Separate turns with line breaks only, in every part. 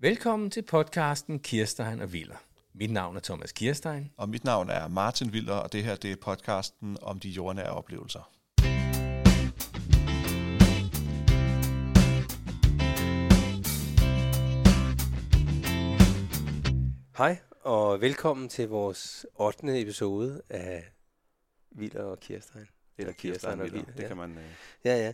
Velkommen til podcasten Kirstein og Viller. Mit navn er Thomas Kirstein.
Og mit navn er Martin Viller, og det her det er podcasten om de jordnære oplevelser.
Hej, og velkommen til vores 8. episode af Viller og Kirstein.
Eller Kirsten og Viller. Det kan man, øh,
Ja, ja.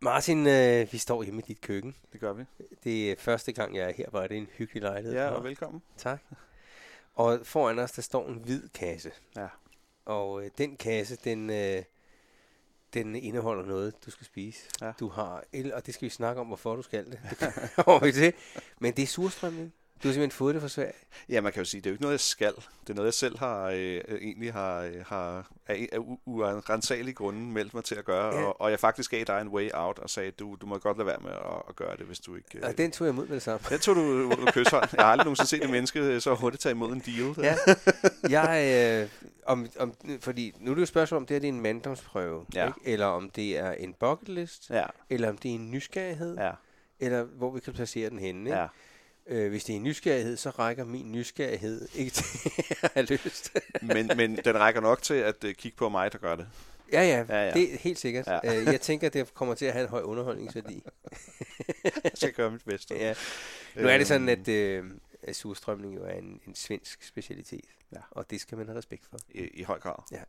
Martin, øh, vi står hjemme i dit køkken.
det gør vi.
Det er første gang, jeg er her, hvor er det en hyggelig lejlighed.
Ja,
du har.
og velkommen.
Tak. Og foran os, der står en hvid kasse.
Ja.
Og øh, den kasse, den, øh, den indeholder noget, du skal spise.
Ja.
Du har el, og det skal vi snakke om, hvorfor du skal det. Det kommer vi til. Men det er surstrømning. Du har simpelthen fået det fra Sverige.
Ja, man kan jo sige, det er jo ikke noget, jeg skal. Det er noget, jeg selv har, øh, øh, egentlig har, øh, har af, af u- urensagelige grunde meldt mig til at gøre,
Ja.
ja. og, og jeg faktisk gav dig en way out og sagde, du, du må godt lade være med at, at gøre det, hvis du ikke... Øh,
Og den tog jeg imod med det samme.
den tog du under kysshånd. Jeg har aldrig nogensinde set et menneske øh, så hurtigt tage imod en deal. øh.
Ja. Jeg, øh, om, om, fordi nu er det jo spørgsmål, om det her det er en manddomsprøve,
Ja.
ikke? eller om det er en bucket list,
ja,
eller om det er en nysgerrighed,
ja,
eller hvor vi kan placere den henne. Ikke?
ja.
Øh, hvis det er en nysgerrighed, så rækker min nysgerrighed ikke til, at jeg har lyst.
Men, men den rækker nok til at øh, kigge på mig, der gør det.
ja, ja,
Ja, ja.
det er helt sikkert.
Ja.
Øh, jeg tænker, det kommer til at have en høj underholdningsværdi.
Jeg skal gøre mit bedste.
ja. Nu er det sådan,
Øhm,
at, øh, at surstrømning jo er en, en svensk specialitet,
Ja.
og det skal man have respekt for.
I, I høj grad.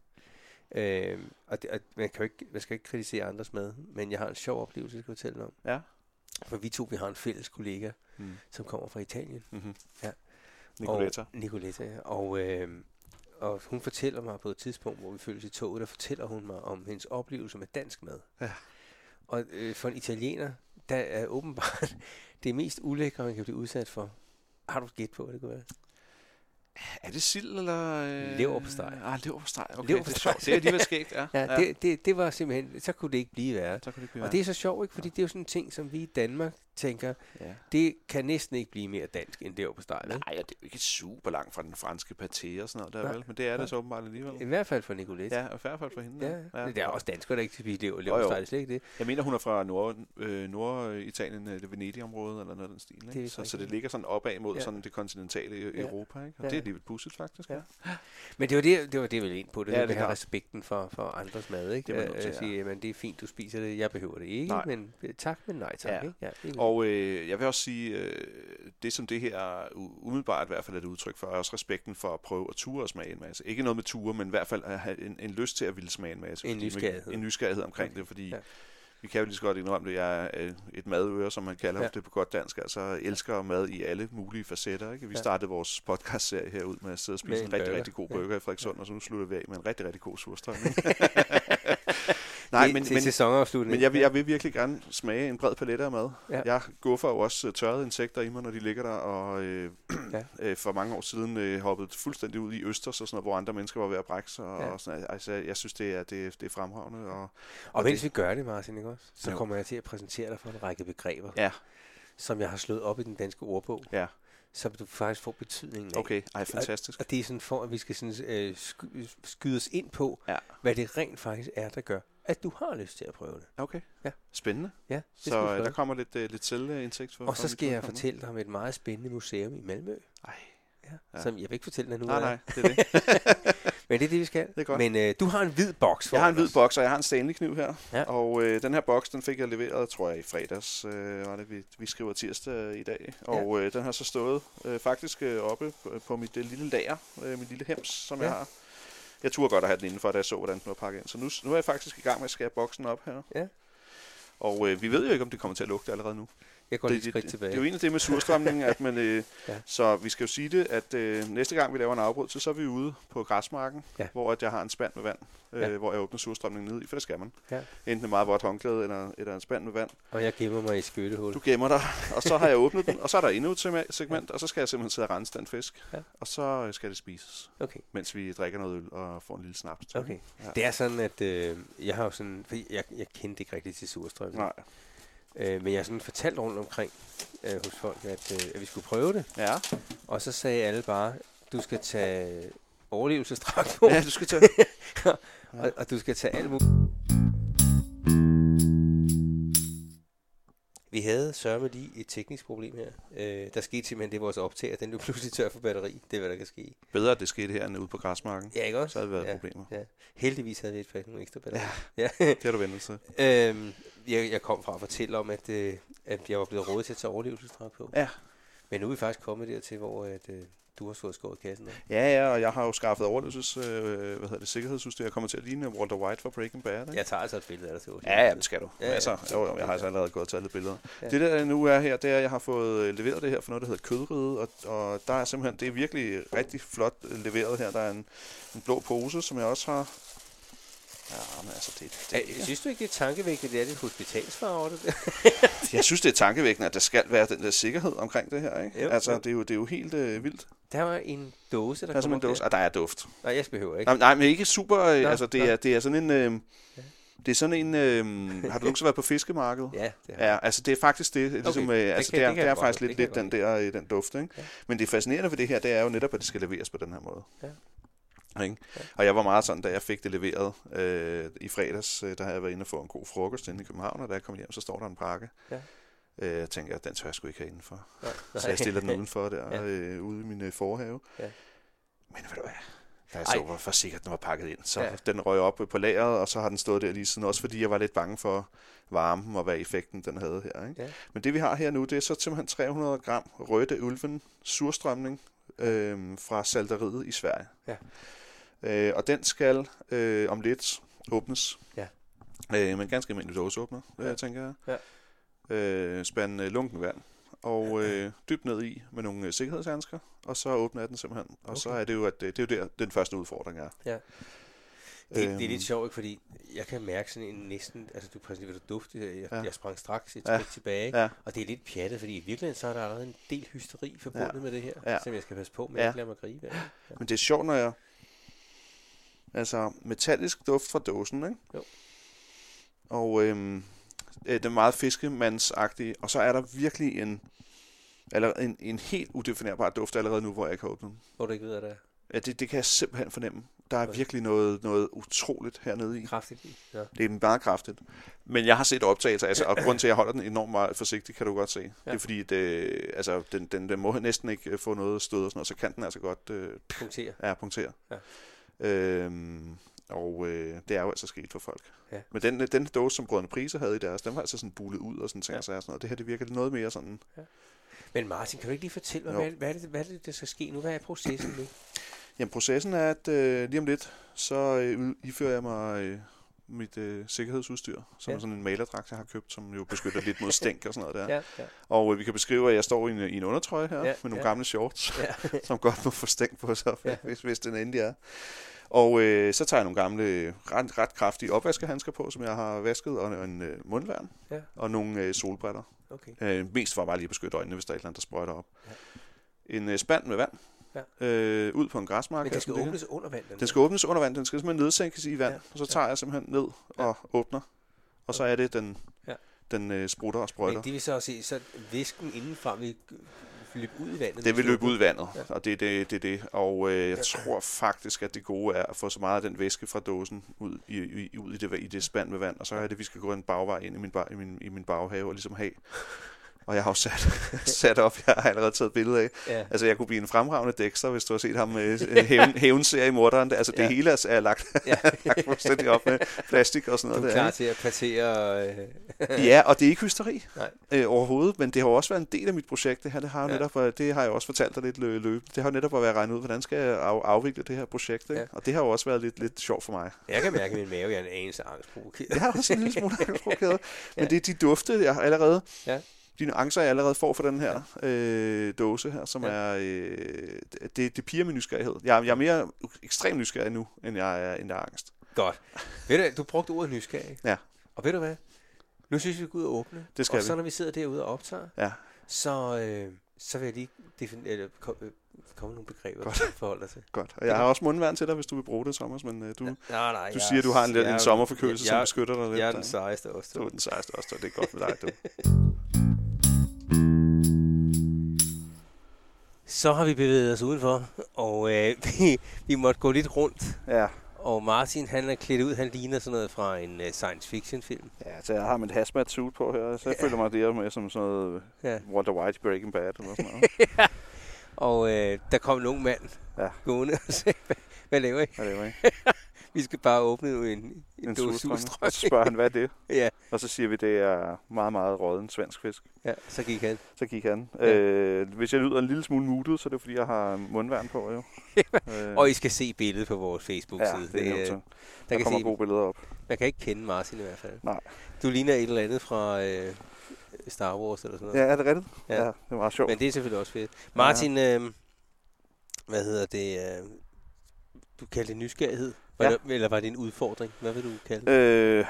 Øh, og, det, og man, kan jo ikke, man skal jo ikke kritisere andres mad, men jeg har en sjov oplevelse, jeg skal fortælle dig om.
Ja.
For vi to, vi har en fælles kollega,
Mm.
som kommer fra Italien.
Mm-hmm.
Ja.
Nicoletta.
Og, Nicoletta, ja. Og, øh, og hun fortæller mig på et tidspunkt, hvor vi følges i toget, der fortæller hun mig om hendes oplevelse med dansk mad.
Ja.
Og øh, for en italiener, der er åbenbart det mest ulækre, man kan blive udsat for. Har du et gæt på, hvad det kunne være?
Er det sild eller... Øh...
Leverpostej.
Ah, leverpostej. Okay,
Leverpostej.
leverpostej. Det er sjovt. Det er alligevel skægt, ja.
Ja, ja. Det, det, det var simpelthen, så kunne det ikke blive værre.
Så kan det ikke
Og det er så sjovt, ikke? Fordi det er jo sådan en ting, som vi i Danmark tænker,
Ja.
det kan næsten ikke blive mere dansk end det på vel?
Nej, og det er jo ikke super langt fra den franske paté og sådan noget der,
Nej.
vel? Men det er
Nej.
det så åbenbart alligevel.
I hvert fald for Nicolette.
Ja, og færre for hende.
Ja, ja. Det er også danskere, der ikke spiser lever,
Jo, jo.
leverpostej, det er slet ikke det.
Jeg mener, hun er fra Nord, øh, Norditalien, øh, det Venedig-område eller noget af den stil. Ikke?
Det er
så, så
rigtigt.
det ligger sådan opad mod
Ja.
ja. sådan det kontinentale
Ja.
ja. Europa. Ikke? Og
Ja.
ja. det er lige pudsigt faktisk.
Ja.
Ja.
Men det var det, det var det vel ind på, det,
Ja,
ja,
det
det
er
her
klart.
respekten for, for andres mad, ikke? Øh,
Det er man nødt til,
at sige, jamen, det er fint, du spiser det, jeg behøver det ikke,
Nej.
men øh, tak, men nej tak,
Ja.
ikke? Ja, ikke?
Og øh, jeg vil også sige, øh, det som det her u- umiddelbart i hvert fald er et udtryk for, er også respekten for at prøve at ture og smage en masse. Ikke noget med ture, men i hvert fald at have en, en lyst til at ville smage en masse.
En
Fordi man-
nysgerrighed.
En nysgerrighed omkring det, fordi
Ja.
ja. vi kan jo lige så godt indrømme det. Jeg er øh, et madører, som man kalder
Ja.
ja. det på godt dansk. Altså jeg elsker mad i alle mulige facetter. Ikke? Vi
Ja.
ja. startede vores podcastserie herud med at sidde og
Med
spise en, en
en
rigtig,
burger.
rigtig god
Ja.
burger i Frederikssund, og så nu slutter vi af med en rigtig, rigtig god surstrømning.
Nej, men, til, til sæsonafslutningen.
Men jeg vil, jeg vil virkelig gerne smage en bred palet af mad.
Ja.
Ja. Jeg guffer jo også øh, tørrede insekter i mig, når de ligger der, og øh,
Ja.
ja. øh, for mange år siden øh, hoppede fuldstændig ud i Østers og sådan noget, hvor andre mennesker var ved at brække sig. Og,
Ja.
ja. og sådan, noget. altså, jeg synes, det er, det, det er fremragende. Og,
og
og
mens
det-
vi gør det, Martin, ikke også? Så
Jo.
kommer jeg til at præsentere dig for en række begreber,
ja,
som jeg har slået op i den danske ordbog,
ja.
så du faktisk får betydningen af.
Okay, ej, fantastisk.
Og det er sådan for, at vi skal sådan, øh, sky- skyde os ind på,
Ja.
hvad det rent faktisk er, der gør, at du har lyst til at prøve det.
Okay,
Ja.
spændende.
Ja, det skal vi
Så øh,
prøve.
der kommer lidt, øh, lidt selvindsigt.
Og så skal jeg fortælle dig om et meget spændende museum i Malmø.
Ej.
Ja, ja.
Ja.
Som jeg vil ikke fortælle dig nu.
Nej,
hvad
nej, det er det.
er. Men det er det, vi skal.
er godt.
Men øh, du har en hvid boks for
Jeg har en hvid boks, og jeg har en Stanley-kniv her.
Ja.
Ja. Og øh, den her boks, den fik jeg leveret, tror jeg, i fredags. Øh, var det, vi, vi skriver tirsdag i dag. Og øh, den har så stået øh, faktisk øh, oppe på- på mit øh, lille lager, øh, min lille hems, som ja.
Ja.
jeg har. Jeg turde godt at have den indenfor, da jeg så, hvordan den var pakket ind. Så nu, nu er jeg faktisk i gang med at skære boksen op her.
Ja.
Og øh, vi ved jo ikke, om det kommer til at lugte allerede nu.
Jeg går lige
Det, det,
et skridt
det,
tilbage.
det er jo egentlig det med surstrømningen, at man... Øh,
Ja.
ja. Så vi skal jo sige det, at øh, næste gang vi laver en afbrydelse, så er vi ude på græsmarken,
Ja.
ja. hvor at jeg har en spand med vand, øh,
Ja.
hvor jeg åbner surstrømningen ned i, for det skal man.
Ja.
Enten et meget vådt håndklæde eller, eller en spand med vand.
Og jeg gemmer mig i skyttehul.
Du gemmer dig, og så har jeg åbnet den, og så er der endnu et sema- segment, og så skal jeg simpelthen sidde og rense den fisk.
Ja.
Ja. Og så øh, skal det spises,
Okay,
mens vi drikker noget øl og får en lille snaps. til.
okay.
Ja.
Det er sådan, at øh, jeg har jo sådan... Fordi jeg, jeg kendte ikke rigtig til surstrøm.
Nej.
Øh, men jeg har sådan fortalt rundt omkring øh, hos folk, at, øh, at vi skulle prøve det.
Ja.
Og så sagde alle bare, du skal tage overlevelsesdragt på,
ja, du skal tage...
og, og du skal tage alt muligt. Vi havde sørme lige et teknisk problem her. Øh, der skete simpelthen det, vores optager, den blev pludselig tør for batteri. Det er, hvad der kan ske.
Bedre, at det skete her end ude på græsmarken.
Ja, ikke også?
Så havde det været
ja.
problemer.
Ja. Heldigvis havde vi et faktisk nogle ekstra batterier. Ja.
Det har du vendt til.
ja. øhm, jeg, jeg kom fra at fortælle om, at, øh, at jeg var blevet rådet til at tage overlevelsesdrag på.
Ja.
Men nu er vi faktisk kommet dertil, hvor at, øh, du har fået skåret kassen. af.
Ja, ja, og jeg har jo skaffet overlevelses, øh, hvad hedder det, sikkerhedsudstyr. Jeg kommer til at ligne Walter White fra Breaking Bad, ikke?
Jeg tager altså et billede af dig til
Ja, ja, det skal du.
Ja,
Ja,
ja.
altså, jo, jo, jeg har altså allerede gået og taget lidt billeder.
Ja.
Ja. Det der nu er her, det er, at jeg har fået øh, leveret det her for noget, der hedder kødride, og, og der er simpelthen, det er virkelig rigtig flot øh, leveret her. Der er en, en blå pose, som jeg også har. Ja, men altså, det, det
Ja, Øh, synes du ikke, det er tankevækkende, det er lidt hospitalsfarve? over det?
jeg synes, det er tankevækkende, at der skal være den der sikkerhed omkring det her, ikke?
Jo,
Jo, altså,
jo.
Det, er jo, det er jo helt øh, vildt.
Der var en dåse, der,
Der er
kommer
simpelthen dåse.
der.
Ah, der er duft.
Nej, jeg behøver ikke.
Nej, nej, men ikke super, øh,
Nå,
altså, det
nå.
er, det er sådan en... Øh, det er sådan en... Øh, har du nogensinde været på fiskemarkedet?
Ja, det har
Ja, altså det er faktisk det. Ligesom,
Okay, det
øh, altså,
kan-
det, er, det,
det kan
er
jeg godt-
faktisk
det
lidt,
kan jeg
lidt den der øh, den duft. Ikke?
Ja.
Ja. Men det fascinerende ved det her, det er jo netop, at det skal leveres på den her måde. Ja. Ikke?
Ja.
Og jeg var meget sådan, da jeg fik det leveret øh, i fredags, øh, der havde jeg været inde og få en god frokost inde i København, og da jeg kom hjem, så står der en pakke.
Ja.
Øh, jeg tænker, den tør jeg sgu ikke have indenfor.
Nej,
Så jeg stiller den udenfor der,
Ja.
ja. øh, ude i min øh, forhave.
Ja.
Men ved du hvad? Da jeg
Ej.
så, hvor for sikkert den var pakket ind, så
Ja.
ja. den røg op øh, på lageret, og så har den stået der lige siden. Også fordi jeg var lidt bange for varmen og hvad effekten den havde her. Ikke?
Ja.
Men det vi har her nu, det er så simpelthen 300 gram røde ulven surstrømning øh, fra salteriet i Sverige.
Ja.
Øh, og den skal øh, om lidt åbnes.
Ja.
Øh, men ganske almindelig dåseåbner,
Ja.
ja. tænker jeg. Ja. Øh, spand øh, lunken vand og øh, dybt ned i med nogle øh, sikkerhedshandsker, og så åbner jeg den simpelthen. Og okay. så
Okay.
er det jo, at øh, det, det er jo der, den første udfordring er. Øh,
Ja. Det, det er
Øhm,
lidt sjovt, ikke? fordi jeg kan mærke sådan en næsten, altså du præsenterer du duft, jeg, ja.
Ja.
jeg sprang straks et
Ja.
skridt tilbage,
Ja.
og det er lidt pjattet, fordi i virkeligheden så er der allerede en del hysteri forbundet
Ja.
med det her,
Ja.
som jeg skal passe på med, at
Ja.
ja. ikke lade mig gribe af.
Men det er sjovt, når jeg... Altså, metallisk duft fra dåsen, ikke?
Jo.
Og øhm, øh, den er meget fiskemandsagtige. Og så er der virkelig en, allerede en, en helt udefinerbar duft allerede nu, hvor jeg kan åbne den.
Hvor du ikke ved, at der er
Ja, det, det kan jeg simpelthen fornemme. Der er
Okay.
virkelig noget, noget utroligt hernede i.
kraftigt i. Ja.
Det er meget kraftigt. Men jeg har set optagelser, altså, og grunden til, at jeg holder den enormt meget forsigtigt, kan du godt se. Ja. Det er fordi, det, altså, den, den, den må næsten ikke øh, få noget stød og sådan noget, så kan den altså godt øh,
Punkterer.
er punktere.
Ja.
Øhm, og øh, det er jo altså sket for folk.
Ja.
Men den, øh, den dåse, som Brødrene Priser havde i deres, den var altså sådan bulet ud og sådan ting
Ja.
ja. og sager og sådan noget. Det her, det virker noget mere sådan...
Men Martin, kan du ikke lige fortælle
Jo.
mig, hvad, hvad, er det, hvad er det, der skal ske nu? Hvad er processen nu?
Jamen, processen er, at øh, lige om lidt, så øh, ud- ifører jeg mig øh, mit øh, sikkerhedsudstyr, som
Ja.
ja. er sådan en malerdragt, jeg har købt, som jo beskytter lidt mod stænk og sådan noget der.
Ja, ja.
Og øh, vi kan beskrive, at jeg står i en, i en undertrøje her,
Ja,
ja, med nogle
ja.
ja. gamle shorts,
Ja.
ja. som godt må få stænk på sig,
Ja.
ja. hvis, hvis den endelig er. Og øh, så tager jeg nogle gamle, øh, ret, ret kraftige opvaskehandsker på, som jeg har vasket, og en øh, mundværn,
Ja.
og nogle øh, solbriller.
Okay.
Øh, mest for bare lige at beskytte øjnene, hvis der er et eller andet, der sprøjter op. Ja. En øh, spand med vand, ja. øh, ud på en græsmark.
Men
her,
det skal
som ligger.
åbnes under vand.
Den skal åbnes under vand, den skal simpelthen nedsænkes i vand,
Ja,
ja. og så tager jeg simpelthen ned og åbner, og så er det, den,
Ja.
ja. den øh, sprutter og sprøjter.
Men det vil så også se, så væsken indenfra vil løbe ud i vandet.
Det vil løbe ud i vandet,
Ja.
ja. og det er det, det, er det. Og øh, jeg tror faktisk, at det gode er at få så meget af den væske fra dåsen ud i, i, ud i, det, i det spand med vand, og så er det, at vi skal gå en bagvej ind i min, bag, i min, i min baghave og ligesom have. Og jeg har jo sat, sat op, jeg har allerede taget billede af.
Ja.
Altså, jeg kunne blive en fremragende dækster, hvis du har set ham øh, hævn, hævnserie i morderen. Altså, det
Ja.
ja. hele er, er lagt,
Ja.
lagt fuldstændig op med plastik og sådan
Du
noget.
er
der,
klar
ikke?
til at partere... Øh,
Ja, og det er ikke hysteri
nej.
øh, overhovedet, men det har jo også været en del af mit projekt. Det, her, det, har jo
Ja.
ja. netop, øh, det har jeg også fortalt dig lidt lø- løbende. Det har jo netop at være regnet ud, hvordan skal jeg af- afvikle det her projekt. Ikke?
Ja.
Ja. Og det har jo også været lidt, lidt sjovt for mig.
Jeg kan mærke, at min mave jeg er en anelse angstprovokeret.
Jeg har også en lille smule angstprovokeret, men
Ja.
det er de dufte, jeg allerede...
Ja.
De nuancer, jeg allerede får for den her øh, dåse her, som
Ja.
ja. er... Øh, det, det piger min nysgerrighed. Jeg, er- jeg er mere ekstrem nysgerrig nu, end jeg er, end jeg er angst.
Godt. Ved du, du brugte ordet nysgerrig.
Ja.
Og ved du hvad? Nu synes jeg, vi går ud og åbne.
Det skal
og så
vi.
når vi sidder derude og optager,
Ja.
så, øh, så vil jeg lige defin- eller, kom, øh, komme nogle begreber,
Godt.
Godt. du forholder dig til.
Godt. Og jeg har også mundværn til dig, hvis du vil bruge det, Thomas, men øh, du, du
Nej, nej. jeg-
siger, du har en, lidt-
jeg-
en sommerforkølelse, som
jeg-
beskytter dig lidt.
Jeg er
der.
den sejeste også.
Du er den sejeste også, og det er godt med dig, du.
Så har vi bevæget os udenfor, og øh, vi, vi måtte gå lidt rundt
Ja,
Og Martin, han er klædt ud, han ligner sådan noget fra en uh, science fiction film.
Ja, så jeg har mit hazmat suit på her, så jeg føler mig der med som sådan noget
Ja.
Walter White Breaking Bad eller sådan noget.
Og øh, der kom en ung mand ja.
Ja.
gående og sagde, "Hvad- hvad laver I?
Hvad er det, ikke?
Vi skal bare åbne en, en, en
En
dåse
surstrøm.
surstrøm."
Og så spørger han, hvad er det?
ja,
Og så siger vi, det er meget, meget råden svensk fisk.
ja, så gik han.
Så gik han.
Ja.
Ja. Øh, hvis jeg lyder en lille smule mutet, så er det fordi, jeg har mundværn på, jo. øh,
Og I skal se billedet på vores Facebook-side.
ja, det er
øh,
helt
der,
til. Der, der
kan
kommer
se,
gode billeder op.
Man kan ikke kende Martin i hvert fald.
Nej.
Du ligner et eller andet fra øh, Star Wars eller sådan noget.
Ja, er det rigtigt?
Ja.
Ja, ja det er meget sjovt.
Men det er selvfølgelig også fedt. Martin, ja. øh, hvad hedder det? Øh, du kaldte det nysgerrighed? Var
Ja.
det, eller var det en udfordring? Hvad vil du kalde det?
Øh,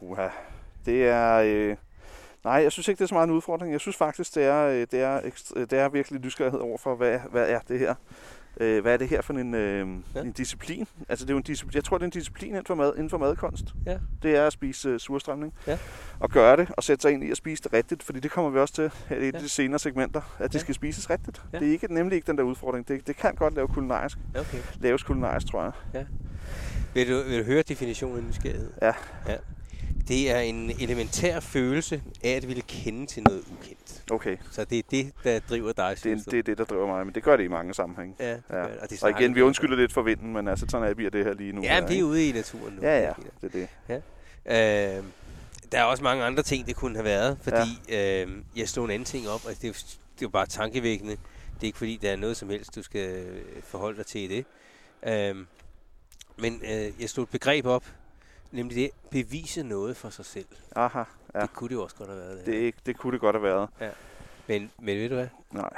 uha. Det er... Øh, nej, jeg synes ikke, det er så meget en udfordring. Jeg synes faktisk, det er, øh, det er, ekstra, øh, det er virkelig nysgerrighed over for, hvad, hvad er det her? Øh, hvad er det her for en, øh,
Ja.
ja. en disciplin? Altså, det er jo en disciplin. Jeg tror, det er en disciplin inden for, mad, inden for madkunst.
Ja.
Det er at spise øh, surstrømning.
Ja.
Og gøre det, og sætte sig ind i at spise det rigtigt, fordi det kommer vi også til her i
Ja.
de senere segmenter, at det
Ja.
skal spises rigtigt.
Ja.
Det er ikke, nemlig ikke den der udfordring. Det, det kan godt lave kulinarisk,
Okay.
laves kulinarisk, tror jeg.
Vil du, vil du høre definitionen af nysgerrighed?
Ja.
ja. Det er en elementær følelse af at ville kende til noget ukendt.
Okay,
Så det er det, der driver dig.
det,
synes
er-
du?
det er det, der driver mig, men det gør det i mange sammenhænge.
Ja, det
Ja.
gør det. Og, det
Og
snakker
igen, vi undskylder lidt for vinden, men altså, sådan er vi det her lige nu. her,
Ja, men det er
ikke?
ude i naturen nu.
Ja, ja, det er det.
Øh, der er også mange andre ting, det kunne have været, fordi ja. øh, jeg slog en anden ting op, og det, er jo- det er jo bare tankevækkende. Det er ikke fordi, der er noget som helst, du skal øh, forholde dig til i det. Øh, men øh, jeg slog et begreb op, nemlig det, bevise noget for sig selv.
Aha,
Ja.
Ja.
Det kunne det jo også godt have været. Det
det, er ikke, det kunne det godt have været.
her. men, men ved du hvad?
Nej,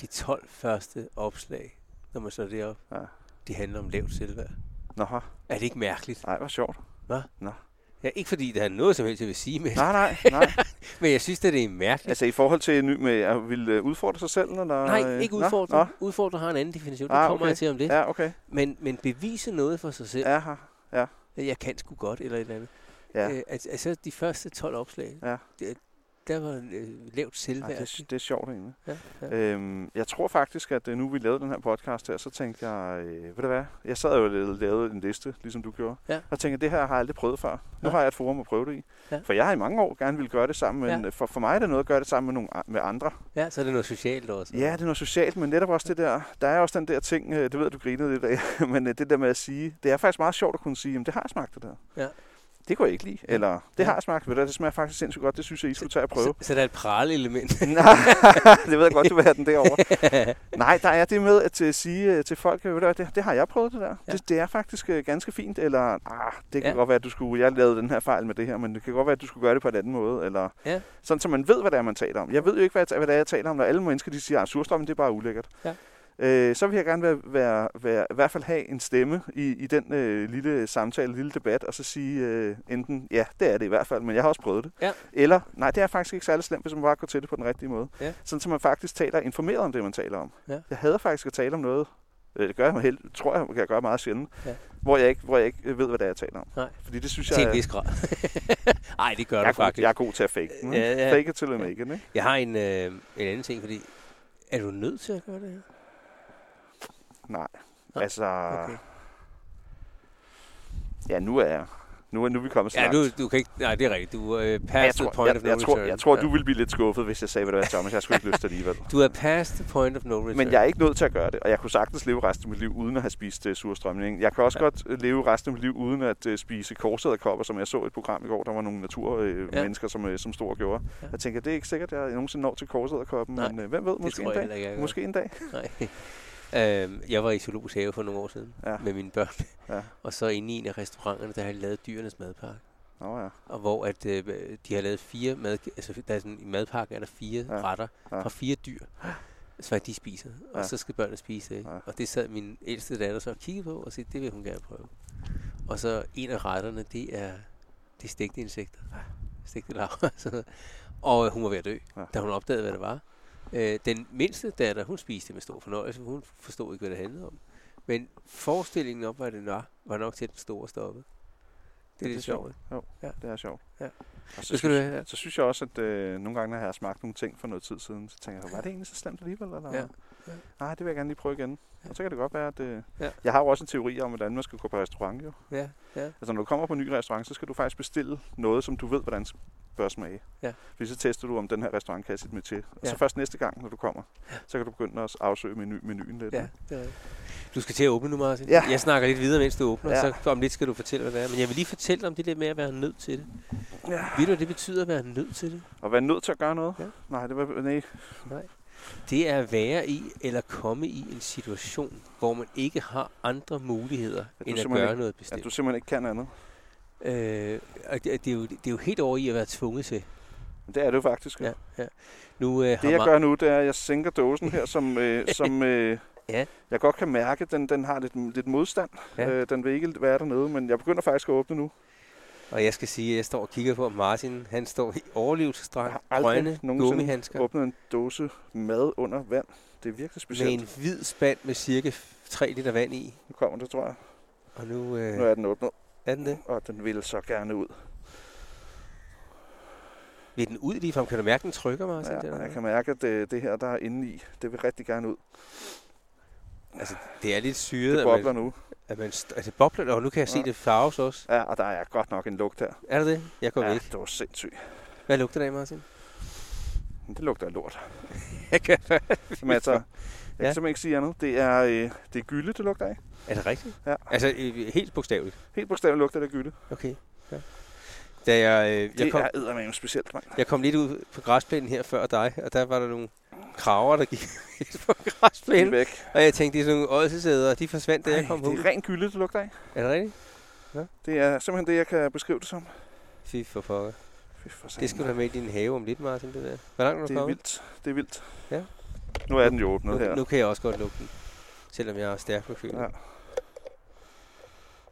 De 12 første opslag, når man slår det op, ja.
Ja.
de handler om lavt selvværd.
nå,
Er det ikke mærkeligt?
nej, hvor sjovt.
Ja, ikke fordi der er noget som helst, jeg vil sige, men,
Nej, nej, nej.
men jeg synes, at det er mærkeligt.
Altså i forhold til en ny med at ville øh, udfordre sig selv? Eller?
Nej,
øh,
ikke
nå,
udfordre.
nå.
Udfordre har en anden definition. Det
Ah,
kommer
okay.
jeg til om det.
Ja, okay.
Men, men bevise noget for sig selv. Ja.
Aha.
Jeg kan sgu godt, eller et eller andet.
Ja.
Øh, altså, altså de første 12 opslag,
Ja.
der, der var øh, lavt
Ej,
selvværd.
det, er- det er sjovt egentlig.
ja, ja.
Øhm, jeg tror faktisk, at øh, nu vi lavede den her podcast her, så tænkte jeg, øh, ved du hvad, jeg sad jo og lavede- lavede en liste, ligesom du gjorde,
Ja.
og tænkte, det her har jeg aldrig prøvet før. Nu
Nej.
har jeg et forum at prøve det i.
Ja.
For jeg har i mange år gerne ville gøre det sammen, men
Ja.
øh, for, for mig er det noget at gøre det sammen med, nogle, a- med andre.
ja, så er det noget socialt også.
Ja, det er noget socialt, men netop også det der, der er også den der ting, øh, det ved jeg, du grinede lidt af, men øh, det der med at sige, det er faktisk meget sjovt at kunne sige, jamen det har jeg smagt det der.
Ja.
Det kunne jeg ikke lide, eller det
Ja.
har jeg smagt, ved du, hvad, det smager faktisk sindssygt godt, det synes jeg, I skulle tage og prøve.
Så, så der er et pralelement.
Nej, det ved jeg godt, du vil have den derovre. Nej, der er det med at øh, sige øh, til folk, øh, ved du hvad, det, det har jeg prøvet det der.
Ja.
Ja. Det, det er faktisk øh, ganske fint, eller ah, det kan
Ja.
ja. godt være, at du skulle, jeg lavede den her fejl med det her, men det kan godt være, at du skulle gøre det på en anden måde, eller
Ja.
sådan, så man ved, hvad det er, man taler om. Jeg ved jo ikke, hvad, jeg- hvad det er, jeg taler om, når alle mennesker de siger, at surstrømmen det er bare ulækkert.
Ja.
Øh, så vil jeg gerne være, være, være, i hvert fald have en stemme i, i den øh, lille samtale, lille debat, og så sige øh, enten, ja, det er det i hvert fald, men jeg har også prøvet det.
Ja.
Eller, nej, det er faktisk ikke særlig slemt, hvis man bare går til det på den rigtige måde.
Ja.
Sådan, så man faktisk taler informeret om det, man taler om.
Ja.
Jeg hader faktisk at tale om noget, øh, det gør jeg mig held, tror jeg, kan jeg gøre meget sjældent,
Ja.
hvor, jeg ikke, hvor jeg ikke øh, ved, hvad det er, jeg taler om.
Nej.
Fordi det synes jeg,
til en
er-
vis grad. Nej, det gør
jeg, er
du
god,
faktisk.
jeg er god til at fake den. ikke?
Ja, ja.
Fake it till I
Ja.
make it, ikke?
Jeg har en, øh, en anden ting, fordi... Er du nødt til at gøre det her? Nej.
Altså,
Okay.
ja, nu er jeg. Nu er, nu er vi kommet så
Ja,
langt.
du, du kan ikke... Nej, det er rigtigt. Du er øh,
Ja, jeg
past the
tror,
point
jeg,
of no
jeg, tror,
return.
jeg tror,
Ja.
du ville blive lidt skuffet, hvis jeg sagde, hvad det var, Thomas. Jeg skulle ikke lyst til alligevel.
Du er past the point of no return.
Men jeg er ikke nødt til at gøre det, og jeg kunne sagtens leve resten af mit liv uden at have spist uh, surstrømning. Jeg kan også
Ja.
ja. godt øh, leve resten af mit liv uden at uh, spise korsæderkopper, som jeg så i et program i går. Der var nogle naturmennesker, øh,
Ja.
ja. mennesker, som, øh, som store gjorde.
Ja.
Ja. Jeg tænker, det er ikke sikkert, at jeg nogensinde når til korsæderkoppen,
Nej,
men øh, hvem ved,
det
måske
tror
en
jeg
dag.
heller ikke, jeg gør.
Måske en dag.
Nej. Øhm, jeg var i zoologisk have for nogle år siden ja.
Ja.
med mine børn. Ja.
Ja.
Og så inde i en af restauranterne, der har de lavet dyrenes madpakke.
Nå ja.
Og hvor at, øh, de har lavet fire mad... Altså, der er sådan, i madpakken er der fire ja.
Ja.
retter ja.
Ja.
fra fire dyr. Så de spiser, og ja.
Ja.
så skal børnene spise det. Ja.
Ja.
Og det sad min ældste datter så og kiggede på, og sagde, det vil hun gerne prøve. Og så en af retterne, det er, det er stegte insekter. Stegte larver. og sådan noget. Og øh, hun var ved at dø, ja.
Ja.
da hun opdagede, hvad det var. Øh, den mindste datter, hun spiste det med stor fornøjelse, for hun forstod ikke, hvad det handlede om. Men forestillingen om, hvad det var, var nok til at den store stoppede. Det er
det er
lidt sjovt.
Det er sjovt.
Ja.
Og så,
Nu skal
skal
du
synes,
have her.
så synes jeg også, at øh, nogle gange, når jeg har smagt nogle ting for noget tid siden, så tænker jeg, var det egentlig så slemt alligevel? Eller?
Ja.
Nej, det vil jeg gerne lige prøve igen. Og så kan det godt være, at... Øh,
Ja.
ja. Jeg har jo også en teori om, hvordan man skal gå på restaurant, jo.
Ja, ja.
Altså, når du kommer på en ny restaurant, så skal du faktisk bestille noget, som du ved, hvordan bør smage.
Ja.
Fordi så tester du, om den her restaurant kan sit til. Og
Ja.
så først næste gang, når du kommer, så kan du begynde at afsøge menu, menuen lidt.
ja.
ikke?
det er rigtigt. Du skal til at åbne nu, Martin.
Ja.
Jeg snakker lidt videre, mens du åbner, ja.
Ja.
så om lidt skal du fortælle, hvad det er. Men jeg vil lige fortælle om det der med at være nødt til det.
Ja.
Ved du, hvad det betyder at være nødt til det?
Og være nødt til at gøre noget?
Ja.
Nej, det var... Nej.
Det er at være i eller komme i en situation, hvor man ikke har andre muligheder,
du
end at
simpelthen
gøre
ikke-
noget
At
bestemt.
du simpelthen ikke kan andet.
Øh, og det, det, er jo, det er jo helt over i at være tvunget til.
Men det er det jo faktisk.
Ja. Nu, øh, har
Det jeg
Mar-
gør nu, det er, at jeg sænker dåsen her, som, øh, som øh,
Ja.
ja. jeg godt kan mærke, den, den har lidt, lidt modstand.
Ja.
Ja. Øh, den vil ikke være dernede, men jeg begynder faktisk at åbne nu.
Og jeg skal sige, at jeg står og kigger på at Martin. Han står i overlevelsesdrag,
Jeg har aldrig
grønne
nogensinde
gummihandsker,
Åbnet en dåse mad under vand. Det er virkelig
med
specielt.
en hvid spand med cirka 3 liter vand i.
Nu kommer det, tror jeg.
Og nu øh,
Nu er den åbnet,
er den det.
og den vil så gerne ud.
Vil den ud lige frem? Kan du mærke, den trykker, Martin?
Ja,
eller
jeg
hvad?
kan mærke, at øh, det, det her, der er inde i, det vil rigtig gerne ud.
Altså, det er lidt syret,
Det
at
bobler
man,
nu.
at man st- altså, bobler, det, og nu kan jeg se,
Ja.
det farves også.
Ja, og der er godt nok en lugt her.
Er det det? Jeg går
ja,
væk.
det var sindssygt.
Hvad lugter det af, Martin?
Men det lugter af lort.
Jeg kan
Men altså, jeg kan
Ja.
simpelthen ikke sige andet. Det er, øh, det er gylde, det lugter af.
Er det rigtigt?
Ja.
Altså, øh, helt bogstaveligt.
Helt bogstaveligt lugter det af gylde.
Okay. Ja. Da jeg, øh, jeg,
Det
kom,
er eddermame specielt, mand.
jeg kom lidt ud på græsplænen her før dig, og der var der nogle kraver, der gik lidt på græsplænen.
Helt væk.
Og jeg tænkte, det er sådan nogle ådsesæder, og de forsvandt, da jeg kom
det
ud.
er ren gylde, det lugter af.
Er det rigtigt?
Det er simpelthen det, jeg kan beskrive det som.
Fy for pokker.
Fy for
Det skal du have med i din have om lidt, Martin, det der. Hvor langt er du
det er
kommet?
vildt. Det er vildt.
Ja.
Nu er den jo åbnet
Nu,
her.
nu kan jeg også godt lukke den. Selvom jeg er stærk på følelsen.
Ja.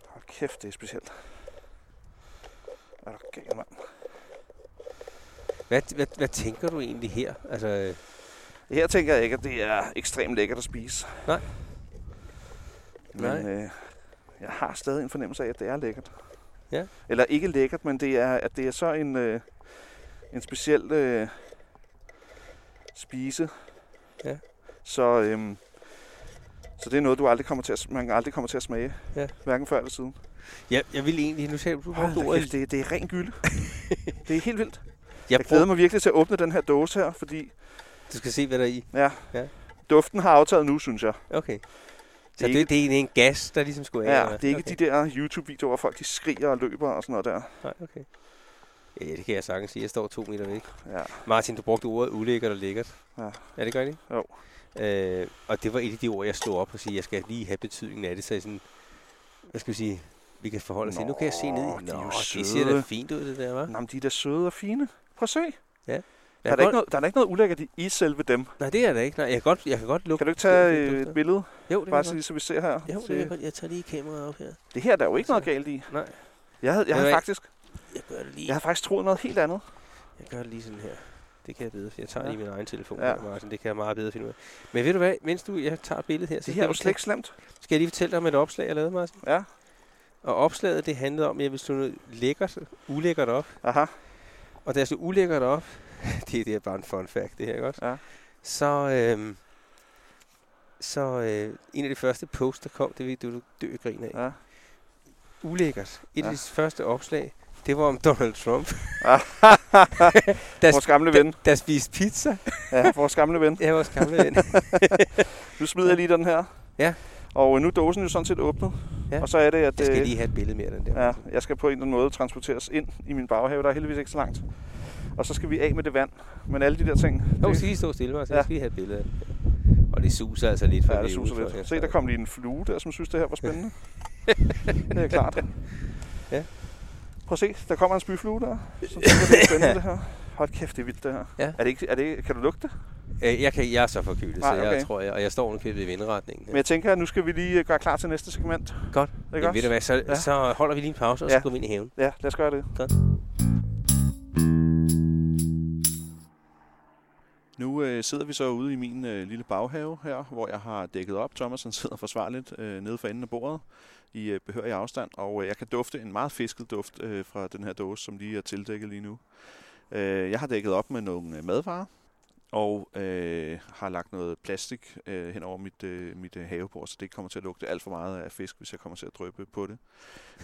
Hold kæft, det er specielt. Er du gal, mand?
Hvad, hvad, hvad tænker du egentlig her? Altså, øh,
Her tænker jeg ikke, at det er ekstremt lækkert at spise.
Nej.
Men
Nej.
Øh, jeg har stadig en fornemmelse af, at det er lækkert.
Ja.
Eller ikke lækkert, men det er, at det er så en, øh, en speciel øh, spise.
Ja.
Så, øhm, så det er noget, du aldrig kommer til at, man aldrig kommer til at smage.
Ja.
Hverken før eller siden.
jeg, jeg vil egentlig... Nu sagde du, du
Hold
brugte
da
ordet.
kæft, det, det er ren gylde. det er helt vildt.
Jeg,
Jeg
brugte,
glæder mig virkelig til at åbne den her dåse her, fordi
du skal se, hvad der er i.
ja,
Ja.
ja. duften har aftaget nu, synes jeg.
Okay.
Det
Så
er
det,
ikke-
det, det er egentlig en gas, der ligesom skulle af?
Ja,
eller hvad?
det er ikke
okay.
okay. de der YouTube-videoer, hvor folk de skriger og løber og sådan noget der.
Nej, okay. Ja, det kan jeg sagtens sige. Jeg står to meter væk.
Ja.
Martin, du brugte ordet ulækkert og lækkert.
Ja.
Er det godt, ikke?
Jo.
Øh, og det var et af de ord, jeg slog op og sige, jeg skal lige have betydningen af det, så jeg sådan, hvad skal vi sige, vi kan forholde os til. Nu kan jeg se ned. i-
Nå, de er jo
det ser da
søde.
fint ud, det der, hva'?
Nå, men de er da søde og fine. Prøv at se. Der
Jeg
er,
kan
der,
godt,
ikke noget, der er da ikke noget ulækkert i, i selve dem.
nej, det er der ikke. Nej, jeg kan godt, jeg kan godt lugte.
Kan du ikke tage
det
øh,
dufter.
et billede,
Jo, det kan
bare
jeg
så,
godt.
lige så vi ser her?
Jo, det kan jeg
det,
godt. Jeg tager lige kameraet op her.
det her der er jo ikke noget galt i.
Nej,
Jeg havde, jeg
Ved
havde
du hvad?
faktisk,
jeg gør det lige.
jeg havde faktisk troet noget helt andet.
Jeg gør det lige sådan her. Det kan jeg bedre, for jeg tager
Ja.
lige min egen telefon,
Ja.
ja. Martin. Det kan jeg meget bedre finde ud af. Men ved du hvad, mens du, jeg tager billedet her, så
Det
skal,
her er jo
jeg,
slet ikke slemt.
skal jeg lige fortælle dig om et opslag, jeg lavede, Martin.
Ja,
Og opslaget, det handlede om, at jeg ville slå noget lækkert, ulækkert op.
aha.
Og da jeg slog ulækkert op, det, det er bare en fun fact, det her, ikke også?
Ja.
Så, øhm, så øh, en af de første posts, der kom, det ved du, du dø af grin af.
Ja.
Ulækkert. Et ja. af
Ja.
de første opslag, det var om Donald Trump,
Vores gamle ven.
der spiste pizza.
Ja, vores gamle ven.
Jeg var også gamle ven.
Nu smider jeg lige den her.
Ja.
Og øh, nu er dåsen jo sådan set åbnet.
Ja.
Og så er det, at...
Jeg skal
øh,
lige have et billede mere af den der.
Ja, jeg skal på en eller anden måde transporteres ind i min baghave, der er heldigvis ikke så langt. Og så skal vi af med det vand. Men alle de der ting,
Jo,
det,
skal lige stå stille, Martin.
Ja.
Jeg skal lige have et billede af den. Og det suser altså lidt. for
ja,
vi
det
er
suser
udenfor her.
lidt. Se, der kom lige en flue der, som synes, det her var spændende. det er klart.
Ja.
Prøv at se, der kommer en spyflue der. Så tænker, jeg, det er spændende det her. Hold kæft, det er vildt det her.
Ja.
Er det ikke, er det, kan du lugte det?
Øh, Jeg, kan, jeg er så forkølet, så
Nej,
jeg
okay.
tror, jeg, og jeg står nu købet i vindretningen.
Men jeg tænker, at nu skal vi lige øh, gøre klar til næste segment.
Godt.
Ikke
Jamen, ved
også?
du hvad, så, ja.
Ja.
så holder vi lige en pause, og så
Ja.
går vi ind i haven.
Ja, lad os gøre det.
Nu øh, sidder vi så ude i min øh, lille baghave her, hvor jeg har dækket op. Thomas han sidder forsvarligt øh, nede for enden af bordet i øh, behørig afstand, og øh, jeg kan dufte en meget fisket duft øh, fra den her dåse, som lige er tildækket lige nu. Øh, jeg har dækket op med nogle øh, madvarer,
og øh, har lagt noget plastik øh, hen over mit, øh, mit øh, havebord, så det ikke kommer til at lugte alt for meget af fisk, hvis jeg kommer til at drøbe på det.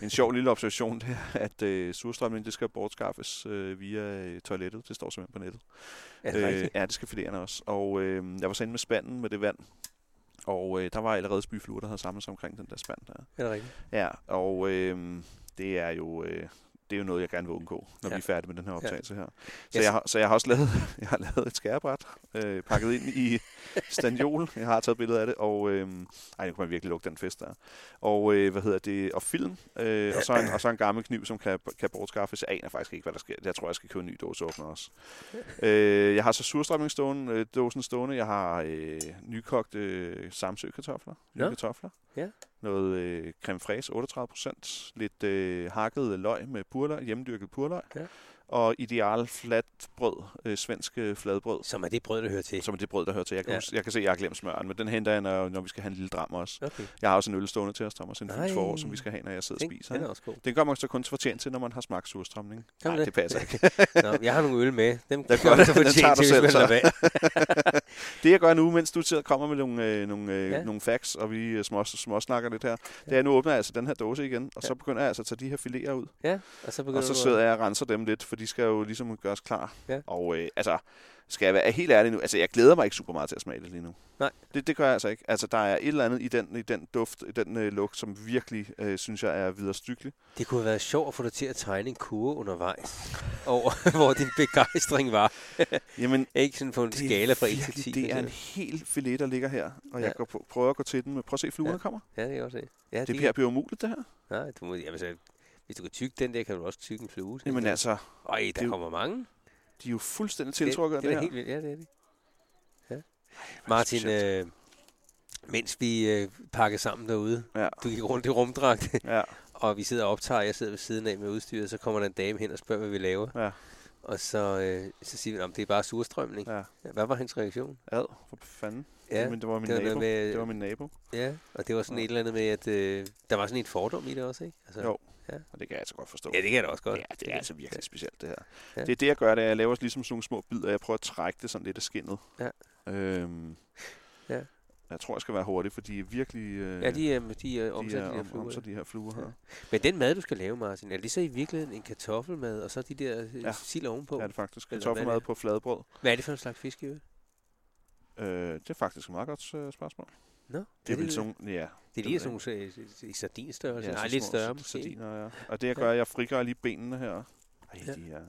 En sjov lille observation det er, at øh, surstrømning det skal bortskaffes øh, via øh, toilettet. Det står simpelthen på nettet.
Er det
øh,
rigtigt?
ja, det skal filererne også. Og øh, jeg var så inde med spanden med det vand, og øh, der var allerede spyfluer, der havde samlet sig omkring den der spand der.
Er det rigtigt?
Ja, og øh, det er jo... Øh, det er jo noget, jeg gerne vil undgå, når
Ja.
ja. vi er færdige med den her optagelse her. Så,
Yes.
jeg, har- så jeg har også lavet, jeg har lavet et skærebræt, øh, pakket ind i standjol. Jeg har taget billeder af det, og øh, ej, nu kan man virkelig lukke den fest der. Og øh, hvad hedder det? Og film, øh, og, så en, og så en gammel kniv, som kan, kan bortskaffes. Jeg aner faktisk ikke, hvad der sker. Jeg tror, jeg skal købe en ny dåseåbner også. Øh, jeg har så surstrømningsdåsen øh, dåsen stående. Jeg har øh, nykogte øh, samsø-kartofler.
Nå.
Ja. kartofler.
Ja.
Noget øh, creme fraise, 38 procent. Lidt øh, hakket løg med purløg, hjemmedyrket purløg.
Ja.
Og ideal flatbrød, øh, svensk øh, fladbrød.
Som er det brød, der hører til.
Som er det brød, der hører til. Jeg kan,
Ja.
ja. huske, jeg kan se, at jeg har glemt smøren, men den henter jeg, når, når vi skal have en lille dram også.
Okay.
Jeg har også en øl stående til os, Thomas. En
Nej.
fyldt forår, som vi skal have, når jeg sidder og
Den,
spiser.
den
ikke?
er også god.
Den kommer man så kun fortjent til, når man har smagt surstrømning.
Kan
Nej,
man
det
det?
passer ikke.
Nå, jeg har nogle øl med. Dem
Den
kan jeg
gør-
så
den
fortjene
tager du
til,
selv,
hvis
så.
man lader være.
Det jeg gør nu, mens du sidder og kommer med nogle, øh, nogle, øh,
Ja.
ja. nogle facts, og vi øh, små, småsnakker lidt her, det er, at nu åbner jeg altså den her dåse igen, og
Ja.
så begynder jeg altså at tage de her filéer ud,
Ja, og så begynder
og så
du at-
sidder jeg og renser dem lidt, for de skal jo ligesom gøres klar.
Ja.
Og øh, altså, skal jeg være helt ærlig nu, altså jeg glæder mig ikke super meget til at smage det lige nu.
Nej.
Det, det gør jeg altså ikke. Altså der er et eller andet i den, i den duft, i den øh, lugt, som virkelig, øh, synes jeg, er videre stykkelig.
Det kunne have været sjovt at få dig til at tegne en kurve undervejs, over hvor din begejstring var.
Jamen,
Ikke sådan på en
er
skala fra 1 til
virkelig-
10.
Det er en
altså.
hel filet, der ligger her, og
Ja.
jeg går på, prøver at gå til den, men prøv at se, fluerne
Ja.
ja. kommer.
Ja, det kan jeg godt se. Ja,
Det bliver, bliver umuligt, det her.
Nej, du må, jamen, så, hvis du kan tygge den der, kan du også tygge en flue. tænker
Jamen
jeg.
altså,
Øj, der
er jo
kommer mange.
de er jo fuldstændig tiltrukket af
det, det,
det,
det er
her.
helt vildt. Ja, det er det. Ja. Martin,
specielt.
øh, mens vi øh, pakkede sammen derude,
Ja.
du gik rundt i rumdragt,
Ja,
og vi sidder og optager, jeg sidder ved siden af med udstyret, så kommer der en dame hen og spørger, hvad vi laver.
Ja.
Og så, øh, så siger vi, at det er bare surstrømning.
ja.
Hvad var hans reaktion?
Ad, for fanden.
Ja,
Ja, men det var min
det var noget
nabo.
med-
Med... Det var min nabo.
ja, og det var sådan
Ja.
et eller andet med, at øh, der var sådan en fordom i det også, ikke? Altså,
Jo.
Ja.
Og det kan jeg altså godt forstå.
Ja, det kan jeg da også godt.
Ja, det er altså virkelig specielt, det her.
Ja.
Ja. Det er det, jeg gør, det er, at jeg laver ligesom sådan nogle små bidder. Jeg prøver at trække det sådan lidt af skinnet.
Ja.
Øhm,
Ja.
Jeg tror, jeg skal være hurtig, for de er virkelig... Øh,
Ja, de, øh, de øh,
de
omsætter
er
de, der
om,
fluer.
om, så de her fluer her.
Men den mad, du skal lave, Martin, er det så i virkeligheden en kartoffelmad, og så de der ja.
Ja.
sild ovenpå?
Ja. Er
Ja.
det faktisk
Eller hvad
kartoffelmad
det er.
på fladbrød?
Hvad er det for en slags fisk, i øvrigt?
Øh, det er faktisk et meget godt øh, spørgsmål.
Nå, er
Det er vel
det,
sådan... Ja,
det
det
ligner
ved
sådan nogle øh, øh, i sardinstørrelse. Ja,
så
Nej, lidt
små
større
sa-
måske.
Sardiner, ja. Og det jeg
Ja.
gør, jeg frigør lige benene her. Ej,
Ja.
ja. de er...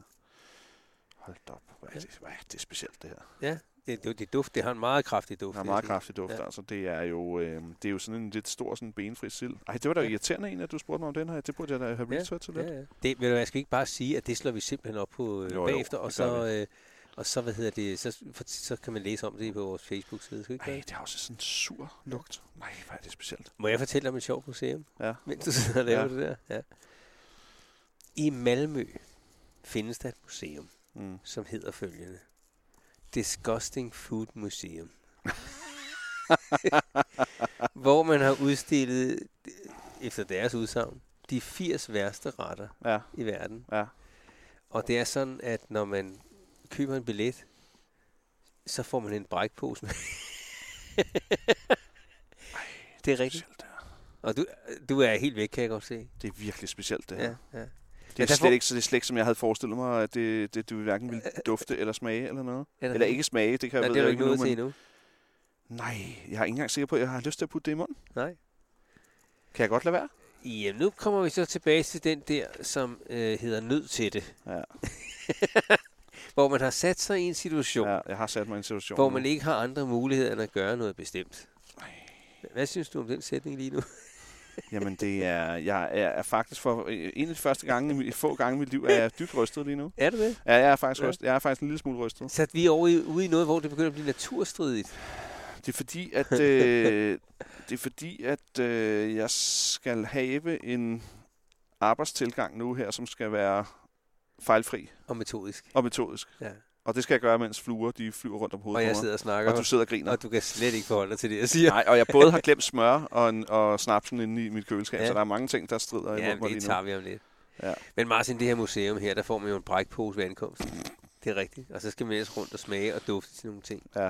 Hold da op, hvor er
Ja.
det, hvor er det specielt det her.
Det, det, det, duft, det har en meget kraftig duft.
Den har
vil jeg
meget
sige.
kraftig duft,
Ja.
ja. altså. Det er, jo, øh, det er jo sådan en lidt stor sådan benfri sild. Ej, det var da
Ja.
irriterende en, at du spurgte mig om den her. Det burde jeg da have
Ja,
researchet lidt.
Ja, ja. Det, ved du hvad, skal vi ikke bare sige, at det slår vi simpelthen op på øh,
Jo, jo,
bagefter, og
det gør
så, øh, og så, hvad hedder det, så, for, så kan man læse om det på vores Facebook-side. Skal vi ikke
Ej,
gøre det?
det har også sådan en sur lugt. Nej, hvor er det specielt.
Må jeg fortælle dig om et sjovt museum,
Ja.
mens du sidder og laver
Ja.
det der? Ja. I Malmø findes der et museum,
Mm.
som hedder følgende. Disgusting Food Museum. Hvor man har udstillet, øh, efter deres udsagn, de 80 værste retter
Ja,
i verden.
ja.
Og det er sådan, at når man køber en billet, så får man en brækpose med. det er rigtigt.
Specielt, det, her.
Og du, du er helt væk, kan jeg godt se.
det er virkelig specielt, det her.
Ja,
Ja.
ja.
Det, er
derfor- Øh,
slet ikke, så det er slet ikke, som jeg havde forestillet mig, at det, det, det hverken ville dufte eller smage eller noget.
Eller,
Eller ikke smage, det kan jeg,
Nej,
ved
det er
jeg
du
jo
ikke nået
nu,
til
men-
endnu.
Nej, jeg er ikke engang sikker på, at jeg har lyst til at putte det i munden.
Nej.
Kan jeg godt lade være?
Jamen, nu kommer vi så tilbage til den der, som øh, hedder nød til det.
Ja.
Hvor man har sat sig i en situation, ja,
Ja, jeg har sat mig i en situation
hvor man
nu.
ikke har andre muligheder end at gøre noget bestemt. Hvad synes du om den sætning lige nu?
Jamen, det er, jeg er, er faktisk for øh, en af de første gange, i mit- få gange i mit liv, er jeg dybt rystet lige nu.
er det det?
Ja, jeg er faktisk,
Ja.
ja. Rystet, jeg er faktisk en lille smule rystet.
Så vi er over i, ude i noget, hvor det begynder at blive naturstridigt.
Det er fordi, at, øh, det er fordi, at øh, jeg skal have en arbejdstilgang nu her, som skal være fejlfri
Og metodisk.
og metodisk.
Ja.
Og det skal jeg gøre, mens fluer de flyver rundt om hovedet
Og jeg
på mig.
sidder og snakker,
og du sidder og griner.
og du kan slet ikke forholde dig til det, jeg siger.
Nej, og jeg både har glemt smør og, en, og snapsen inde i mit køleskab,
Ja.
ja. så der er mange ting, der strider imod
Ja,
mig
men det
lige nu.
tager vi om lidt.
Ja.
Men Martin, det her museum her, der får man jo en brækpose ved ankomst. Det er rigtigt. Og så skal man ellers rundt og smage og dufte til nogle ting.
Ja.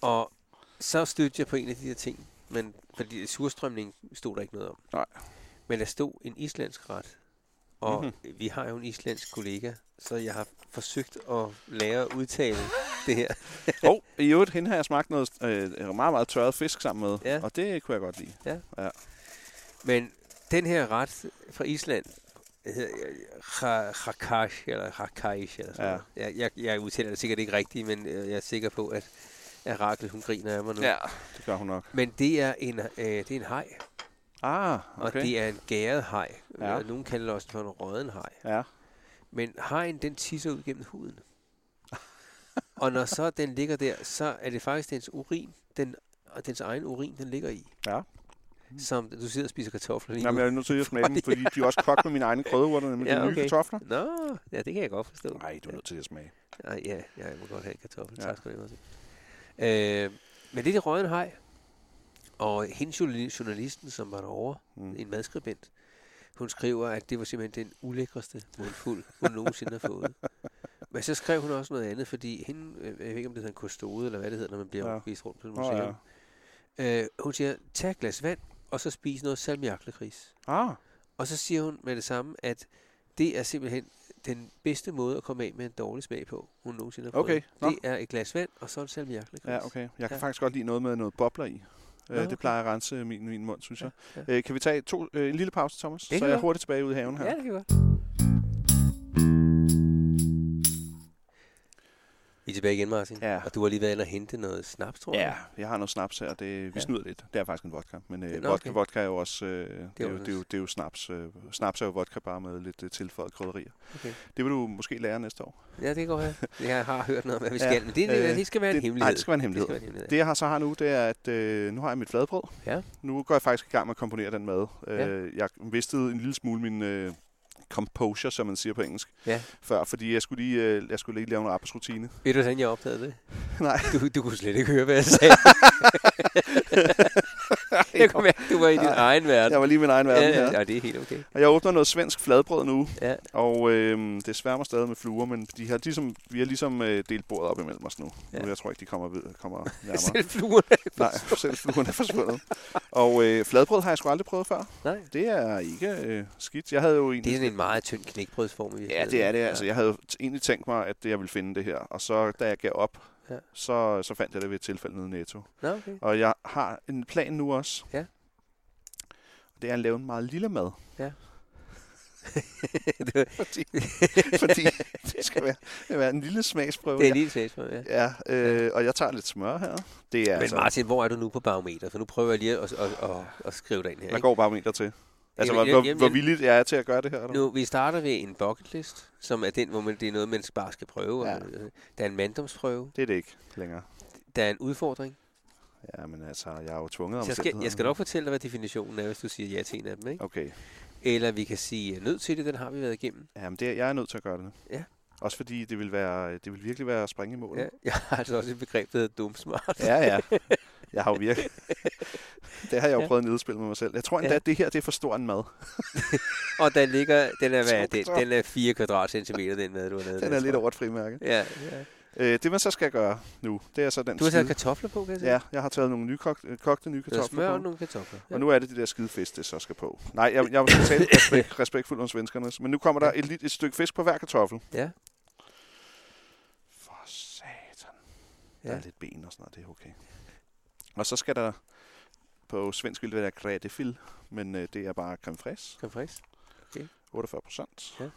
Og så stødte jeg på en af de der ting. Men fordi surstrømning stod der ikke noget om.
Nej.
Men der stod en islandsk ret. Og
Mhm.
mm-hmm. vi har jo en islandsk kollega, så jeg har forsøgt at lære at udtale det her.
Og i øvrigt, hende har jeg smagt noget øh, meget, meget tørret fisk sammen med,
Ja.
ja. og det kunne jeg godt lide.
Men den her ret fra Island, hedder øh, Rakash, eller Rakash, eller sådan
Ja.
ja. jeg, jeg, jeg udtaler det sikkert ikke rigtigt, men øh, jeg er sikker på, at, at Rakel, hun griner af mig nu. Ja.
Det gør hun nok.
Men det er en, øh, det er en hej,
Ah,
og
okay.
det er en gæret hej.
Ja.
Ja. Nogen kalder det også for en råden hej.
Ja.
Men hajen, den tisser ud gennem huden. og når så den ligger der, så er det faktisk dens urin, den, og dens egen urin, den ligger i.
Ja.
Som du sidder og spiser kartofler lige
Mm. Jamen, jeg er nødt til at smage dem, fordi de er også kogt med mine egne krydderurter, med
Ja,
ja, okay. nye
okay.
kartofler.
Nå, ja, det kan jeg godt forstå.
Nej, du er nødt til at smage.
Ja, ja, ja, jeg må godt have en kartoffel.
Ja.
Ja. Tak skal du have. Martin. Øh, men det er det røde hej. Og hende journali- journalisten, som var derovre,
Mm.
mm. en madskribent, hun skriver, at det var simpelthen den ulækreste mundfuld, hun nogensinde har fået. Men så skrev hun også noget andet, fordi hende, øh, jeg ved ikke om det hedder en kostode, eller hvad det hedder, når man bliver
Ja.
ja. vist rundt på et
Nå, ja.
museum. Ja. Øh, hun siger, tag et glas vand, og så spis noget salmiaklekris.
Ah,
Og så siger hun med det samme, at det er simpelthen den bedste måde at komme af med en dårlig smag på, hun nogensinde har prøvet.
Okay, nå.
Det er et glas vand, og så en salmiaklegræs.
ja, okay. Jeg kan
Ja.
faktisk godt lide noget med noget bobler i. Øh,
okay.
Det plejer at rense min, min mund, synes jeg.
Ja,
Øh, Kan vi tage to, øh, en lille pause, Thomas?
kan
Så er
vi
jeg
godt.
hurtigt tilbage ude i haven her.
Ja, det kan godt. Vi er tilbage igen, Martin.
Ja.
Og du har lige været inde og hente noget snaps, tror
Ja,
jeg.
jeg har noget snaps her. Det, vi ja.
Ja.
snyder lidt. Det er faktisk en vodka. Men øh,
Nå,
vodka, okay.
okay.
vodka er jo også... Øh, det, er jo,
også-
det, er jo, det er jo snaps. Øh, snaps er jo vodka bare med lidt øh, tilføjet krydderier.
Okay.
Det vil du måske lære næste år.
Ja, det går her. Jeg har hørt noget om, hvad vi
Ja,
skal. Men det,
øh,
det, det skal være en
det,
hemmelighed.
nej, det skal være en
det
hemmelighed.
skal være en hemmelighed.
Det, jeg har så har nu, det er, at øh, nu har jeg mit fladbrød.
Ja.
Nu går jeg faktisk i gang med at komponere den mad.
Ja.
Øh, jeg mistede en lille smule min øh, composure, som man siger på engelsk,
Ja.
før, fordi jeg skulle lige, øh, jeg skulle lige lave en arbejdsrutine.
Ved du, hvordan jeg opdagede det?
Nej.
Du, du kunne slet ikke høre, hvad jeg sagde. jeg kunne mærke, du var i din
Nej.
egen verden.
Jeg var lige i min egen verden
ja,
her.
ja, ja, det er helt okay.
Og jeg åbner noget svensk fladbrød nu,
Ja.
og øh, det sværmer stadig med fluer, men de har ligesom, vi har ligesom øh, delt bordet op imellem os nu. Ja.
Ja.
nu jeg tror ikke, de kommer, ved, kommer nærmere.
Selv fluerne.
Nej, selv fluerne er forsvundet. Og øh, fladbrød har jeg sgu aldrig prøvet før.
Nej.
Det er ikke øh, skidt. Jeg havde jo egentlig...
Det er sådan en meget tynd knækbrødsform. i
Ja, det er det. Altså, jeg havde jo t- egentlig tænkt mig, at jeg ville finde det her. Og så, da jeg gav op, ja.
Ja.
så, så fandt jeg det ved et tilfælde nede i Netto.
Nå, okay.
Og jeg har en plan nu også.
Ja.
Det er at lave en meget lille mad.
Ja.
fordi, fordi det skal være, det skal være en lille smagsprøve.
Det er lige et ja.
Ja, øh, og jeg tager lidt smør her. Det er
Men
altså,
Martin, hvor er du nu på barometer? For nu prøver jeg lige at, at, at, at skrive dig ind her.
hvad
Ikke?
går bare meter til? Altså,
Jamen,
hvor,
jeg-
hvor,
jamen,
hvor
jeg-
villigt jeg er til at gøre det her? Eller?
Nu, vi starter ved en bucket list, som er den, hvor man, det er noget, man bare skal prøve.
Ja.
Ja. Der er en manddomsprøve.
Det er det ikke længere.
Der er en udfordring.
Ja, men altså, jeg er jo tvunget om
Så jeg skal, jeg skal nok fortælle dig, hvad definitionen er, hvis du siger ja til en af dem. Ikke?
Okay.
Eller vi kan sige, nødt til det, den har vi været igennem.
Jamen, det, er- jeg er nødt til at gøre det.
Ja.
Også fordi det vil, være, det vil virkelig være at springe i målet.
Ja. Jeg har altså også et begreb, der hedder dumsmart.
Ja, ja. Jeg har jo virkelig... Det har jeg jo
Ja.
prøvet at nedspille med mig selv. Jeg tror endda,
Ja.
at det her det er for stor en mad.
Og der ligger, den er, hvad er den?
Super.
Den er 4 kvadratcentimeter, den mad, du har lavet.
Den
der,
er lidt
tror
over et frimærke.
jeg. Ja, ja.
Øh, det, man så skal gøre nu, det er så den
Du har taget
skide-
kartofler på, kan jeg se?
Ja, jeg har taget nogle nykogte øh, kogte nye
Du har smør
kartofler
og
på.
nogle kartofler. Ja.
Og nu er det de der skide fisk, det så skal på. Nej, jeg, jeg skal tale respekt, respektfuldt om svenskernes. Men nu kommer der et, lit- et stykke fisk på hver kartoffel.
ja.
For satan. Ja. Der
ja.
er lidt ben og sådan noget, det er okay. Og så skal der... På svensk ville det være grædefil, men øh, det er bare creme fraise.
Creme fraiche.
48 procent. Ja.
Ja.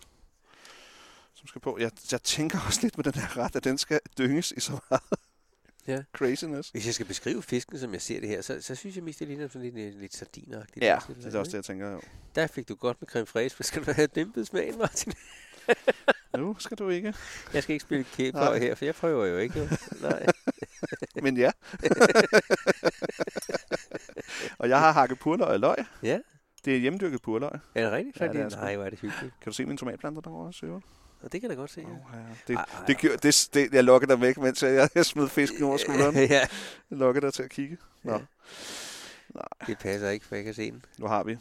Som skal på. Jeg, jeg tænker også lidt med den her ret, at den skal dynges i så meget
Ja.
craziness.
Hvis jeg skal beskrive fisken, som jeg ser det her, så, så synes jeg mest, det ligner sådan lidt, øh, lidt sardinagtigt.
det er også det, jeg tænker. Jo.
Der fik du godt med creme fraiche, for skal du have dæmpet smagen, Martin?
Nu skal du ikke.
Jeg skal ikke spille kæp
Nej.
her, for jeg prøver jo ikke. Jo. Nej.
Men ja. og jeg har hakket purløg og løg.
Ja.
Det er hjemmedyrket purløg.
Er det rigtigt?
Ja, det er
Ja,
sgu.
Nej, hvor er det hyggeligt.
Kan du se mine tomatplanter derovre også? Jørgen?
Og det kan jeg da godt se. Ja.
Åh, ja. Det,
Ej, ej,
det, gjorde, det, det, jeg lukker dig væk, mens jeg, jeg smed fisken over skulderen.
ja,
Jeg lukker dig til at kigge. Nå.
Ja. det passer ikke, for jeg kan se den.
Nu har vi.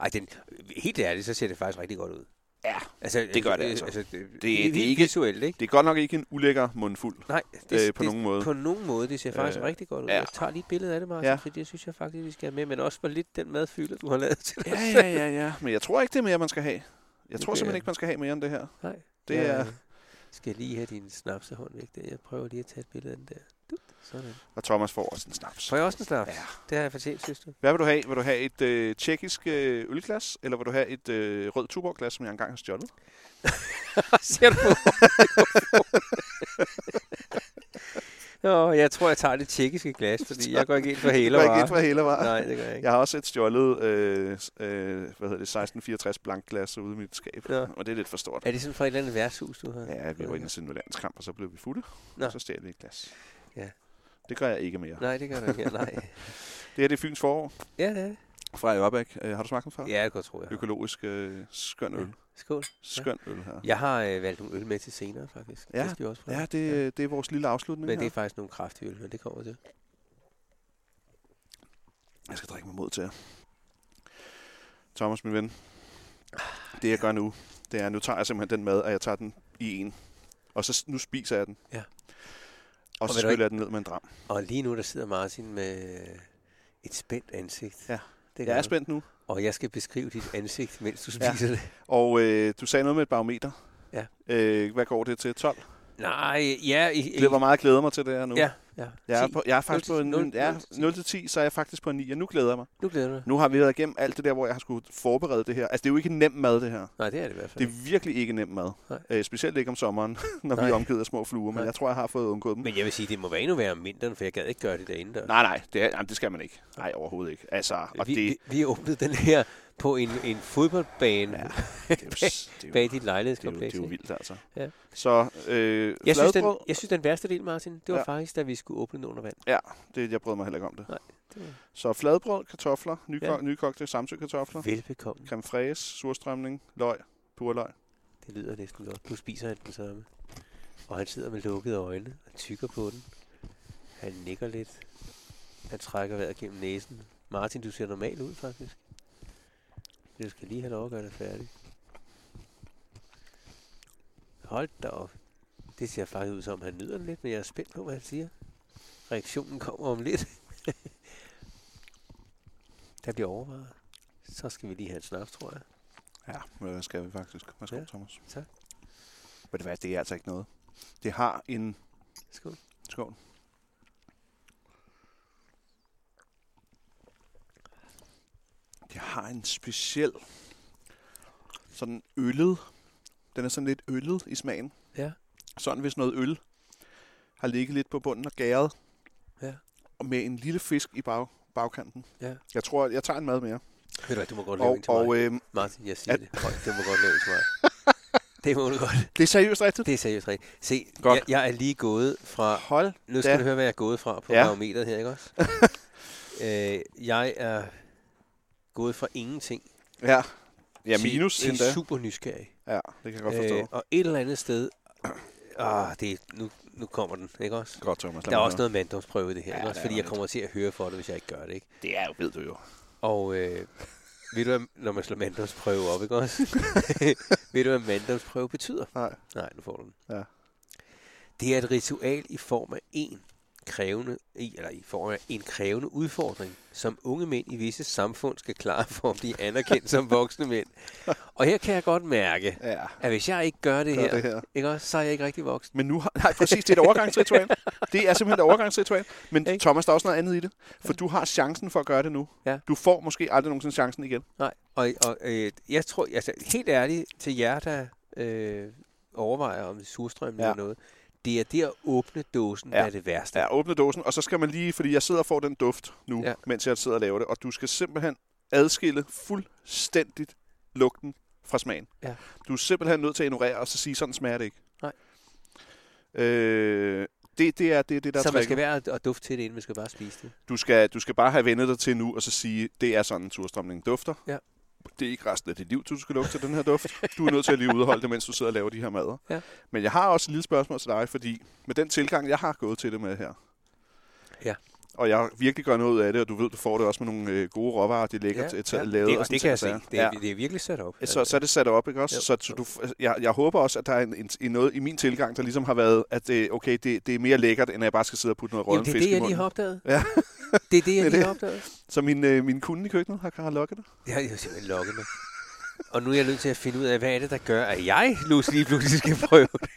Ej, den, helt ærligt, så ser det faktisk rigtig godt ud.
Ja,
Altså,
Det gør det,
øh,
altså.
altså det,
det er
det, det er
ikke-
ikke visuelt, ikke?
Det er godt nok ikke en ulækker mundfuld.
Nej,
øh, på
det,
nogen måde.
På nogen måde. Det ser faktisk
Øh,
øh, rigtig godt ud.
ja.
Ja. Jeg tager lige et billede af det, Martin,
Ja.
ja. for det synes jeg faktisk, vi skal have med. Men også for lidt den madfylde, du har lavet til det.
Ja, ja, ja, ja. Men jeg tror ikke, det er mere, man skal have. Jeg tror
Okay.
simpelthen ikke, man skal have mere end det her.
Nej.
Det
jeg,
er-
øh, Skal lige have din snapsehånd væk der. Jeg prøver lige at tage et billede af den der. Dut. Sådan.
Og Thomas får også en snaps.
Får jeg også en snaps?
Ja.
Ja. Det har jeg fortjent, synes du.
Hvad vil du have? Vil du have et øh, tjekkisk øh, ølglas, eller vil du have et øh, rød tuborglas, som jeg engang har stjålet?
Ser du på? Nå, jeg tror, jeg tager det tjekkiske glas, fordi jeg går ikke ind for hæler,
Jeg er ikke ind fra Hælervarer.
Nej, det gør jeg ikke.
Jeg har også et stjålet, øh, s- øh, hvad hedder det, 1664 blank glas ude i mit skab.
Ja.
Og det er lidt for stort.
Er det sådan fra et eller andet værtshus, du har?
Ja, vi var inde og se en landskamp, og så blev vi fulde.
Nå.
Og så stjal vi et glas.
Ja.
Det gør jeg ikke mere.
Nej, det gør du ikke. Ja, nej.
Det her det er Fyns forår
Ja, det er det.
fra Ørbæk. Øh, har du smagt den før?
Ja, det kan jeg tro, jeg har.
Økologisk øh, skøn øl.
Skål.
Skøn øl her.
Jeg har øh, valgt nogle øl med til senere, faktisk.
Ja.
Det skal vi også prøve.
Ja, det, det er vores lille afslutning
Men det
her.
er faktisk nogle kraftige øl, men det kommer til.
Jeg skal drikke mig mod til jer. Thomas, min ven. Det, jeg gør nu, det er, at nu tager jeg simpelthen den mad, og jeg tager den i en. Og så s- nu spiser jeg den.
Ja.
Og
Og
så
ved du
skyller jeg den ned med en dram.
Og lige nu, der sidder Martin med et spændt ansigt.
Ja.
Det
Jeg
gør
er
du.
spændt nu.
Og jeg skal beskrive dit ansigt, mens du
Ja.
spiser det.
Og øh, du sagde noget med et barometer.
Ja.
Øh, hvad går det til? 12?
Nej, ja. I,
Det var meget jeg glæder mig til det her nu.
Ja, ja.
Jeg er,
Ti.
på, jeg er faktisk
Nul
på
til-
en,
nul-
ja,
nul til ti.
0 til 10, så er jeg faktisk på en 9, og nu glæder jeg mig.
Nu glæder du dig.
Nu har vi været igennem alt det der, hvor jeg har skulle forberede det her. Altså, det er jo ikke nem mad, det her.
Nej, det er det i hvert fald.
Det er virkelig ikke nem mad.
Nej.
Øh, specielt ikke om sommeren, når vi
Nej.
er omgivet af små fluer, men
Nej.
jeg tror, jeg har fået undgået dem.
Men jeg vil sige, det må være endnu værre om vinteren, for jeg gad ikke gøre det derinde. Der.
Nej, nej, det, er, jamen, det skal man ikke. Nej, overhovedet ikke. Altså, og
vi,
det, det,
vi, vi åbnede den her på en, en fodboldbane
Ja,
ja,
det, er jo, s- det, er jo, det,
bag dit
er jo, det
lejlighedskompleks.
er jo
ikke?
vildt, altså.
Ja.
Så øh,
Jeg synes, den,
fladbrød,
jeg synes, den værste del, Martin, det var
Ja.
ja. faktisk, da vi skulle åbne den under vand.
det, jeg brød mig heller ikke om det.
Nej, det var-
Så fladbrød, kartofler, nyko-
Ja.
nykogte samsøkartofler,
Velbekomme.
creme fraise, surstrømning, løg, purløg.
Det lyder næsten godt. Nu spiser han den samme. Og han sidder med lukkede øjne og tykker på den. Han nikker lidt. Han trækker vejret gennem næsen. Martin, du ser normal ud, faktisk. Du skal lige have lov at gøre dig færdig. Hold da op. Det ser faktisk ud som, han nyder den lidt, men jeg er spændt på, hvad han siger. Reaktionen kommer om lidt. Der bliver overvejet. Så skal vi lige have en snaps, tror jeg.
Ja, men det skal vi faktisk. Værsgo,
Ja.
Thomas.
Tak.
Men det, værste, det er altså ikke noget. Det har en
Skål.
skål. Det har en speciel sådan øllet. Den er sådan lidt øllet i smagen.
Ja.
Sådan hvis noget øl har ligget lidt på bunden og gæret.
Ja.
Og med en lille fisk i bag, bagkanten.
Ja.
Jeg tror, jeg tager en mad mere.
Ved du hvad, du må godt lave
Og,
en til mig.
og øh,
Martin, jeg siger
At-
det. Højt, det må godt lave til mig. Det må du godt.
det er seriøst rigtigt.
Det er seriøst rigtigt. Se,
Godt.
jeg, jeg, er lige gået fra...
Hold
Nu skal
da.
du høre, hvad jeg er gået fra på
Ja.
ja. barometeret her, ikke også? øh, jeg er gået fra ingenting
Ja. Ja,
til,
minus
til
endda.
super nysgerrig.
Ja, det kan jeg godt forstå. Øh,
og et eller andet sted... Ah, det, er- nu, nu kommer den, ikke også?
godt, Thomas. lad
Der er
mig
også
høre.
noget manddomsprøve i det her,
Ja,
ja, ikke også?
der er
Fordi jeg
lidt.
kommer til at høre for det, hvis jeg ikke gør det, ikke?
Det er jo, ved du jo.
Og øh, ved du, hvad, når man slår manddomsprøve op, ikke også? ved du, hvad manddomsprøve betyder?
Nej.
Nej, nu får du den.
Ja.
Det er et ritual i form af en krævende, i, eller i form af en krævende udfordring, som unge mænd i visse samfund skal klare for at blive anerkendt som voksne mænd. Og her kan jeg godt mærke,
Ja,
at hvis jeg ikke gør
det
det, gør her,
er det
det.
her.
Ikke også, så er jeg ikke rigtig voksen.
Men nu har... Nej, præcis, det er et overgangsritual. det er simpelthen et overgangsritual. Men
Ikke?
Thomas, der er også noget andet i det. For du har chancen for at gøre det nu.
Ja.
Du får måske aldrig nogensinde chancen igen.
Nej, og, og øh, jeg tror, altså helt ærligt til jer, der øh, overvejer om surstrøm ja.
Ja.
eller noget, det er det at åbne dåsen,
Ja.
ja. der er det værste.
Ja, åbne dåsen, og så skal man lige... Fordi jeg sidder og får den duft nu, ja.
Ja.
mens jeg sidder og laver det. Og du skal simpelthen adskille fuldstændigt lugten fra smagen.
Ja.
Du er simpelthen nødt til at ignorere og så sige, sådan smager det ikke.
Nej.
Øh, det, det er det, er det der er
så man
tricket.
skal være at, at dufte til det, inden man skal bare spise det.
Du skal, du skal bare have vendet dig til nu, og så sige, det er sådan, surstrømning dufter.
Ja.
Det er ikke resten af dit liv, du skal lugte til den her duft. Du er nødt til at lige udholde det, mens du sidder og laver de her mader.
Ja.
Men jeg har også et lille spørgsmål til dig, fordi med den tilgang, jeg har gået til det med her,
Ja.
og jeg virkelig gør noget ud af det, og du ved, du får det også med nogle øh, gode råvarer, de lækkert ja, ja. lavet.
Det,
og
og
sådan
det kan jeg
ting og
se.
sager.
Det er, det er virkelig sat op.
Så, så er det sat op, ikke også?
Jo.
Så, så du, jeg, jeg håber også, at der er en, en, en noget i min tilgang, der ligesom har været, at det, okay, det, det er mere lækkert, end at jeg bare skal sidde og putte noget
Jamen,
rådden
det er
fisk
det,
i
jeg lige
munden.
har opdaget.
Ja.
Det er det, jeg
Det er
lige
det.
har opdaget.
Så min, øh, min kunde i køkkenet har, har lokket dig.
Jeg har jo simpelthen lokket mig. Og nu er jeg nødt til at finde ud af, hvad er det, der gør, at jeg nu lige pludselig skal prøve det.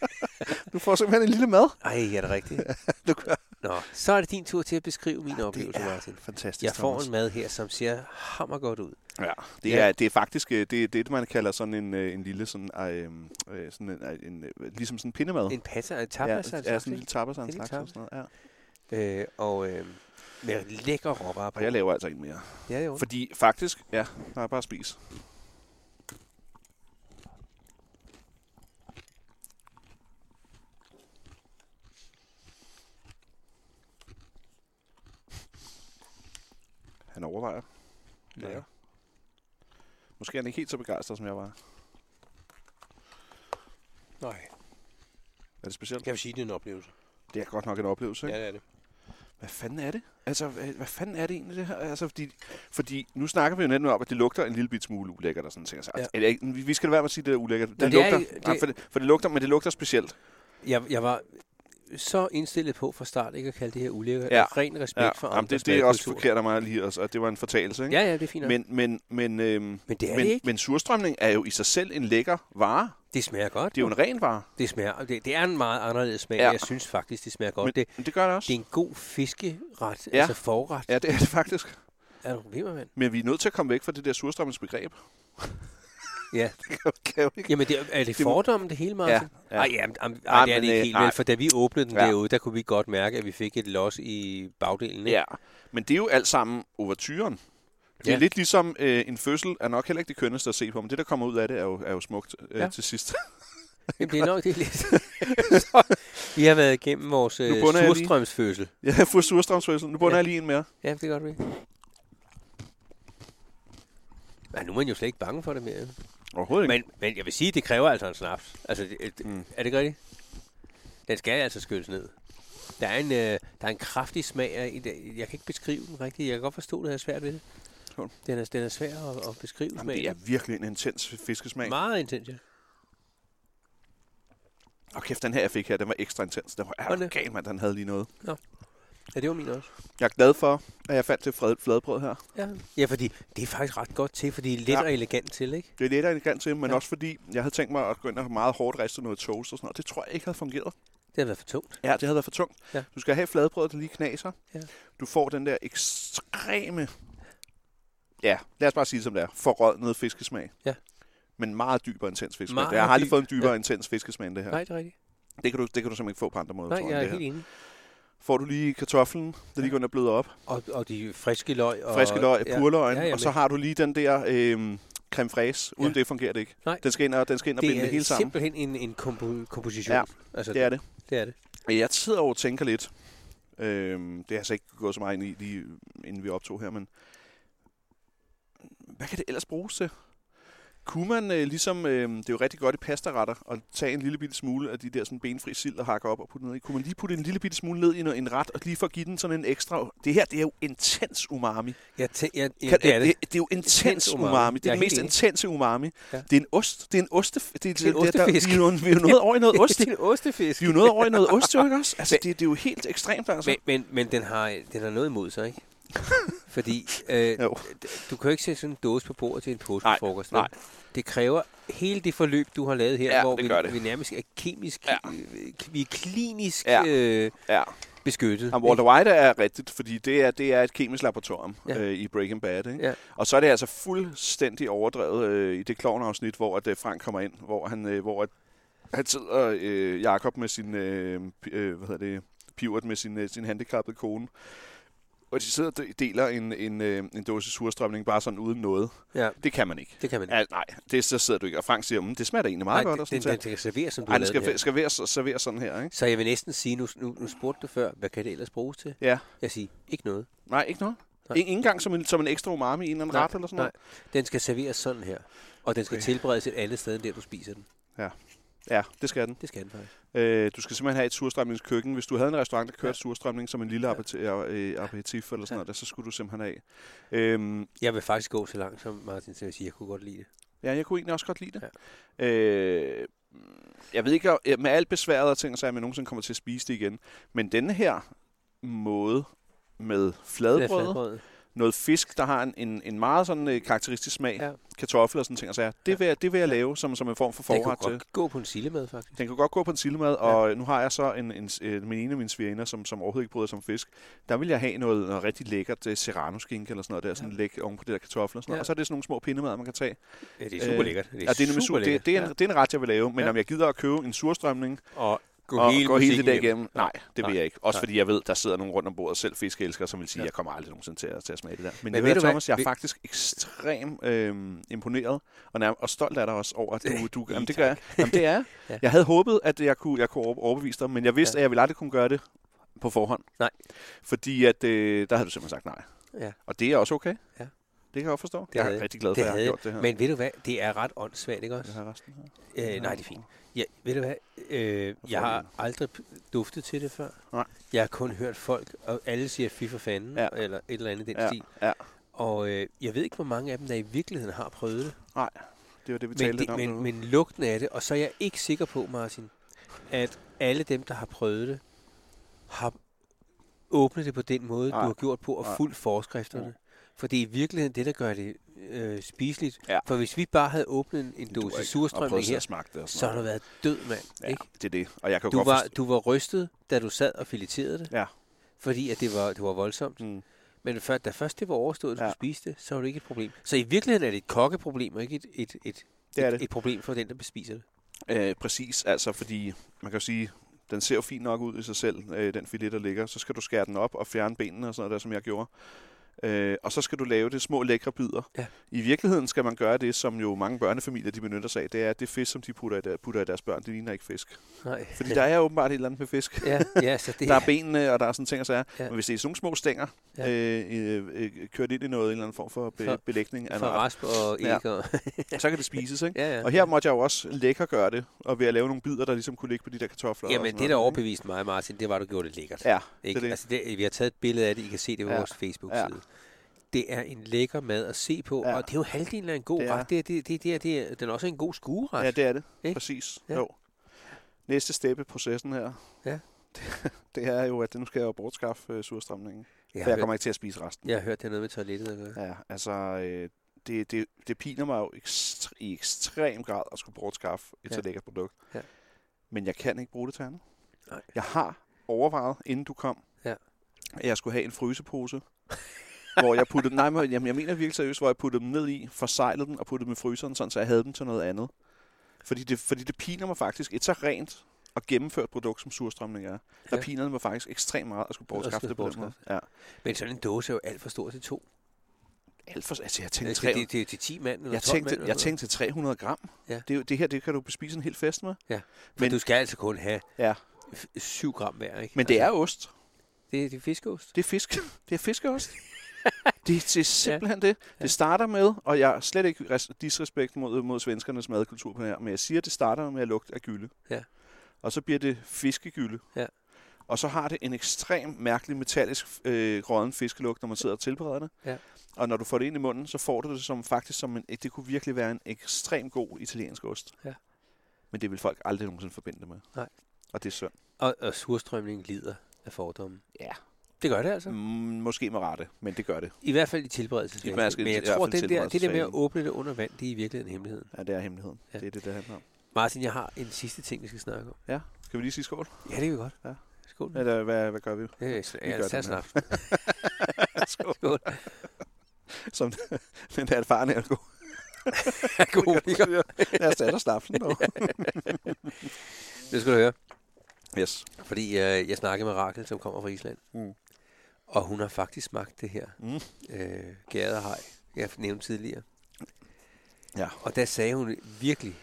Du får simpelthen en lille mad.
Ej, er det rigtigt?
Du gør.
Nå, så er det din tur til at beskrive min oplevelse,
er
Martin.
Fantastisk,
Jeg får
Thomas.
en mad her, som ser hammer godt ud.
Ja, det
Ja.
er, det er faktisk øh, det, er det, man kalder sådan en, øh, en lille, sådan, øh, øh, sådan en, øh, en, øh, ligesom sådan en pindemad.
En pasta, en
ja,
tapas,
ja, sådan en lille tapas af en
Det er lidt
slags. og Sådan noget, ja.
øh, og øh, med lækker råvarer på.
Og jeg laver altså en mere.
Ja, jo.
Fordi faktisk, ja, nej, bare spis. Han overvejer.
Ja.
Ja. Måske er han ikke helt så begejstret, som jeg var.
Nej.
Er det specielt?
Kan vi sige, det er en oplevelse?
Det er godt nok en oplevelse, ikke?
Ja, det er det.
hvad fanden er det? Altså, hvad, hvad fanden er det egentlig, det her? Altså, fordi, fordi nu snakker vi jo netop om, at det lugter en lille bit smule ulækkert og sådan ting. Altså,
Ja.
ja. eller, ikke, vi vi skal lade være med at sige, at det er ulækkert. Det, det
Men det er
lugter,
ikke-
er,
det-
det... Nej, for, det, for det lugter, men det lugter specielt.
Jeg, jeg var så indstillet på fra start ikke at kalde det her ulækkert.
Ja.
Ja. Ren respekt ja. for andre
Jamen, det, det er også
smagskulturer.
forkert af mig lige, og, og det var en fortalelse, ikke?
Ja, ja, det er fint. nok.
Men, men, men, øhm, men,
Men det er det
men,
ikke.
men surstrømning er jo i sig selv en lækker vare.
Det smager godt.
Det er jo en ren vare,
Det smager, det, det er en meget anderledes smag,
Ja.
ja. jeg synes faktisk, det smager godt.
men
Men, det,
det, det gør det også.
det er en god fiskeret,
Ja.
ja. altså forret.
Ja, det er det faktisk.
Er du problemer, mand?
Men vi er nødt til at komme væk fra det der surstrømningsbegreb.
Ja.
kan jo ikke.
Jamen, det, er- er det
Det må-
fordommen, det hele, Martin?
Ja, ja.
Ja. Ej, jamen, jamen,
Ej,
ej, det er
men,
det
øh,
ikke helt,
nej.
vel, for da vi åbnede den
Ja.
ja. derude, der kunne vi godt mærke, at vi fik et los i bagdelen. Ikke?
Ja, men det er jo alt sammen overturen. Det er
Ja.
lidt ligesom øh, en fødsel er nok heller ikke det kønneste at se på, men det, der kommer ud af det, er jo, er jo smukt øh, ja.
Ja.
til sidst.
Jamen, det er nok det er lidt. Så, vi har været igennem vores øh,
Nu bunder jeg lige.
surstrømsfødsel.
ja, for surstrømsfødsel. Nu bunder ja. jeg
Ja.
lige en mere.
Ja, det er godt, vi. Ja, nu er man jo slet ikke bange for det mere. jo.
Overhovedet ikke.
Men, men jeg vil sige, det kræver altså en snaps. Altså, det, mm. Er det ikke rigtigt? Den skal altså skylles ned. Der er en, øh, der er en kraftig smag. af- i det- Jeg kan ikke beskrive den rigtigt. Jeg kan godt forstå, at det er svært ved det.
Jo.
Den er, den er svær at, at beskrive
Jamen,
smagen.
det er virkelig en intens fiskesmag.
meget intens, ja.
Og kæft, den her, jeg fik her, den var ekstra intens. Den var
Hold da.
ærgergal, mand, den havde lige noget.
ja. det var min også.
Jeg er glad for, at jeg fandt det fred- fladbrød her.
Ja. ja, fordi det er faktisk ret godt til, fordi det er lidt
Ja.
ja. og elegant til, ikke?
Det er lidt af en gang til, men ja.
Ja.
også fordi, jeg havde tænkt mig at gå ind og have meget hårdt ristet noget toast og sådan noget. Det tror jeg ikke havde fungeret.
Det har været for tungt.
Ja, det havde været for tungt. Ja.
Ja.
Du skal have fladbrød, der lige knaser. Ja.
Ja.
Du får den der ekstreme, ja, lad os bare sige det som det er, forrådnede fiskesmag.
Ja.
Men meget dyb og intens fiskesmag.
Meget
jeg har aldrig
dyb,
fået en dybere ja.
ja.
intens fiskesmag end det her.
Nej, det er rigtigt.
Det, kan du, det kan du simpelthen ikke få på andre måder,
Nej,
tror
jeg
end
er
det
helt
her.
enig.
Får du lige kartoflen, der lige går ind og bløder op.
Og, og de friske løg. Og,
Friske løg,
ja.
purløgn,
Ja, ja,
og så har du lige den der øh, creme fraise. Uden ja. det fungerer det ikke.
Nej.
Den skal ind og, den skal ind og
det
binde
er
det hele sammen.
simpelthen en, en kompo- komposition.
Ja,
altså,
Det er det.
det er det.
Jeg sidder over og tænker lidt. Øhm, det har jeg altså ikke gået så meget ind i, lige inden vi optog her, men hvad kan det ellers bruges til? Kunne man øh, ligesom, øh, det er jo rigtig godt i pastaretter, at tage en lille bitte smule af de der sådan benfri sild og hakke op og putte ned i. Kunne man lige putte en lille bitte smule ned i noget, en ret, og lige for at give den sådan en ekstra... Det her, det er jo intens umami.
Jeg tæ- jeg, ja,
Kan,
det er det.
Det, det er jo intens
Intens
umami.
umami.
umami. Det er
Jeg
den
er
mest
helt enig.
intense umami. Ja.
Ja.
Det er en ost. Det er en oste... Det, det,
en
det, der, vi,
ostefisk.
er jo, vi er jo noget over i noget ost.
Det er en ostefisk.
Vi er jo noget over i noget ost, jo ikke også? Altså,
Men-
det, det er jo helt ekstremt, altså.
Men, men, men den, har, den har noget imod sig, ikke? Fordi øh,
Jo.
d- du kan jo ikke sætte sådan en dåse på bordet til en påskefrokost.
nej.
vel? Det kræver hele det forløb, du har lavet her,
Ja,
hvor
det
vi,
gør det.
vi nærmest er kemisk,
Ja.
ja. øh, vi er klinisk
Ja.
ja. øh,
ja.
beskyttet.
Jamen, Walter White er rigtigt, fordi det er, det er et kemisk laboratorium ja.
Ja.
øh, i Breaking Bad. Ikke?
Ja.
Og så er det altså fuldstændig overdrevet øh, i det klovneafsnit, hvor at, øh, Frank kommer ind, hvor han, øh, hvor at, han sidder øh, Jakob med sin, øh, pi- øh, hvad hedder det, pivot med sin, øh, sin handicappede kone. Og de sidder og de- deler en, en, øh, en dåse surstrømning bare sådan uden noget.
Ja,
Det kan man ikke.
det kan man ikke.
Ja, nej, det så sidder du ikke. Og Frank siger, "Mm, det smager da egentlig meget godt.
den,
og sådan
den,
noget.
den skal serveres, som du
Ej,
har
det
lavet den
skal,
her.
skal være, servere sådan her, ikke?
Så jeg vil næsten sige, nu, nu, nu spurgte du før, hvad kan det ellers bruges til?
Ja.
Jeg siger, ikke noget.
Nej, ikke noget.
Nej.
Ikke ikke engang som en, som en ekstra umami i en eller anden
Nej,
ret eller sådan
Nej, den skal serveres sådan her. Og den skal
Okay.
okay. tilberedes et andet sted, end der du spiser den.
Ja. Ja, det skal den.
Det skal den faktisk.
Øh, du skal simpelthen have et surstrømningskøkken. Hvis du havde en restaurant, der kørte ja. surstrømning som en lille appet- øh, aperitif eller sådan noget, der, så skulle du simpelthen have. Øhm,
Jeg vil faktisk gå så langt som Martin til at sige, at jeg kunne godt lide det.
ja, jeg kunne egentlig også godt lide det. Ja. Øh, jeg ved ikke, om- med alt besværet og ting, så er jeg nogensinde kommer til at spise det igen. Men denne her måde med fladbrød,
Fladbrød.
noget fisk, der har en, en, en meget sådan øh, karakteristisk smag, ja.
Ja.
kartofler og sådan ting, og sager. Det vil jeg, det vil jeg lave som, som en form for
Den
forret
kunne
til.
godt gå på en sillemad, faktisk.
Den kunne godt gå på en sillemad, og nu har jeg så en, en, en, min ene af mine svigerinder, som, som overhovedet ikke bryder som fisk. Der vil jeg have noget, noget rigtig lækkert uh, serrano-skinke eller sådan noget der, sådan læg oven på det der kartofler og sådan noget.
Ja.
Og så er det sådan nogle små pindemader, man kan tage.
Ja, det er
Øh,
super lækkert. Det
Ja, det, er nemlig super, det, det, er en,
Ja.
det er en ret, jeg vil lave, men
Ja.
om jeg gider at købe en surstrømning
Og gå
og
hele,
gå hele det
musikken
der
hjem.
igennem, nej, det
Nej.
vil jeg ikke. Også
Nej.
fordi jeg ved, der sidder nogen rundt om bordet, selv fiskeelskere, som vil sige,
Ja.
jeg kommer aldrig nogensinde til at, til at smage det der. Men,
ved
men ved
du
du,
hvad?
Thomas, jeg er
Vi-
faktisk ekstremt øh, imponeret, og, nærm- og stolt af dig også over, at du... du
Ja,
jamen, det
tak.
gør jeg. Jamen, det er jeg.
Ja.
Jeg havde håbet, at jeg kunne, jeg kunne over- overbevise dig, men jeg vidste, ja. at
Ja.
jeg ville aldrig kunne gøre det på forhånd.
Nej.
Fordi at, øh, der havde du simpelthen sagt nej.
Ja.
Og det er også okay.
Ja.
Det kan jeg godt forstå. Det
Det
jeg
havde
er
jeg.
rigtig glad for,
Det
at jeg har
havde
gjort det her.
Men ved du hvad, det er ret åndssvagt, ikke
Jeg
også?
har resten her.
Ja. Øh, nej, det er fint. Ja, ved du hvad, øh, jeg
får
har
den.
aldrig p- duftet til det før.
Nej.
Jeg har kun hørt folk, og alle siger fy for fanden,
Ja.
ja. eller et eller andet i den
Ja,
stil.
ja.
Og øh, jeg ved ikke, hvor mange af dem, der i virkeligheden har prøvet det.
Det var det, vi
Men,
talte lidt
det,
om.
men, men lugten af det, og så er jeg ikke sikker på, Martin, at alle dem, der har prøvet det, har åbnet det på den måde,
Nej.
du har gjort på, og
Nej. Mm.
fuldt forskrifterne. For det er i virkeligheden det, der gør det øh, spiseligt.
Ja.
For hvis vi bare havde åbnet en, en
Du er
dose
ikke- og prøvede
surstrømning
at sidde
her,
og smage det. og sådan
så har
noget.
du været død, mand.
Ja,
ikke?
det er det. Og jeg kan
Du,
godt
var, du var rystet, da du sad og fileterede det.
Ja.
Fordi at det var, det var voldsomt.
Mm.
Men før, da først det var overstået, at du
Ja.
ja. skulle spise det, så var det ikke et problem. Så i virkeligheden er det et kokkeproblem, og ikke et, et, et,
Det er
et,
det.
et problem for den, der bespiser det.
Øh, præcis, altså fordi man kan jo sige, den ser jo fint nok ud i sig selv, øh, den filet, der ligger. Så skal du skære den op og fjerne benene og sådan noget der, som jeg gjorde. Øh, og så skal du lave det i små lækre bidder.
Ja.
I virkeligheden skal man gøre det, som jo mange børnefamilier de benytter sig af. Det er, at det fisk, som de putter i, der, putter i deres børn, det ligner ikke fisk.
Nej.
Fordi der er åbenbart et eller andet med fisk.
ja, ja, så det
Der er benene, og der er sådan ting og sager. Ja.
Ja.
Men hvis det er sådan nogle små stænger, ja.
Ja.
øh, øh, øh, kørt ind i noget, en eller anden form for, be-
For-
belægning, af
for
noget,
rasp og æg.
Ja.
Og,
så kan det spises, ikke?
ja, ja.
Og her måtte jeg jo også lækkergøre det, og ved at lave nogle bidder, der ligesom kunne ligge på de der kartofler. og sådan
Jamen, det,
noget, ikke?
der overbeviste mig, Martin, det var, at du gjorde det lækkert.
Ja,
Ikke?
Det er det.
Det. Altså det, vi har taget et billede af det, I kan se det på
Ja.
ja. vores Facebook-side. Ja. Det er en lækker mad at se på,
Ja.
ja. og det er jo halvdelen af en god
Det
det
er.
ret. Det, er- det, det, det, er- det, er- den er også en god skueret.
ja det er det. Ikke?
Ikke?
Præcis. Ja.
Ja.
Jo. Næste step i processen her,
Ja.
det, det er jo, at nu skal jeg jo bortskaffe øh, surstrømningen.
jeg,
For
har
jeg
hørt,
kommer ikke til at spise resten.
jeg har hørt, det er noget med toilettet at gøre.
Ja, altså, øh, det, det, det piner mig jo ekstre, i ekstrem grad at skulle bortskaffe et ja.
Ja.
så lækkert produkt.
Ja.
Men jeg kan ikke bruge det til andet.
Nej.
Jeg har overvejet, inden du kom,
Ja.
at jeg skulle have en frysepose, hvor jeg puttede nej, men jamen, jeg mener virkelig seriøst, hvor jeg puttede dem ned i, forsejlede dem og puttede dem i fryseren, sådan, så jeg havde dem til noget andet. Fordi det, fordi det piner mig faktisk et så rent og gennemført produkt, som surstrømning er. Der
Ja.
piner det mig faktisk ekstremt meget at skulle
Og
bortskaffe
skulle
det på den måde. Ja.
Men sådan en dåse er jo alt for stor til to.
Alt for, altså, jeg tænkte,
Det,
tre-
det, det, det er til 10 mand eller
Jeg
12 mand.
tænkte,
eller
jeg
sådan noget.
tænkte til 300 gram.
Ja.
Det, er jo- det her, det kan du bespise en hel fest med. men-
Men du skal altså kun have
Ja.
7 gram hver, ikke? Altså,
Men det er ost.
Det, er- det er fiskeost.
Det er fisk. Det er fiskeost. det, det er simpelthen det. Det starter med, og jeg har slet ikke res- disrespekt mod, mod svenskernes madkultur på det her, men jeg siger, at det starter med at lugte af gylde.
Ja.
Og så bliver det fiskegylde.
Ja.
Og så har det en ekstrem mærkelig metallisk øh, grøden fiskelugt, når man sidder og tilbereder det.
Ja.
Og når du får det ind i munden, så får du det som faktisk som en, det kunne virkelig være en ekstrem god italiensk ost.
Ja.
Men det vil folk aldrig nogensinde forbinde det med.
Nej.
Og det er synd.
Og, og surstrømningen lider af fordomme.
Ja.
Det gør det altså.
Mm, måske med rette, men det gør det.
I hvert fald i
I
tilberedelsesfasen.
hvert fald-
Men jeg
i hvert
tror,
fald
den der, det der med at
tilberedelsesfasen.
åbne det under vand, det er i virkeligheden hemmeligheden.
Ja, det er hemmeligheden. Ja.
Ja.
Det er det, det handler om.
Martin, jeg har en sidste ting, vi skal snakke om.
Kan vi lige sige skål?
Ja, det er vi godt.
Ja.
Skål. Ja,
Eller hvad, hvad gør vi?
ja, så-
vi gør
ja, tag
den her.
snaps. Skål.
Som den der erfarne alkohol.
God,
Lad os tage dig snapsen dog.
det skal du høre.
Yes.
Fordi øh, jeg snakkede med Rakel, som kommer fra Island.
Mm.
Og hun har faktisk smagt det her.
Mm.
Øh, gærede hej, jeg nævnte tidligere.
Ja.
Og der sagde hun virkelig,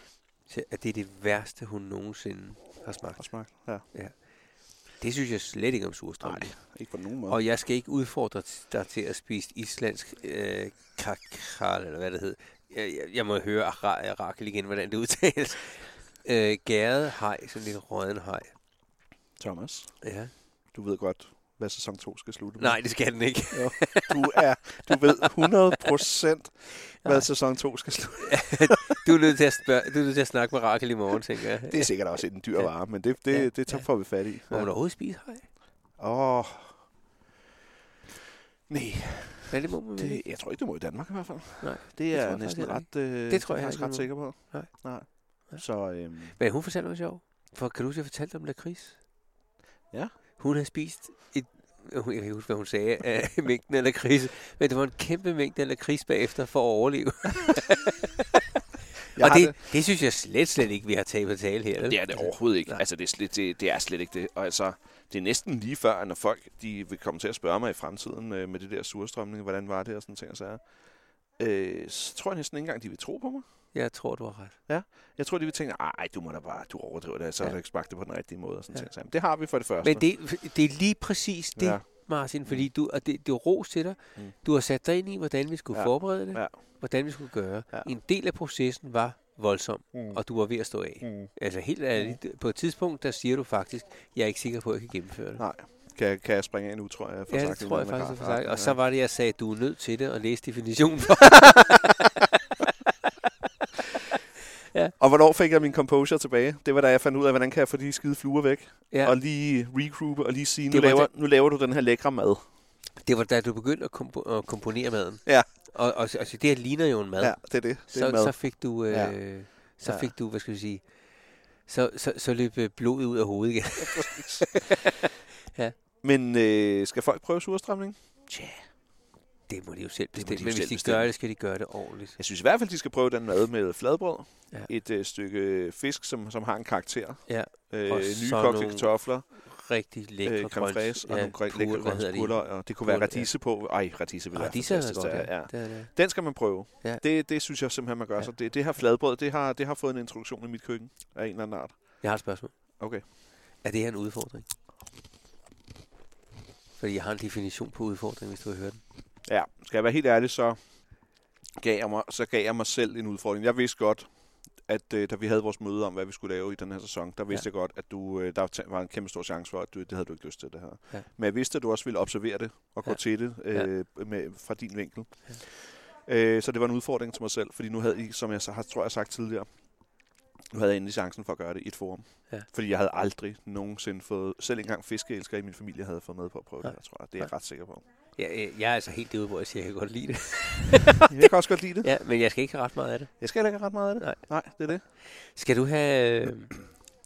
til- at det er det værste, hun nogensinde har smagt.
Og smagt. Ja.
Det synes jeg slet ikke om
Nej,
surstrømning.
ikke på nogen måde.
Og jeg skal ikke udfordre t- dig til at spise islandsk øh, kakral, eller hvad det hed. Jeg, jeg, jeg må høre Ra- Rakel igen, hvordan det udtales. øh, gæret hej, sådan en lille rødden hej.
Thomas,
Ja.
du ved godt, hvad sæson 2 skal slutte med.
Nej, det skal den ikke.
Jo, du, er, du ved 100 procent, hvad sæson 2 skal slutte
Du er nødt til at, spørge, du er nødt til at snakke med Rakel i morgen, tænker jeg.
Det er sikkert også en dyr vare, men det,
Ja,
det, det, det får vi fat i.
Må man overhovedet spise hej?
Åh. Oh. Nej,
Ja, det må man
det,
det,
jeg tror ikke, du må i Danmark i hvert fald.
Nej,
det
tror
er
jeg
jeg næsten
faktisk
ret... Øh,
Det tror
er
jeg
faktisk
ikke,
ret
du
sikker
må.
på.
Nej.
Nej.
Nej.
Så øhm,
Men hun fortalte mig sjov. For kan du huske, jeg fortalte om lakrids?
Ja.
Hun havde spist et jeg kan ikke huske, hvad hun sagde af mængden af lakrids, men det var en kæmpe mængde af lakrids bagefter for at overleve.
jeg
og
har
det, det. det, synes jeg slet, slet ikke, vi har taget på tale her. vel?
Det er det overhovedet ikke.
nej.
Altså, det er, slet, det, det er slet ikke det. Og altså, det er næsten lige før, at når folk de vil komme til at spørge mig i fremtiden øh, med det der surstrømning, hvordan var det og sådan ting og sager, øh, så tror jeg næsten ikke engang, de vil tro på mig.
Jeg tror, du har ret.
Jeg tror, de vil tænke, nej, du må da bare, du overdriver det, så
Ja.
har du ikke smagt det på den rigtige måde og sådan
Ja.
ja. ting og sager. Men Det har vi for det første.
Men det, det er lige præcis det, ja.
Ja.
Martin, fordi du, og det, det er ros til dig. Mm.
Mm.
Du har sat dig ind i, hvordan vi skulle ja.
Ja.
forberede det, ja.
Ja.
hvordan vi skulle gøre. Ja.
Ja.
En del af processen var voldsom, mm.
Mm.
og du var ved at stå af.
Mm.
Altså helt ærligt, på et tidspunkt, der siger du faktisk, jeg er ikke sikker på, at jeg kan gennemføre det.
Nej,
Kan, jeg- kan jeg springe af nu, tror jeg. for
Ja, det
sagt i
tror jeg
den
faktisk, jeg
grad.
får sagt.
Ja,
Og så
ja.
var det, jeg sagde, du er nødt til det og læse definitionen for.
Og hvornår fik jeg min composure tilbage? Det var da jeg fandt ud af, hvordan kan jeg få de skide fluer væk?
Ja.
Ja. Og lige regroupe og lige sige,
Det
nu
var
laver, nu laver du den her lækre mad.
Det var da du begyndte at, kompo- at komponere maden.
Ja.
Og, og, og det her ligner jo en mad.
Ja, det er det. det
så,
er mad.
så fik du, øh, ja.
Ja.
så
Ja.
fik du, hvad skal vi sige, så, så, så løb øh, blodet ud af hovedet igen.
Men øh, skal folk prøve surstrømning?
Tja, det må de jo selv
må de
bestemme.
jo
Men hvis
selv
de
bestemme.
gør det, skal de gøre det ordentligt.
Jeg synes i hvert fald, de skal prøve den mad med fladbrød.
Ja.
Ja. Et øh, stykke fisk, som, som har en karakter.
Ja.
Øh,
Og
nye
så
kogte
nogle
kartofler,
Rigtig lækre
øh, creme fraise og nogle grøn, lækre grønne og det kunne være
Purl, ja.
radise på. Ej, radise ville være
Ah, de ser
fantastisk.
godt,
der,
ja.
ja.
Det er det.
Den skal man prøve.
Ja.
Ja. Det, det synes jeg simpelthen, man gør
Ja.
ja. sig. Det, det her fladbrød, det har, det har fået en introduktion i mit køkken af en eller anden art.
Jeg har et spørgsmål.
Okay.
Er det her en udfordring? Fordi jeg har en definition på udfordring, hvis du har hørt den.
Ja, skal jeg være helt ærlig, så gav jeg mig, så gav jeg mig selv en udfordring. Jeg vidste godt, at øh, da vi havde vores møde om, hvad vi skulle lave i den her sæson, der vidste ja. jeg godt, at du, øh, der var en kæmpe stor chance for, at du, det havde du ikke lyst til det her.
Ja.
Ja. Men jeg vidste, at du også ville observere det og gå
Ja.
ja. til det øh, ja. med, fra din vinkel. Ja. Øh, så det var en udfordring til mig selv, fordi nu havde I, som jeg så har, tror jeg har sagt tidligere, nu havde jeg endelig chancen for at gøre det i et forum.
Ja.
Fordi jeg havde aldrig nogensinde fået, selv engang fiskeelskere i min familie havde fået med på at prøve
Nej.
det her, tror jeg. Det er jeg ret sikker på.
Jeg, jeg, jeg er altså helt derude, hvor jeg siger, at jeg kan godt lide det.
Jeg kan også godt lide det.
ja, men jeg skal ikke have ret meget af det.
Jeg skal heller ikke have ret meget af det.
Nej.
Nej, det er det.
Skal du have, øh,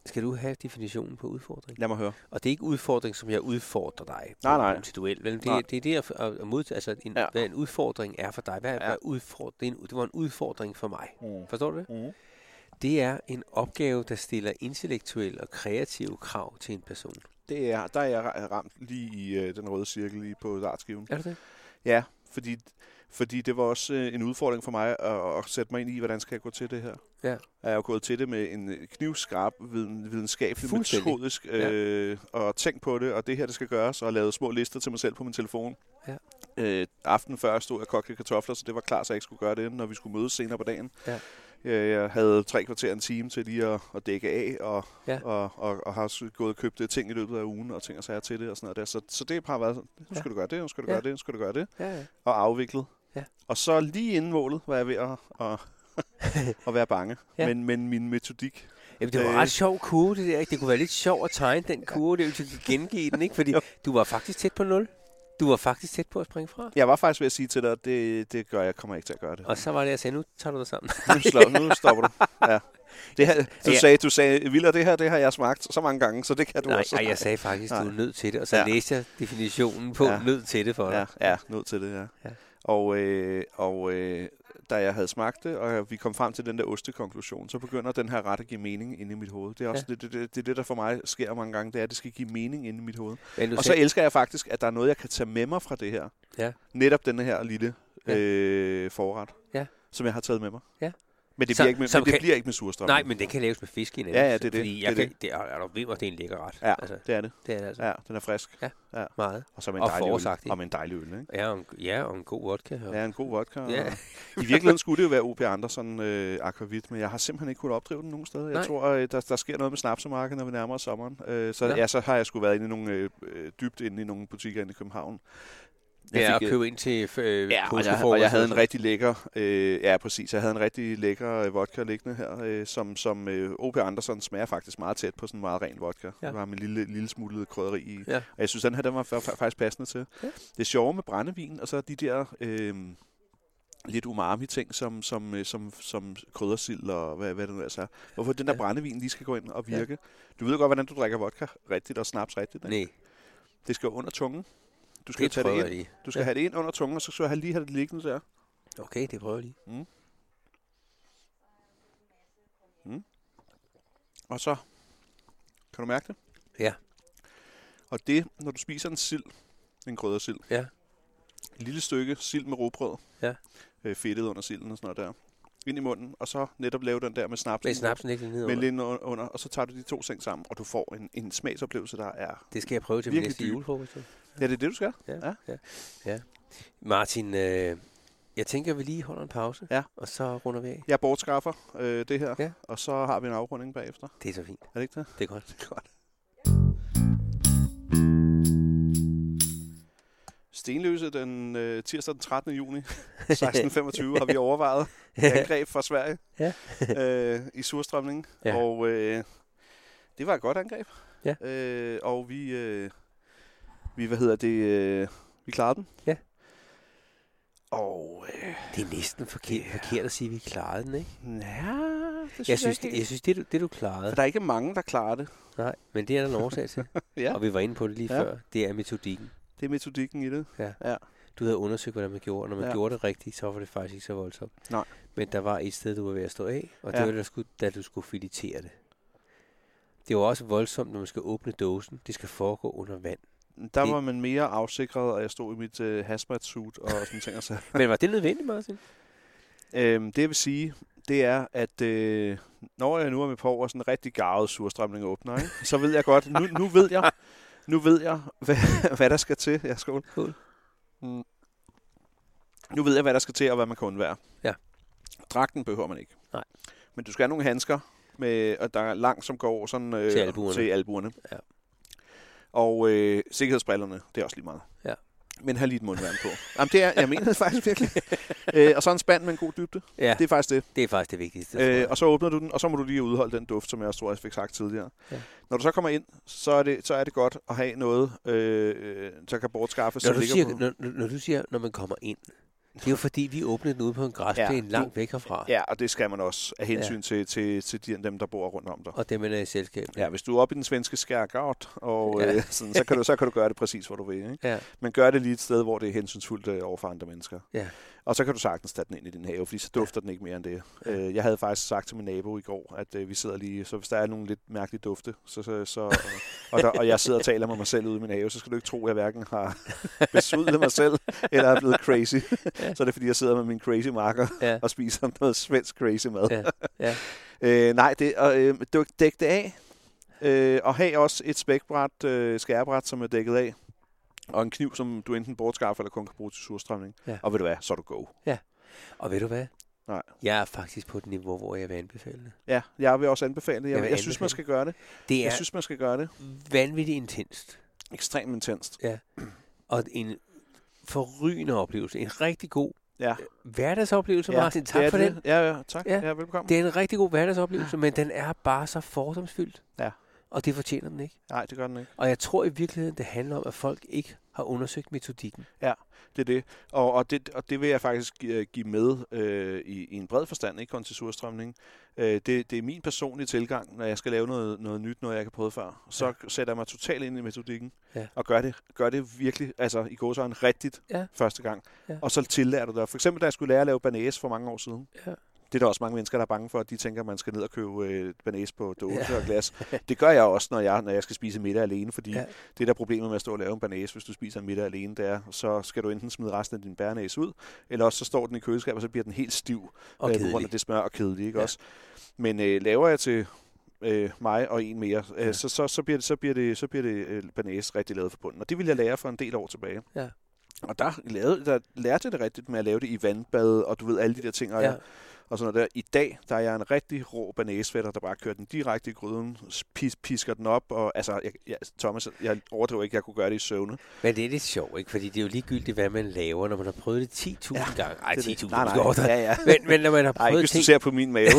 skal du have definitionen på udfordring?
Lad mig høre.
Og det er ikke udfordring, som jeg udfordrer dig på
Nej, nej.
en duel. Men det,
Nej.
det er det at, at, at modtage, altså en, ja.
Ja.
hvad en udfordring er for dig. Hvad, ja.
Ja.
hvad udfordring, det, er en, det var en udfordring for mig.
Mm.
Forstår du det?
Mm.
Det er en opgave, der stiller intellektuelle og kreative krav til en person.
Det er, der er jeg ra- ramt lige i øh, den røde cirkel lige på dartskiven.
Er det det?
Ja, fordi, fordi det var også øh, en udfordring for mig at, at sætte mig ind i, hvordan skal jeg gå til det her.
Ja.
Jeg har gået til det med en øh, knivskarp, viden, videnskabelig,
Fuldstændig.
metodisk, øh, og tænkt på det, og det her, det skal gøres, og lavet små lister til mig selv på min telefon.
Ja.
Øh, aften før stod jeg og kogte kartofler, så det var klart, så jeg ikke skulle gøre det, når vi skulle mødes senere på dagen.
Ja.
Øh, Jeg havde tre kvarter en time til lige at, at dække af, og,
Ja.
og, og, og har s- gået og købt øh, ting i løbet af ugen, og ting og sager til det, og sådan noget der. Så, så det har bare været, sådan, nu skal
Ja.
du gøre det, nu skal du
Ja.
gøre det, nu skal du gøre det
Ja, ja.
og afviklet.
Ja.
Og så lige inden målet var jeg ved at, at, at være bange.
Ja.
ja. men, men min metodik...
Jamen, det var en
Øh.
ret sjov kurve, det der. Ikke? Det kunne være lidt sjovt at tegne den kurve, det ville du gengive den, ikke? Fordi
Jo.
du var faktisk tæt på 0. Du var faktisk tæt på at springe fra.
Jeg var faktisk ved at sige til dig, at det, det gør jeg, kommer jeg ikke til at gøre det.
Og så var det, jeg sagde, nu tager du dig sammen.
Nu, slår, nu stopper du. Ja. Det her, du,
Ja.
sagde, du sagde, Viller, det her det har jeg smagt så mange gange, så det kan du
Nej,
også.
nej, jeg sagde faktisk,
Nej.
du er nødt til det. Og så
Ja.
læste jeg definitionen på ja.
Ja.
nødt til det for dig.
Ja, ja, nødt til det, ja.
Ja.
ja. Og, øh, og øh, da jeg havde smagt det, og vi kom frem til den der ostekonklusion, så begynder den her ret at give mening inde i mit hoved. Det er også ja. det, det, det, det, er det, der for mig sker mange gange, det er, at det skal give mening inde i mit hoved.
Men du
Og så
sagde-
elsker jeg faktisk, at der er noget, jeg kan tage med mig fra det her.
Ja.
Netop den her lille
Ja.
ja. øh, forret,
Ja.
som jeg har taget med mig.
Ja.
Men det
Så-
bliver, ikke, med,
som
men det
kan-
bliver ikke med surstrømmen.
Nej, men den kan laves med fisk i en
Ja, ja, det er det.
Fordi jeg
Det er
kan, det. er, er du ved, at det er en lækker ret.
Ja,
Altså,
det er det.
det er det altså. Ja.
Ja, den er frisk.
Meget.
Og så med en
Og
dejlig øl.
forårsagtig.
Og med en dejlig øl, ikke?
Ja, og en, ja, og en god vodka. Og,
Ja, en god vodka. og-
ja.
I virkeligheden skulle det jo være O.P. Andersen øh, Aquavit, men jeg har simpelthen ikke kunnet opdrive den nogen steder. Jeg
Nej.
tror, øh, der, der sker noget med snapsemarkedet, når vi nærmer os sommeren. Øh, så
Nå.
ja, så har jeg sgu været inde i nogle, øh, øh, dybt inde i nogle butikker inde i København. Jeg
ja, og
fik, øh,
købe ind til øh, altså.
Ja, og jeg,
påskefrokost
og jeg havde en
sådan.
rigtig lækker, øh, ja præcis, jeg havde en rigtig lækker øh, vodka liggende her, øh, som, som øh, O.P. Andersen smager faktisk meget tæt på sådan en meget ren vodka.
Ja.
Ja. Det var med en lille, lille smule krydderi i.
Ja.
Og jeg synes, den her den var fa- fa- faktisk passende til.
Ja.
Ja. Det sjove med brændevin, og så de der øh, lidt umami-ting, som, som, øh, som, som kryddersild og hvad, hvad det nu altså er. Hvorfor den der
Ja.
brændevin lige skal gå ind og virke. Du ved jo godt, hvordan du drikker vodka rigtigt og snaps rigtigt. Ikke?
Nej,
Det skal jo under tungen. Du skal,
det
tage det,
prøver
ind.
jeg lige.
Du skal
Ja.
have det ind under tungen, og så skal du have- lige have det liggende der.
Okay, det prøver jeg lige.
Og så kan du mærke det.
Ja.
Og det, når du spiser en sild, en kryddersild,
Ja.
et lille stykke sild med robrød,
Ja.
øh, fedtet under silden og sådan noget der, ind i munden, og så netop lave den der med snapsen,
Med snapsen ikke ned
med
over.
lind un- under, og så tager du de to ting sammen, og du får en, en smagsoplevelse, der er...
Det skal jeg prøve til min
Virkelig
næste
dyb.
julefrokost. jo.
Ja, det er det, du skal.
Ja,
Ja.
ja. ja. Martin, øh, jeg tænker, vi lige holder en pause,
Ja.
og så runder vi af.
Jeg bortskaffer øh, det her,
Ja.
og så har vi en afrunding bagefter.
Det er så fint.
Er det ikke det?
Det er godt. Det er godt.
Stenløse den øh, tirsdag den 13. juni 1625 har vi overvejet angreb fra Sverige
Ja.
øh, i surstrømningen.
Ja.
Ja. Og øh, det var et godt angreb.
Ja.
Øh, og vi, øh, vi, hvad hedder det, øh, vi klarede den.
Ja.
Og øh,
Det er næsten forkert, forkert at sige, at vi klarede den, ikke?
ja, det synes
Jeg synes,
ikke
det, jeg
helt.
synes, det, du, det du
For
klarede.
der er ikke mange, der klarer det.
Nej, men det er der en årsag til.
Ja.
Og vi var inde på det lige
Ja.
før. Det er metodikken.
Det er metodikken i det.
Du havde undersøgt, hvordan man gjorde, og når man ja.
Ja.
gjorde det rigtigt, så var det faktisk ikke så voldsomt.
Nej.
Men der var et sted, du var ved at stå af, og det
Ja.
var, der skulle, da du skulle filetere det. Det var også voldsomt, når man skal åbne dåsen. Det skal foregå under vand.
Der
Det-
var man mere afsikret, og jeg stod i mit øh, hazmat-suit og sådan ting. Og så.
Men var det nødvendigt, Martin?
Øhm, det jeg vil sige, det er, at øh, når jeg nu er med på over sådan en rigtig garvet surstrømning åbner, ikke? så ved jeg godt, nu, nu ved jeg, nu ved jeg, hvad, hvad der skal til. Ja, skål.
Skål.
Mm. Nu ved jeg, hvad der skal til, og hvad man kan undvære.
Ja.
Dragten behøver man ikke.
Nej.
Men du skal have nogle handsker, med, og der er langt, som går sådan, øh,
Til albuerne.
Til albuerne.
Ja.
Og øh, sikkerhedsbrillerne, det er også lige meget.
Ja.
Men har lige et mundværn på. Jamen, det er, jeg mener det faktisk virkelig. øh, og så en spand med en god dybde.
Ja,
Det er faktisk det.
det er faktisk det vigtigste. tror
Øh,
jeg.
og så åbner du den, og så må du lige udholde den duft, som jeg også tror, jeg fik sagt tidligere.
Ja.
Ja. Når du så kommer ind, så er det, så er det godt at have noget, øh, øh, der kan bortskaffes.
Når
som
du,
ligger
siger,
på-
når, når- når du siger, når man kommer ind, det er jo fordi, vi åbnede den ude på en græsplæne ja,
Ja,
langt væk herfra, ja.
Ja, og det skal man også af hensyn
Ja.
ja. til, til, til de, dem, der bor rundt om dig.
og dem man er i selskab. med.
Ja, hvis du er oppe i den svenske skærgård, og
Ja.
ja. øh, sådan, så, kan du, så kan du gøre det præcis, hvor du vil. Ikke?
Ja.
Men gør det lige et sted, hvor det er hensynsfuldt øh, over for andre mennesker.
Ja.
Og så kan du sagtens tage den ind i din have, fordi så dufter ja. den ikke mere end det.
Ja.
Øh, jeg havde faktisk sagt til min nabo i går, at øh, vi sidder lige, så hvis der er nogle lidt mærkelige dufte, så, så, så, og, og, der, og jeg sidder og taler med mig selv ude i min have, så skal du ikke tro, at jeg hverken har besudlet mig selv, eller er blevet crazy.
Ja.
Ja. Så er det, fordi jeg sidder med min crazy marker
Ja.
og spiser noget svensk crazy mad.
Ja. Ja.
Øh, nej, det, og, øh, duk- dæk det af. Øh, og have også et spækbræt, øh, skærebræt, som er dækket af. Og en kniv, som du enten bortskaffer eller kun kan bruge til surstrømning.
Ja.
Og ved du hvad, så er du go.
Og ved du hvad?
Nej.
Jeg er faktisk på et niveau, hvor jeg vil anbefale det.
Ja, jeg vil også anbefale det. Jeg,
Jeg
jeg,
vil
jeg synes, man
anbefale.
skal gøre det.
Det er
Jeg synes, man skal gøre det.
vanvittigt intenst,
Ekstremt intenst.
og en forrygende oplevelse. En rigtig god
Ja.
øh, hverdagsoplevelse,
ja,
Martin.
det
Tak
er
for
det.
den.
Ja, ja, tak.
Ja.
Ja, ja velkommen.
Det er en rigtig god hverdagsoplevelse, men den er bare så fordomsfyldt.
Ja.
Og det fortjener den ikke.
Nej, det gør den ikke.
Og jeg tror i virkeligheden, det handler om, at folk ikke har undersøgt metodikken.
Det er det. Og, og, det, og det vil jeg faktisk gi- øh, give med øh, i, i en bred forstand, ikke kun til surstrømning. Øh, det, det er min personlige tilgang, når jeg skal lave noget, noget nyt, noget jeg ikke har prøvet før. Så
Ja.
ja. sætter jeg mig totalt ind i metodikken
Ja.
og gør det, gør det virkelig, altså i gåsøjne rigtigt
Ja.
første gang.
Ja.
Og så tillærer du dig. For eksempel, da jeg skulle lære at lave banæs for mange år siden,
Ja.
Det er der også mange mennesker, der er bange for, at de tænker, at man skal ned og købe øh, banæs på dåse ja. og glas. Det gør jeg også, når jeg, når jeg skal spise middag alene, fordi ja. det der er problemet med at stå og lave en banæs, hvis du spiser en middag alene, det er, så skal du enten smide resten af din bærnæse ud, eller også så står den i køleskabet, og så bliver den helt stiv
Og
Øh, på grund
kedelig.
af det smør og kedelig. Ikke
Ja.
ja. også? Men øh, laver jeg til øh, mig og en mere, øh,
Ja.
så, så, så bliver det, så bliver det, så bliver det øh, banæs rigtig lavet for bunden. Og det ville jeg lære for en del år tilbage.
Ja.
Og der, lavede, der lærte jeg det rigtigt med at lave det i vandbad, og du ved, alle de der ting. Og, ja.
Ja.
og sådan noget der. I dag, der er jeg en rigtig rå banæsfætter, der bare kører den direkte i gryden, pis, pisker den op, og altså, jeg, jeg, Thomas, jeg overdriver ikke, jeg kunne gøre det i søvne.
Men det er lidt sjovt, ikke? Fordi det er jo ligegyldigt, hvad man laver, når man har prøvet det 10.000 ja, gange. Ej,
det er det.
10.000
Nej, nej.
skal overdrive.
Ja, ja.
Men, men når man har
Nej,
prøvet
ikke hvis du
ting,
ser på min mave.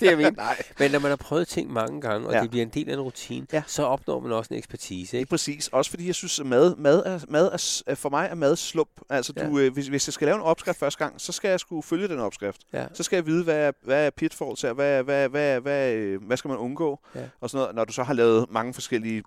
det er min. Men når man har prøvet ting mange gange, og
Ja.
ja. det bliver en del af en rutine,
Ja.
ja. så opnår man også en ekspertise,
Lige
ikke?
præcis. Også fordi jeg synes, at mad, mad, er, mad er, s- er- for mig er mad slump. Altså,
Ja.
du, øh, hvis, hvis jeg skal lave en opskrift første gang, så skal jeg skulle følge den opskrift.
Ja.
Så skal jeg vide, hvad er, hvad er pitfalls her, hvad, er- hvad, er- hvad, er- hvad, øh, hvad skal man undgå,
Ja.
og sådan noget. Når du så har lavet mange forskellige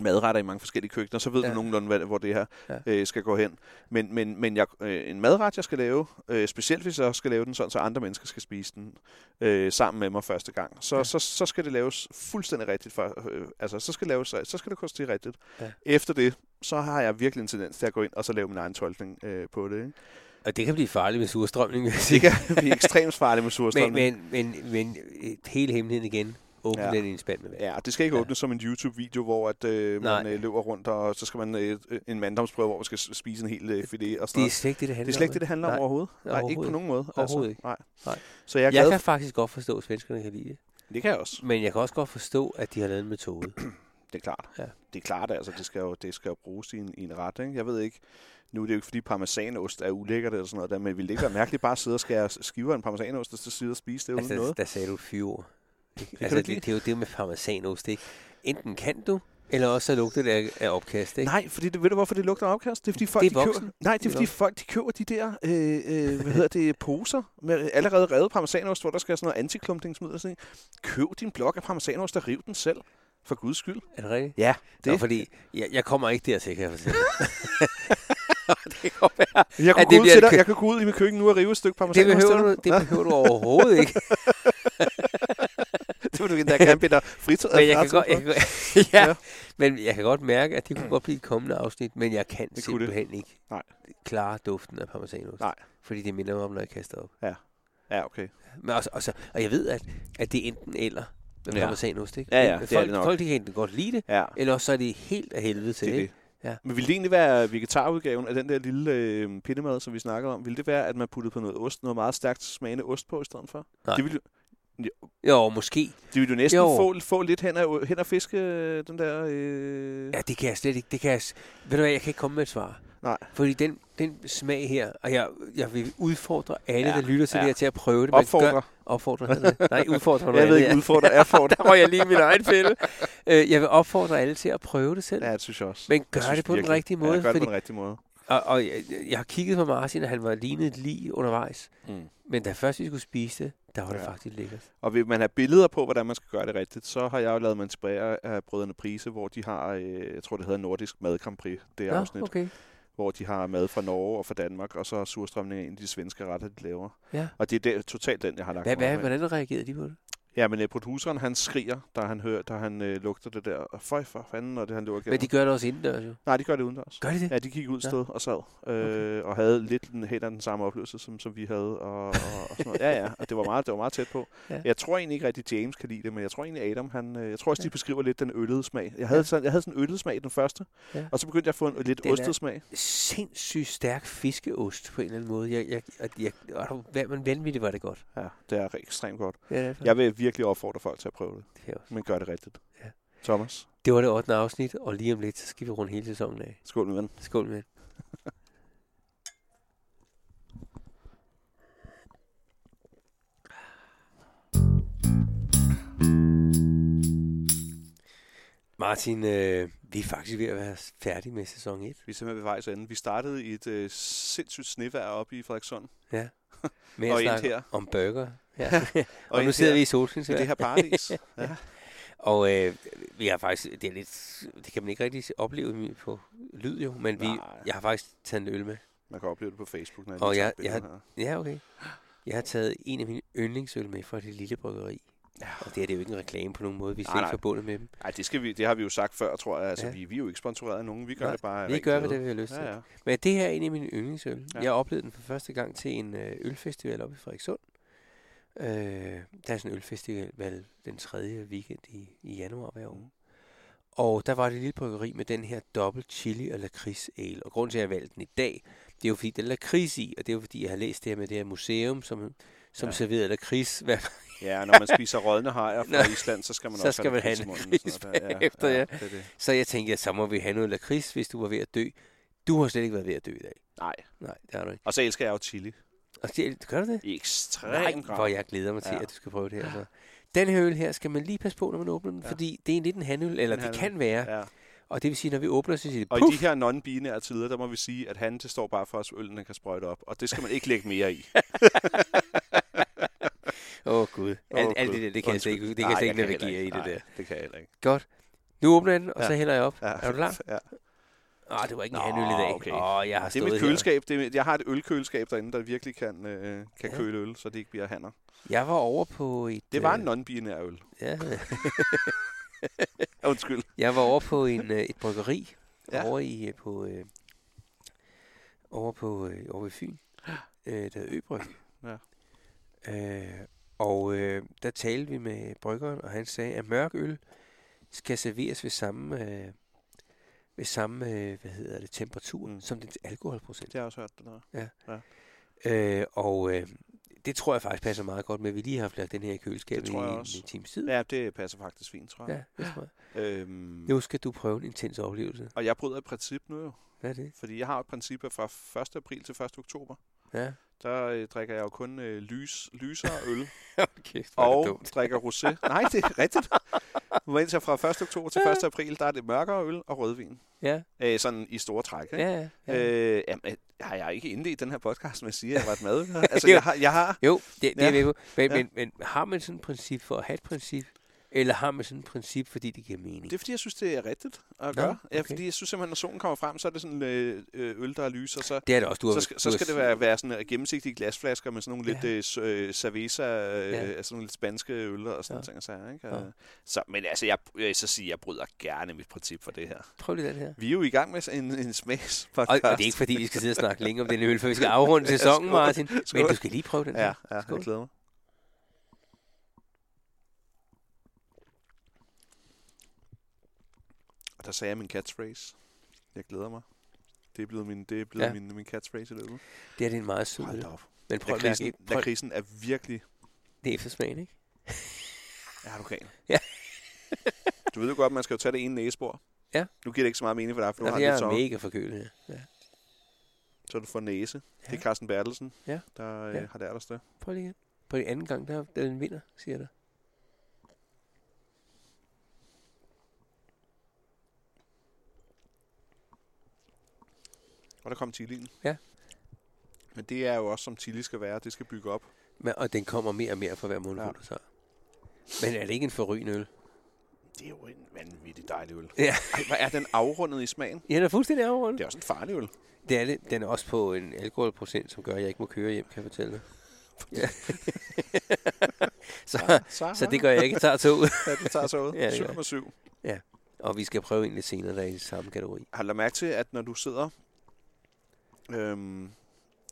madretter i mange forskellige køkkener, så ved ja.
Ja.
du nogenlunde, hvad, hvor det her ja.
Ja.
øh, skal gå hen. Men, men, men jeg, øh, en madret, jeg skal lave, øh, specielt hvis jeg skal lave den sådan, så andre mennesker skal spise den øh, sammen med mig første gang, så, ja.
Ja.
så, så skal det laves fuldstændig rigtigt. For, øh, altså, så skal, det laves, så skal det koste rigtigt. Ja.
Ja.
Efter det, så har jeg virkelig en tendens til at gå ind og så lave min egen tolkning øh, på det. Ikke?
Og det kan blive farligt med surstrømning, vil jeg
Det
sige.
kan blive ekstremt farligt med
Men,
surstrømning.
men, men, men øh, hele hemmeligheden igen. Åbne
Ja.
ja. den i en spand med vand.
Ja, det skal ikke
Ja.
åbnes som en YouTube-video, hvor at, øh, man
Nej.
øh, løber rundt, og så skal man øh, øh, en manddomsprøve, hvor man skal s- spise en hel øh, filet og sådan
Det er
noget.
slet ikke det, det handler
Det er slet ikke det, det handler om
Nej.
overhovedet. Nej, ikke på
Overhovedet
nogen måde. altså.
Overhovedet ikke.
Nej.
Nej.
Så jeg er
Jeg, jeg
glad
kan faktisk godt forstå, at svenskerne kan lide det.
Det kan jeg også.
Men jeg kan også godt forstå, at de har lavet en metode.
Det er klart. Ja.
Ja.
Det er klart, altså. Det skal jo, det skal jo bruges i en, i en ret, ikke? Jeg ved ikke. Nu er det jo ikke, fordi parmesanost er ulækkert eller sådan noget, der, men vi ligger mærkeligt bare at sidde og skære skiver en parmesanost, og så sidde og spise det
altså,
uden noget.
der sagde du et fyreord. Det,
du
altså,
ikke
det, det, er jo det med parmesanost, ikke? Enten kan du, eller også så lugter det af, af opkast, ikke?
Nej, fordi det, ved du, hvorfor det lugter af opkast? Det er, fordi folk,
Det er
de køber,
voksen.
nej, det
Det
er,
er
fordi folk de køber de der øh, øh, hvad hedder det, poser med allerede revet parmesanost, hvor der skal sådan noget antiklumpningsmiddel. og Sådan noget. Køb din blok af parmesanost og riv den selv. For guds skyld.
Er det rigtigt?
Ja,
Det er
det.
fordi, jeg, jeg kommer ikke dertil, kan jeg fortælle. dig. det, kan være.
Jeg kunne,
at
gå
det
ud
bliver
til
et
dig,
kø-
jeg kunne gå ud i mit køkken nu og rive et stykke
det,
parmesanost
behøver,
til
du,
dig.
det behøver du overhovedet ikke.
Det vil du endda gerne bede dig fritid.
men, jeg kan
fratid
godt,
for.
jeg kan, godt- ja,
Ja.
ja. men jeg kan godt mærke, at det kunne godt blive et kommende afsnit, men jeg kan
Det kunne det.
simpelthen ikke
Nej.
klare duften af parmesanost.
Nej.
Fordi det minder mig om, når jeg kaster op.
Ja, okay.
Men også, også, og jeg ved, at, at det er enten eller med
Ja.
ja. parmesanost, ikke?
Ja, ja,
Men
det er
folk,
det nok.
Folk, de kan enten godt lide det,
Ja,
eller også så er det helt af helvede til,
det er det.
ikke? Ja.
Men ville det egentlig være vegetarudgaven af den der lille øh, pindemad, som vi snakkede om? Ville det være, at man puttede på noget ost, noget meget stærkt smagende ost på i stedet for?
Nej.
Det ville,
Jo, måske.
De vil jo næsten
Jo.
få, få lidt hen af, hen af fiske, øh, den der... Øh...
Ja, det kan jeg slet ikke. Det kan jeg, s- ved du hvad, jeg kan ikke komme med et svar.
Nej.
Fordi den, den smag her, og jeg, jeg vil udfordre alle,
Ja,
ja, der lytter til
ja.
ja. det her, til at prøve det. Man
Opfordre.
Gør, opfordre. hedder det. Nej, udfordre.
Jeg ved ikke, udfordre er for det.
Der var jeg lige i min egen fælde. Øh, jeg vil opfordre alle til at prøve det selv.
Ja,
Ja.
det synes jeg også.
Men gør
Jeg synes
det på den
virkelig.
rigtige
Ja,
måde,
jeg gør det
fordi-
på den rigtige måde.
Og, og jeg, jeg har kigget på Martin, og han var lignet lige undervejs.
Mm.
Mm. Men da først vi skulle spise det, der var det
Ja.
faktisk lækkert.
Og vil man have billeder på, hvordan man skal gøre det rigtigt, så har jeg jo lavet mig inspirere af Brødrene Prise, hvor de har, øh, jeg tror det hedder Nordisk Mad Grand Prix, det
Nå,
afsnit,
okay.
hvor de har mad fra Norge og fra Danmark, og så har surstrømningen en af de svenske retter, de laver.
Ja.
Og det er der, totalt den, jeg har lagt
Hvad,
mig
hvad,
med.
hvordan reagerede de på det?
Ja, men øh, produceren, han skriger, da han, hører, da han øh, lugter det der, og føj for fanden, og det han løber
Men de
igennem.
gør det også indendørs jo.
Nej, de gør det udendørs.
Gør de det?
Ja, de gik ud et
Nå.
sted og sad, øh, okay. og havde lidt den, helt af den samme oplevelse, som, som vi havde. Og, og, og sådan noget. Ja, ja, og det var meget, det var meget tæt på. Ja.
Ja.
Jeg tror egentlig ikke rigtig, James kan lide det, men jeg tror egentlig, Adam, han, øh, jeg tror også, de beskriver lidt den øllede smag. Jeg havde,
Ja.
sådan, jeg havde sådan en øllede smag i den første, ja.
Ja.
og så begyndte jeg at få en lidt
Den er-
ostet smag.
Sindssygt stærk fiskeost på en eller anden måde. Jeg, jeg, jeg, jeg, jeg, hvad, men vanvittigt var det godt.
Ja, det er ekstremt godt.
Ja, det, er det.
Jeg vil virkelig opfordre folk til at prøve det,
Det er også-
men gør det rigtigt. Ja.
Ja.
Thomas,
Det var det 8. afsnit, og lige om lidt, så skal vi runde hele sæsonen af.
skål med ven.
Skål med. Martin, øh, vi er faktisk ved at være færdige med sæson 1.
Vi er simpelthen ved vejs ende. Vi startede i et øh, sindssygt snevejr oppe i Frederikssund.
Med
Og
at
endte
snakke
her.
om burger. Ja.
Og
og, og nu
endte
sidder
her. Det er
vi i
det
solskinsvær.
her paradis. ja.
Og øh, vi har faktisk, det er lidt, det kan man ikke rigtig opleve på lyd jo, men vi,
Nej.
jeg har faktisk taget en øl med.
Man kan opleve det på Facebook, når jeg
Og
lige
jeg-
tager et billede
jeg- Ja, okay. Jeg har taget en af mine yndlingsøl med fra det lille bryggeri. Ja. Og det her det er jo ikke en reklame på nogen måde. Vi er slet
Nej,
ikke
nej.
forbundet med dem.
Nej, det, skal vi, det har vi jo sagt før, tror jeg. Altså,
Ja.
ja. vi, vi er jo ikke sponsoreret af nogen. Vi gør
Nej,
det bare af
Vi
ren
gør, hvad
glæde.
det vi har lyst til.
Ja, ja.
Men det her er en af mine yndlingsøl. Ja.
Ja.
Jeg oplevede den for første gang til en øh, ølfestival oppe i Frederikssund. Øh, der er sådan en ølfestival den tredje weekend i, i januar hver år. Og der var det lille bryggeri med den her dobbelt chili og lakrids ale. Og grunden til, at jeg valgte den i dag, det er jo fordi, der er lakrids i. Og det er jo fordi, jeg har læst det her med det her museum, som, som ja.
Ja.
serverede lakrids hver
ja, når man spiser rådne hajer fra Island, så skal man
Så
også
skal man
lidt
have
kris i
lidt
munden og sådan
kris
noget.
bagefter, ja.
Det, er det.
Så jeg tænkte, at så må vi have noget lakrids, hvis du var ved at dø. Du har slet ikke været ved at dø i dag.
Nej.
Nej, det har du ikke.
Og så elsker jeg jo chili.
Og det, gør du det?
Ekstremt
Nej,
grad.
hvor jeg glæder mig til, ja.
Ja.
at du skal prøve det her. Så. Den her øl her skal man lige passe på, når man åbner den, ja.
Ja.
fordi det er en liten handøl, eller
En
det
handøl.
kan være. Ja.
Ja.
Og det vil sige, når vi åbner, så siger det,
Og
puff,
i de her non-binære tider, der må vi sige, at han det står bare for, at øllen den kan sprøjte op. Og det skal man ikke lægge mere i.
åh oh, gud, alt, alt det der, det kan jeg slet ikke, det kan jeg slet ikke navigere i det der.
Det kan jeg heller ikke.
Godt, nu åbner jeg den, og
Ja.
så hælder jeg op.
Ja.
Er du klar?
Ja.
Ah, det var ikke en
Nå,
handøl i dag.
okay.
Åh, jeg har
Det er
stået
mit
her.
køleskab. Det er, jeg har et ølkøleskab derinde, der virkelig kan, øh, kan
Ja.
ja. køle øl, så det ikke bliver hanner.
Jeg var over på et...
Det var
øh,
en non-binær øl.
Ja,
Undskyld.
jeg var over på en, øh, et bryggeri, ja.
Ja.
over i øh, på... Øh, over på øh, over i Fyn, øh, der hed Øbryg.
Ja.
Øh, og øh, der talte vi med bryggeren, og han sagde, at mørk øl skal serveres ved samme, øh, ved samme øh, hvad hedder det, temperatur mm.
Mm.
som dens alkoholprocent.
Det har jeg også hørt. Det der.
Øh, og øh, det tror jeg faktisk passer meget godt med, at vi lige har haft lagt den her i køleskabet
Det
i
tror jeg
en,
også.
en times tid.
Ja, det passer faktisk fint, tror jeg.
Ja, det tror jeg.
Ja. Øhm,
Nu skal du prøve en intens oplevelse.
og jeg bryder et princip nu jo.
Hvad er det?
Fordi jeg har et princip, at fra 1. april til 1. oktober,
Ja.
der øh, drikker jeg jo kun øh, lys, lysere øl
Kæft,
og drikker rosé. Nej, det er rigtigt. Men indtil fra 1. oktober til 1. april, der er det mørkere øl og rødvin.
Ja,
Øh, sådan i store træk. Ikke?
ja, ja. ja. Øh,
Øh, jamen, øh, har jeg ikke indledt den her podcast med at sige, at jeg var et mad? altså,
Jo.
jeg har, jeg har
jo, det, det ja. er
ja.
jeg med på. Men, ja.
Ja.
men, men har man sådan et princip for at have et princip, eller har man sådan et princip, fordi det giver mening?
det er fordi, jeg synes, det er rigtigt at gøre. Ja,
okay.
fordi jeg synes simpelthen, når solen kommer frem, så er det sådan øh, øh, øl, der er lys, og så,
Det er det også. Du har,
så, skal, så
du har-
skal det være, være sådan øh, gennemsigtige glasflasker med sådan nogle
Ja.
lidt øh, s- øh, cerveza, øh, ja.
Ja.
sådan nogle lidt spanske øl og sådan
Ja.
ja. ting og sager. Ikke?
Ja.
Ja. Så, men altså, jeg, jeg så siger, jeg bryder gerne mit princip for det her.
Prøv lige den her.
Vi er jo i gang med en, en smagspodcast.
Og, og det er ikke fordi, vi skal sidde og snakke længe om den øl, for vi skal afrunde sæsonen, Martin. Men
Skål.
du skal lige prøve den
Ja,
her.
ja jeg
Skål.
glæder mig. Og der sagde jeg min catchphrase. Jeg glæder mig. Det er blevet min, det er blevet
Ja.
ja. min, min catchphrase i løbet.
Det her det er en meget sød
Hold
øl.
da op.
Men prøv at mærke,
Lakrisen,
prøv,
lakrisen er virkelig...
det er eftersmagen, ikke?
Ja, er du gal?
Ja.
du ved jo godt, man skal jo tage det ene næsebor.
Ja.
Nu giver det ikke så meget mening for dig, for du
Altså,
har
jeg
lidt
er
sommer.
mega forkølet. her. Ja.
Så du får næse.
Ja.
Ja. Det er Carsten Bertelsen,
Ja.
der øh,
Ja.
har lært os det.
Prøv lige igen. På den anden gang, der der er den vinder, siger der.
Og der kom chilien.
Ja.
Men det er jo også, som chili skal være. Det skal bygge op.
Men, og den kommer mere og mere for hver måned,
Ja.
ja. så. Men er det ikke en forrygende øl?
Det er jo en vanvittig dejlig øl.
Ja.
Ej, hvor er den afrundet i smagen?
Ja, den er fuldstændig afrundet.
Det er også en farlig øl.
Det er det. Den er også på en alkoholprocent, som gør, at jeg ikke må køre hjem, kan jeg fortælle dig. Ja. så,
Så,
så det gør jeg ikke, Jeg tager toget.
Ja, det tager så ud.
Ja, det gør
7,7.
Og vi skal prøve en lidt senere, der er i samme kategori.
Har du lagt mærke til, at når du sidder, øhm,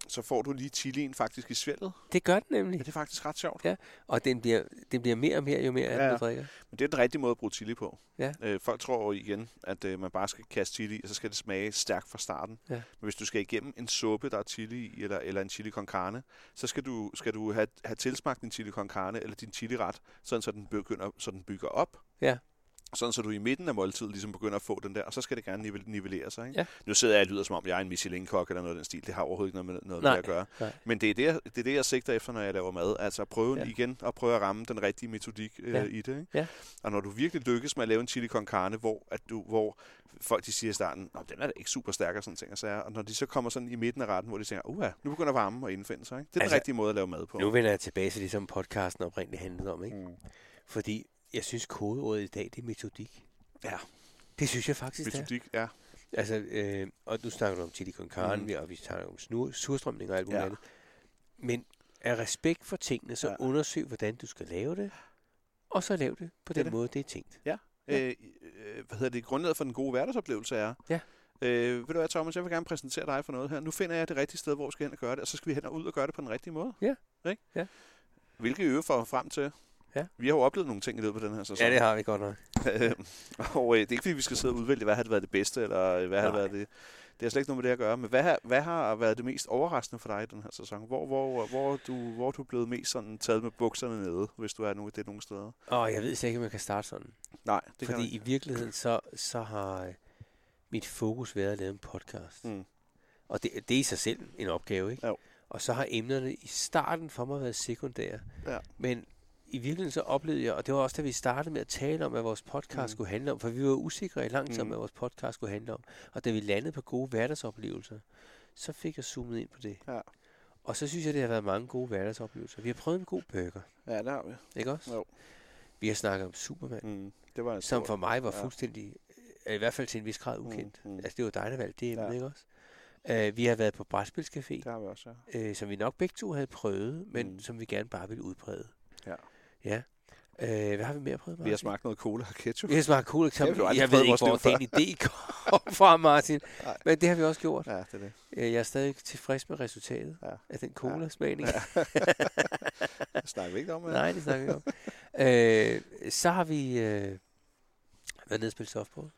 så får du lige chilien faktisk i svældet.
Det gør den
Ja,
nemlig.
det er faktisk ret sjovt.
Og den bliver, den bliver mere og mere, jo mere af den,
Ja.
du drikker.
Men det er den rigtige måde at bruge chili på.
Ja.
Øh, folk tror jo igen, at øh, man bare skal kaste chili, i, og så skal det smage stærkt fra starten.
Ja.
Men hvis du skal igennem en suppe, der er chili i, eller, eller en chili con carne, så skal du, skal du have, have tilsmagt din chili con carne, eller din chiliret, sådan så den, begynder, så den bygger op.
Ja.
Sådan så du i midten af måltidet ligesom begynder at få den der, og så skal det gerne nivel- nivellere sig. Ikke?
Ja.
Nu sidder jeg og lyder, som om jeg er en Michelin-kok eller noget af den stil. Det har overhovedet ikke noget med, noget
Nej,
med det at gøre.
nej.
Men det er det, jeg- det er det, jeg sigter efter, når jeg laver mad. Altså at prøve
Ja.
ja. igen og prøve at ramme den rigtige metodik øh,
Ja.
ja. i det. Ikke?
Ja.
Og når du virkelig lykkes med at lave en chili con carne, hvor, at du, hvor folk de siger i starten, at den er da ikke super stærk og sådan ting, og, sager. og når de så kommer sådan i midten af retten, hvor de tænker, uha, nu begynder varmen at indfinde sig. Ikke? Det er altså,
Altså,
den rigtige måde at lave mad på.
Nu vender jeg tilbage til det, som podcasten oprindeligt handlede om. Ikke?
Mm.
Fordi jeg synes, kodeordet i dag, det er metodik.
Ja.
Det synes jeg faktisk, det er.
Metodik, ja.
Altså, øh, og nu snakker du om chili con carne,
Mm.
mm. og vi snakker om snur, surstrømning og alt muligt ja.
Ja.
andet. Men af respekt for tingene, så
Ja.
ja. undersøg, hvordan du skal lave det, og så lav det på
Det er
den
det.
måde, det er tænkt.
Ja. Øh, øh, hvad hedder det? Grundlaget for den gode hverdagsoplevelse er.
Ja.
Øh, ved du hvad, Thomas, jeg vil gerne præsentere dig for noget her. Nu finder jeg det rigtige sted, hvor vi skal hen og gøre det, og så skal vi hen og ud og gøre det på den rigtige måde.
Ja.
Ikke?
Ja.
Hvilket øve for frem til.
Ja.
Vi har jo oplevet nogle ting i løbet af den her sæson.
Ja, det har vi godt nok.
Øhm, og øh, det er ikke fordi, vi skal sidde og udvælge, hvad har det været det bedste, eller øh, hvad har det
Nej.
været det... Det har slet ikke noget med det at gøre, men hvad har, hvad har været det mest overraskende for dig i den her sæson? Hvor, hvor, øh, hvor, er du, hvor er du blevet mest sådan taget med bukserne nede, hvis du er nu, det er nogle steder?
Og jeg ved slet ikke, om jeg kan starte sådan.
Nej,
Det
det kan
fordi i virkeligheden, så, så har øh, mit fokus været at lave en podcast.
Mm.
Og det, det er i sig selv en opgave, ikke?
Jo.
Og så har emnerne i starten for mig været sekundære.
Ja.
Men i virkeligheden så oplevede jeg, og det var også da vi startede med at tale om, hvad vores podcast
Mm.
skulle handle om, for vi var usikre i lang tid om,
Mm.
hvad vores podcast skulle handle om. Og da vi landede på gode hverdagsoplevelser, så fik jeg zoomet ind på det.
Ja.
Og så synes jeg, det har været mange gode hverdagsoplevelser. Vi har prøvet en god burger,
Ja, det har vi.
ikke også?
Jo.
Vi har snakket om Superman
Mm. Det var en
som
stor-
for mig var
Ja.
fuldstændig, øh, i hvert fald til en vis grad ukendt.
Mm, mm.
Altså, det var dig, der valgte det emne,
Ja.
ikke også? Øh, vi har været på Brætspilscafé,
Det har vi også, ja.
øh, som vi nok begge to havde prøvet, men
Mm.
mm. som vi gerne bare ville udbrede.
Ja.
ja. Øh, hvad har vi mere prøvet, Martin?
Vi har smagt noget cola og ketchup.
Vi har smagt cola
har vi
sammen.
jo aldrig
Jeg ved
prøvet i
ikke,
vores
hvor
liv før.
den idé kom fra, Martin.
Nej.
Men det har vi også gjort.
Ja, det er det.
Øh, Jeg er stadig tilfreds med resultatet
Ja.
af den cola-smagning.
Det snakker vi ikke om. Ja.
Nej, det snakker vi ikke om. øh, så har vi øh, været nede og spille softball.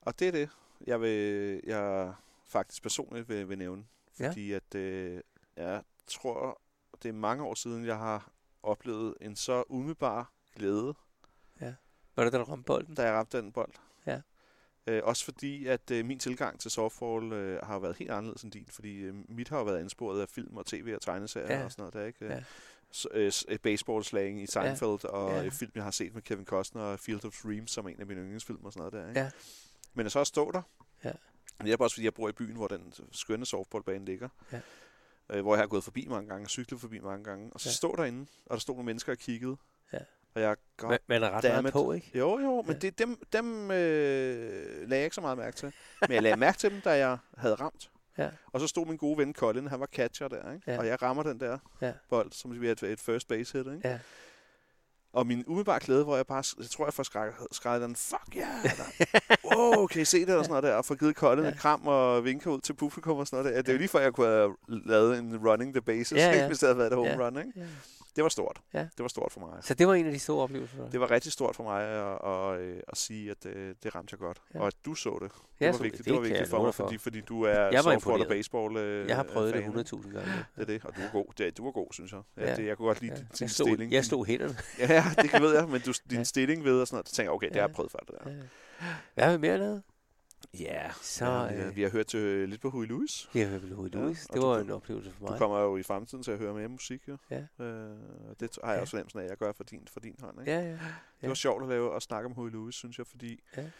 Og det er det, jeg vil jeg faktisk personligt vil, vil nævne.
Ja.
Fordi at øh, jeg tror, det er mange år siden, jeg har oplevet en så umiddelbar glæde,
Var det der, der ramte bolden?
da jeg ramte den bold.
Ja.
Øh, også fordi, at øh, min tilgang til softball øh, har været helt anderledes end din, fordi øh, mit har jo været ansporet af film og tv og tegneserier
Ja.
og sådan noget der, ikke?
Ja.
S- øh, s- øh, baseballslagen i Seinfeld, og
Ja.
ja. film, jeg har set med Kevin Costner, Field of Dreams, som er en af mine yndlingsfilm og sådan noget der, ikke?
Ja.
Men så at stå der,
Ja.
det er bare også fordi, jeg bor i byen, hvor den skønne softballbane ligger,
Ja.
øh, hvor jeg har gået forbi mange gange, og cyklet forbi mange gange, og så
Ja.
stod derinde, og der stod nogle mennesker og kiggede,
Ja.
og jeg godt
Man, man er ret
Damn
meget
it.
på, ikke?
jo, jo, men
Ja.
ja. det, dem, dem øh, lagde jeg ikke så meget mærke til. Men jeg lagde mærke til dem, da jeg havde ramt.
Ja.
Og så stod min gode ven Colin, han var catcher der, ikke?
Ja.
Ja. og jeg rammer den der
Ja.
ja. bold, som vi er et, et first base hit. Ikke?
Ja.
Og min umiddelbare glæde, hvor jeg bare, jeg tror jeg får skræk, skræk den, fuck yeah, eller, wow, kan I se det, og sådan noget der, og får givet Colin ja. en kram og vinker ud til publikum og sådan noget der. Det er jo lige før, jeg kunne have lavet en running the bases,
Ja,
ja, ja.
ja.
hvis det havde været et home
Ja.
run. Ikke? Det var stort.
Ja.
Det var stort for mig.
Så det var en af de store oplevelser. for dig.
Det var rigtig stort for mig at, at, øh, at sige, at øh, det ramte jeg godt.
Ja.
Ja. Og at du så det. Det
Jeg
var
så-
vigtigt, det
det
var
kan
vigtigt
jeg
for
love
mig,
dig for.
fordi, fordi du er
var
softball og
imponeret.
baseball øh,
Jeg har prøvet det
fan.
100.000 gange.
Det er det, og du er god. Det, er- du er god, synes jeg. Ja,
Ja.
Det, jeg kunne godt lide
Ja.
din, din
Jeg, stod,
stilling.
jeg stod hænderne.
Ja, ja, det kan ved jeg, men du, din
Ja.
stilling ved og sådan noget. Så tænker jeg, okay, det har jeg
Ja.
prøvet før, det der.
Ja. Hvad har vi mere lavet?
Ja.
Så
Så,
øh,
øh, vi har hørt øh, lidt på Huey Lewis.
vi har hørt Louis
Ja,
Louis.
og
Det
du
var
kom-
en oplevelse for
Du
mig.
kommer jo i fremtiden til at høre mere musik, jo.
Ja.
Øh, og det har jeg
Ja.
også fornemmelsen af, at jeg gør for din, for din hånd. Ikke?
Ja, ja.
Det var sjovt at lave og snakke om Huey Lewis, synes jeg, fordi
Ja.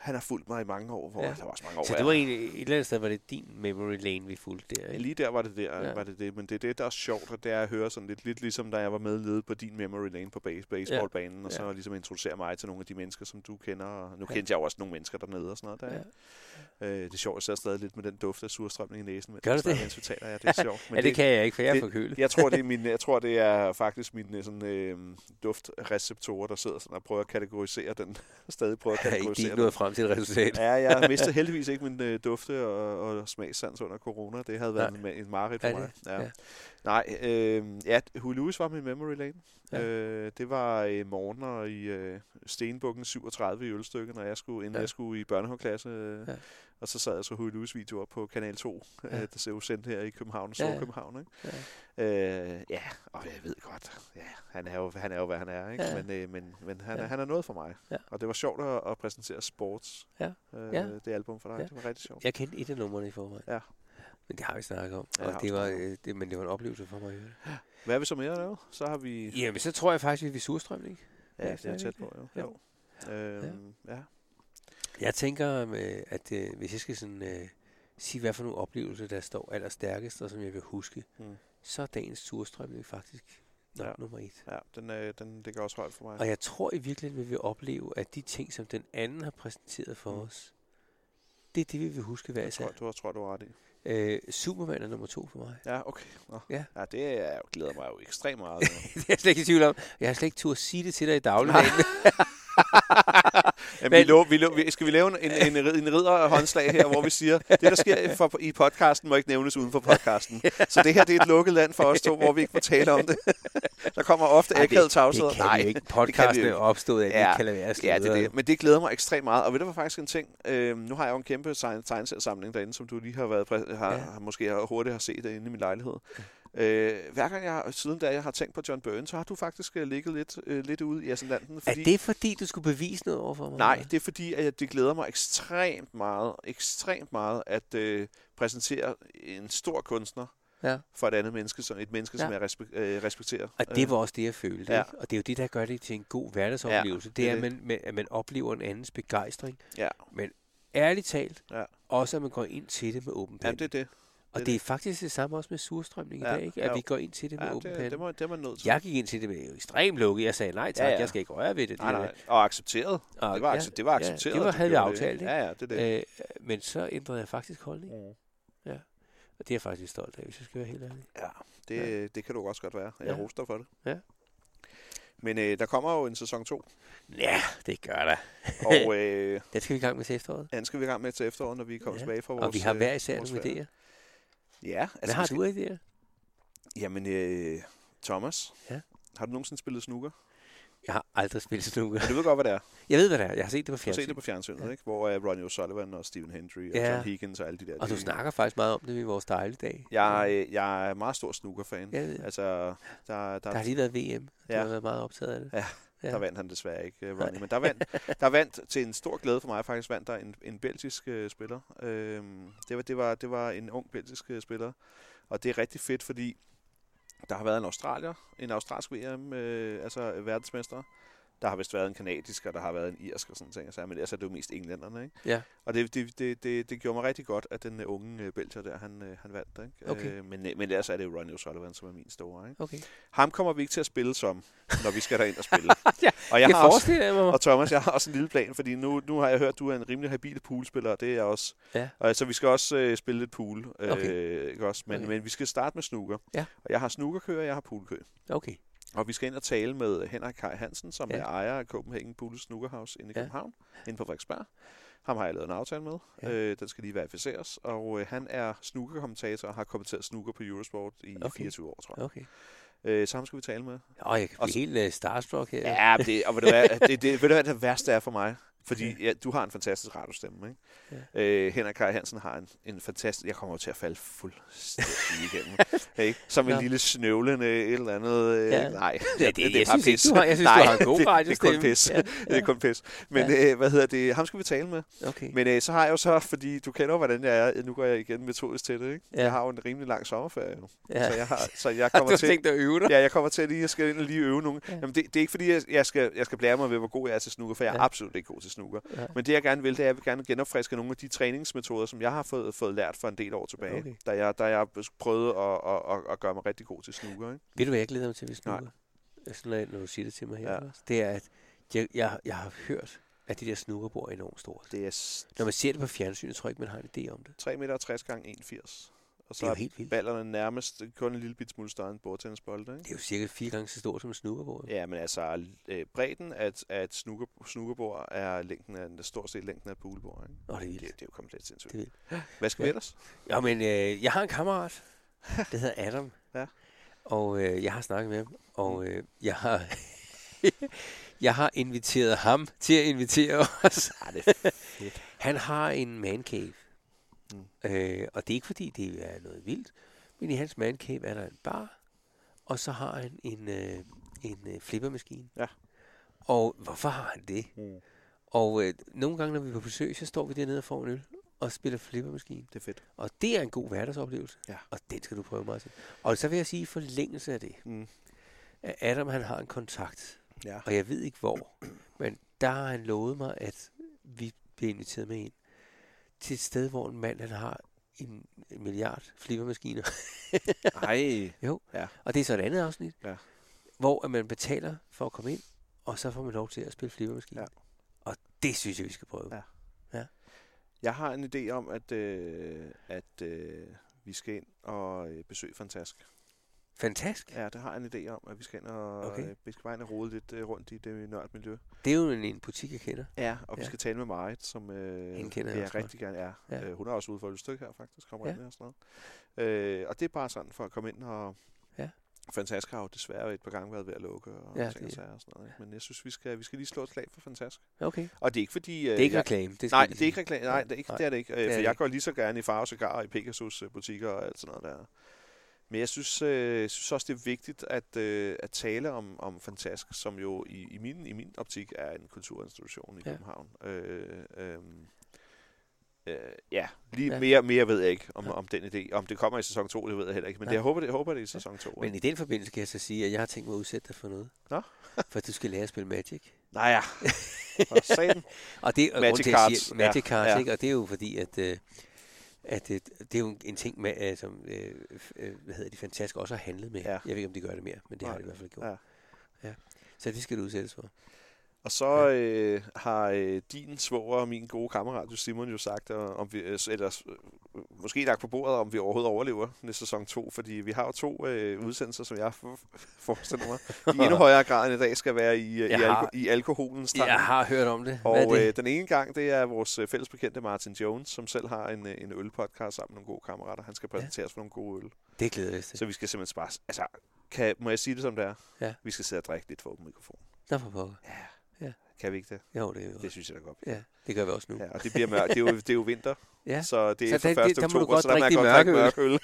han har fulgt mig i mange år, hvor
Ja.
ja. der var også mange år.
Så det var egentlig, et eller andet sted var det din memory lane, vi fulgte der.
Ja,
Ikke?
Lige der var det der,
Ja.
ja. var det det, men det er det, der er sjovt, og det er at høre sådan lidt, lidt ligesom da jeg var med nede på din memory lane på base, baseballbanen, ja. og så
Ja.
ligesom introducere mig til nogle af de mennesker, som du kender, og nu
Ja.
ja. kendte jeg jo også nogle mennesker dernede og sådan noget der.
Ja.
Ja. Øh, det er sjovt, jeg sidder stadig lidt med den duft af surstrømning i næsen, men
Gør du det?
Mens vi taler, ja, det er sjovt.
Ja, det kan jeg ikke, for jeg er
det-
forkølet.
jeg tror, det er min, jeg tror, det er faktisk mine sådan, øh, duftreceptorer, der sidder sådan og prøver at kategorisere den. stadig prøver at
Jeg har ikke
kategorisere
lige
den.
nået frem til et resultat.
Ja, jeg mistede heldigvis ikke min øh, dufte- og, og smagssans under corona. Det havde været en, en mareridt for
Ja, det-
mig. Ja.
ja.
Ja. Nej, øh, ja, Huey Lewis var min memory lane.
Ja.
Ja. Øh, det var øh, morgener i øh, Stenbukken 37 i Ølstykke, når jeg skulle, inden
Ja.
ja. jeg skulle i børnehaveklasse. Øh,
Ja.
ja. Og så sad jeg så Huey Lewis videoer på Kanal 2, øh,
Ja.
der ser jo sendt her i København,
Ja,
så
ja.
København. Ikke?
Ja.
Øh, ja, og jeg ved godt, ja, han, er jo, han er jo, hvad han er, ikke?
Ja.
Ja. men, øh, men, men han,
Ja.
ja. han er noget for mig.
Ja.
Og det var sjovt at, at præsentere sports,
Ja.
Øh,
Ja.
det album for dig.
Ja.
Ja. Det var rigtig sjovt.
Jeg kendte et af numrene i forvejen.
Ja.
Men det har vi snakket om.
Ja, det
og
har
det
vi
var,
snakket
øh, det, men det var en oplevelse for mig. i øvrigt.
Hvad er vi så mere lavet? Så har vi...
Jamen, så tror jeg faktisk, vi er ved surstrømning.
Ja, det
det er
er tæt på, jo.
Jo.
jo. Øhm, ja. ja.
Jeg tænker, øhm, øh, at øh, hvis jeg skal sådan, øh, sige, hvad for nogle oplevelser, der står allerstærkest, og som jeg vil huske, mm.
Mm.
så er dagens turstrømning faktisk nok ja.
Ja.
nummer et.
ja den, øh, den ligger også højt for mig.
Og jeg tror i virkeligheden, vi vil opleve, at de ting, som den anden har præsenteret for mm.
Mm.
os, det er det, vi vil huske hver
jeg
især.
tror, du har, tror, du har ret i.
Øh, Superman er nummer to for mig.
Ja, okay. Nå.
Ja.
ja, det er, jeg glæder mig jo ekstremt meget. til.
det er jeg slet ikke i tvivl om. Jeg har slet ikke turde sige det til dig i dagligdagen.
Jamen,
Men-
vi lå, vi lå, vi, skal vi lave en, en, en, rid- en ridderhåndslag her, hvor vi siger, det der sker i- for, i podcasten må ikke nævnes uden for podcasten. Så det her det er et lukket land for os to, hvor vi ikke må tale om det. Der kommer ofte
Ej,
akavet
det
tavshed.
kan vi jo ikke. Podcasten er opstået af, at vi
Ja.
ikke kan lade være at
Ja, det er
sludre.
det. Men det glæder mig ekstremt meget. Og ved du hvad faktisk en ting? Øhm, nu har jeg jo en kæmpe tegn- tegneseriesamling derinde, som du lige har været præ- har, ja.
Ja.
har, måske har hurtigt har set inde i min lejlighed. Øh, hver gang jeg har- siden da jeg har tænkt på John Byrne, så har du faktisk øh, ligget lidt, øh, lidt ude i Atlanten.
Er det fordi, du skulle bevise noget overfor mig?
Nej, det er fordi, at jeg- det glæder mig ekstremt meget, ekstremt meget at øh, præsentere en stor kunstner
Ja.
for et andet menneske, som et menneske,
Ja.
ja. som jeg respek- øh, respekterer.
Og det var også det, jeg følte.
Ja.
Ja. Og det er jo det, der gør det til en god hverdagsoplevelse. Ja, det,
det
det
er
er, at man, man, at man oplever en andens begejstring.
Ja.
Men ærligt talt,
Ja.
ja. også at man går ind til det med åben
Jamen,
pande.
det er det.
og
det-
det, er faktisk det samme også med surstrømning
Ja,
i dag, ikke? at
jo.
vi går ind til det med
Ja,
åben
det,
pande.
det, må, det er man nødt til.
Jeg gik ind til det med ekstremt lukket. Jeg sagde, nej tak,
Ja, ja.
jeg skal ikke røre ved det.
Nej,
det
nej. Og accepteret.
der." Og
Det var,
ja,
accep- det var accepteret.
Ja, det var,
at du
havde vi
gjorde
aftalt. Ikke?
Ja, ja, det er det.
Øh, men så ændrede jeg faktisk holdning.
Mm.
Og det er jeg faktisk lidt stolt af, hvis jeg skal være helt ærlig.
Det, det kan du også godt være. Jeg
Ja.
ja. roster for det.
Ja.
Men øh, der kommer jo en sæson 2,
Ja, det gør der.
og øh,
Det skal vi i gang med til efteråret.
den skal vi i gang med til efteråret, når vi kommer
Ja.
tilbage fra vores...
Og vi har
øh,
hver især
vores
nogle
ferie.
idéer.
Ja, altså,
Hvad har du af idéer?
Jamen, øh, Thomas,
Ja?
har du nogensinde spillet snooker?
Jeg har aldrig spillet snooker.
Men du ved godt, hvad det er.
Jeg ved, hvad det er. Jeg har set det på
Du har set
fjernsyn.
det på fjernsynet, ja. ikke? hvor er Ronnie O'Sullivan og Stephen Hendry og
Ja.
John Higgins og alle de der.
Og du
de-
snakker faktisk meget om det i vores dejlige dag.
Jeg, øh, jeg er meget stor snookerfan.
Jeg ved det.
Altså, der, der,
Der har lige været VM. Du
Ja.
har været meget optaget af det. Ja.
Der vandt han desværre ikke, øh, Ronnie. Men der vandt, der vandt til en stor glæde for mig faktisk, vandt der en, en belgisk øh, spiller. Øhm, det, var, det, var, det var en ung belgisk øh, spiller. Og det er rigtig fedt, fordi der har været en australier, en australsk VM, øh, altså øh, verdensmester. Der har vist været en kanadisk, og der har været en irsk og sådan ting. Så, men ellers er det jo mest englænderne, ikke?
Ja.
Og det, det, det, det, det gjorde mig rigtig godt, at den øh, unge øh, belgier der, han, øh, han vandt, ikke?
Okay.
Øh, men, øh, men ellers er det jo Ronnie O'Sullivan, som er min store, ikke?
Okay.
Ham kommer vi ikke til at spille som, når vi skal derind og spille.
Ja,
og
Jeg, jeg
har også-
forestiller mig.
og Thomas, jeg har også en lille plan, fordi nu, nu har jeg hørt, at du er en rimelig habil poolspiller, og det er jeg også.
Ja.
Og, så vi skal også øh, spille lidt pool, øh,
Okay.
ikke også? Men,
Okay.
okay. men vi skal starte med snooker.
Ja.
Og jeg har snookerkø, og jeg har poolkø.
Okay.
Og vi skal ind og tale med Henrik Kaj Hansen, som
Ja.
ja. er ejer af Copenhagen Pool Snookerhouse inde i
Ja.
København, inde på Frederiksberg. Ham har jeg lavet en aftale med.
Ja.
Ja. Øh, den skal lige verificeres. Og øh, han er snookerkommentator og har kommenteret snooker på Eurosport i
Okay.
okay. 24 år, tror jeg.
Okay.
Øh, så ham skal vi tale med.
Og jeg kan blive
Og så-
helt uh, starstruck her.
Ja, men det, og ved du, hvad, det, det, ved du hvad det værste er for mig? Fordi ja, du har en fantastisk radiostemme, ikke? Ja. Øh, Henrik Kaj Hansen har en, en fantastisk... Jeg kommer jo til at falde fuldstændig igennem. ikke? Som en
Nå.
lille snøvlende et eller andet... Øh,
Ja.
ja. Nej,
Ja, det, jeg synes ikke, du har, jeg synes,
Nej,
du har en god
det, det er
radiostemme.
kun pis.
Ja.
Det er kun pis. Men øh, hvad hedder det? Ham skal vi tale med.
Okay.
Men øh, så har jeg jo så, fordi du kender jo, hvordan jeg er. Nu går jeg igen metodisk til det, ikke?
Ja.
Jeg har jo en rimelig lang sommerferie. jo.
ja.
Så, jeg har, så jeg
du
kommer
har
til...
tænkt dig at øve dig.
Ja, jeg kommer til at lige, jeg skal ind og lige øve nogle.
Ja.
Ja. Jamen, det, det, er ikke fordi, jeg, jeg, skal, jeg skal blære mig ved, hvor god jeg er til snooker, for jeg er
Ja.
ja. absolut ikke god til snooker.
Ja.
Ja. Men det, jeg gerne vil, det er, at jeg vil gerne genopfriske nogle af de træningsmetoder, som jeg har fået, fået lært for en del år tilbage,
Okay.
okay. da, jeg, da jeg prøvede at, at, at, at gøre mig rigtig god til snooker. Ikke?
Ved du, hvad jeg glæder mig til, hvis du
Nej.
sådan, når du siger det til mig her?
Ja.
Lars? Det er, at jeg, jeg, jeg har hørt, at de der snookerbord er enormt store.
Det er s-
Når man ser det på fjernsynet, tror jeg ikke, man har en idé om det.
3,60 meter gange 81. Og
Det er jo
så
helt vildt.
er ballerne nærmest kun en lille bit smule større end bordtennisbolde. Ikke?
Det er jo cirka fire gange så stort som et snookerbord.
Ja, men altså, øh, bredden af et, af et snooker, snookerbord er længden af, den stort set længden af et poolbord. Ikke?
Åh, det er
Det,
vildt.
det er jo komplet sindssygt.
Det er vildt.
Hvad skal vi
Ja.
ellers?
Ja, men øh, jeg har en kammerat, der hedder Adam.
Ja.
Og øh, jeg har snakket med ham, og øh, jeg har... jeg har inviteret ham til at invitere os. Ja, det er fedt. Han har en man cave.
Mm.
Øh, og det er ikke fordi, det er noget vildt, men i hans man cave er der en bar, og så har han en, øh, en øh, flippermaskine.
Ja.
Og hvorfor har han det?
Mm.
Og øh, nogle gange, når vi er på besøg, så står vi dernede og får en øl og spiller flippermaskine.
Det er fedt.
Og det er en god hverdagsoplevelse.
Ja.
Og den skal du prøve meget til. Og så vil jeg sige i forlængelse af det,
Mm.
at Adam han har en kontakt,
Ja.
og jeg ved ikke hvor, men der har han lovet mig, at vi bliver inviteret med ind til et sted, hvor en mand han har en en milliard flippermaskiner.
Ej.
Og det er så et andet afsnit,
Ja.
hvor at man betaler for at komme ind, og så får man lov til at spille flippermaskiner.
Ja.
Og det synes jeg, vi skal prøve.
Ja. Jeg har en idé om, at, øh, at øh, vi skal ind og øh, besøge Fantask.
Fantastisk.
Ja, det har jeg en idé om, at vi skal ind og
Okay.
okay. vi skal bare ind og rode lidt øh, rundt i det nørdmiljø.
Det er jo en, en butik, jeg kender.
Ja, og vi
Ja.
skal tale med Marit, som øh,
Hende kender jeg
jeg
også godt.
rigtig gerne er.
Ja.
Ja. Øh, hun er også ude for et stykke her, faktisk. Kommer
Ja.
ja. ind og sådan noget. Øh, og det er bare sådan for at komme ind og...
Ja.
Fantask har jo desværre et par gange været ved at lukke og
Ja,
ja, ting og
det-
sager og sådan noget. ikke? Men jeg synes, vi skal, vi skal lige slå et slag for Fantask.
Okay.
Og det er ikke fordi... Øh,
Det er ikke
jeg,
reklame. Det skal
Nej,
jeg lige
det er ikke
sige.
reklame. Nej, det er, ikke,
Nej.
det er det ikke. Øh,
er
for
det
jeg
ikke.
går lige så gerne i Farve Cigar og i Pegasus øh, butikker og alt sådan noget der. Men jeg synes, øh, synes også, det er vigtigt at, øh, at tale om, om Fantask, som jo i, i, min, i min optik er en kulturinstitution i
Ja.
ja. København. Øh, øh, øh, ja, lige
Ja.
ja. Mere, mere ved jeg ikke om,
Ja.
ja. om den idé. Om det kommer i sæson 2, det ved jeg heller ikke. Men
Nej.
det, jeg, håber, det, jeg håber, det er i sæson 2.
Men i den forbindelse kan jeg så sige, at jeg har tænkt mig at udsætte dig for noget.
Nå.
for du skal lære at spille Magic.
Nej, ja. For satan.
Og det er
Magic
Magic til, at jeg
cards.
siger, Magic
Ja,
Cards, ja.
ja.
ikke? Og det er jo fordi, at, øh, at øh, det er jo en ting, med, øh, som øh, f- øh, hvad hedder de, fantastisk også har handlet med. Ja.
Ja.
Jeg ved ikke, om de gør det mere, men det har
Nej.
de i hvert fald gjort.
Ja.
ja. Så det skal du udsættes for.
Og så
Ja.
ja. øh, har øh, din svoger og min gode kammerat, jo Simon, jo sagt, øh, om vi, øh, eller øh, måske lagt på bordet, om vi overhovedet overlever næste sæson 2, fordi vi har jo to øh, udsendelser, som jeg f- forestiller mig, i endnu højere grad end i dag skal være i, øh, i,
Jeg har-
alko- i alkoholens tegn.
Jeg har hørt om det. Hvad er
Og
det?
øh, den ene gang, det er vores øh, fælles bekendte Martin Jones, som selv har en, øh, en ølpodcast sammen med nogle gode kammerater. Han skal
Ja.
præsenteres for nogle gode øl.
det glæder jeg mig til.
Så vi skal simpelthen bare... Altså, kan, må jeg sige det, som det er?
Ja.
Vi skal sidde og drikke lidt for åben mikrofon.
Nå for pokker.
Kan vi ikke det?
Jo, det er jo.
Det synes jeg da godt. vi kan.
Ja, det gør vi også nu. Ja.
Ja, og det bliver mørkt. Det er jo, det er jo vinter,
ja.
så det er
Så
så
der-
fra 1.
det- der må du
oktober,
godt
så der må jeg
drikke
godt
din
drikke mørk
mørke
øl.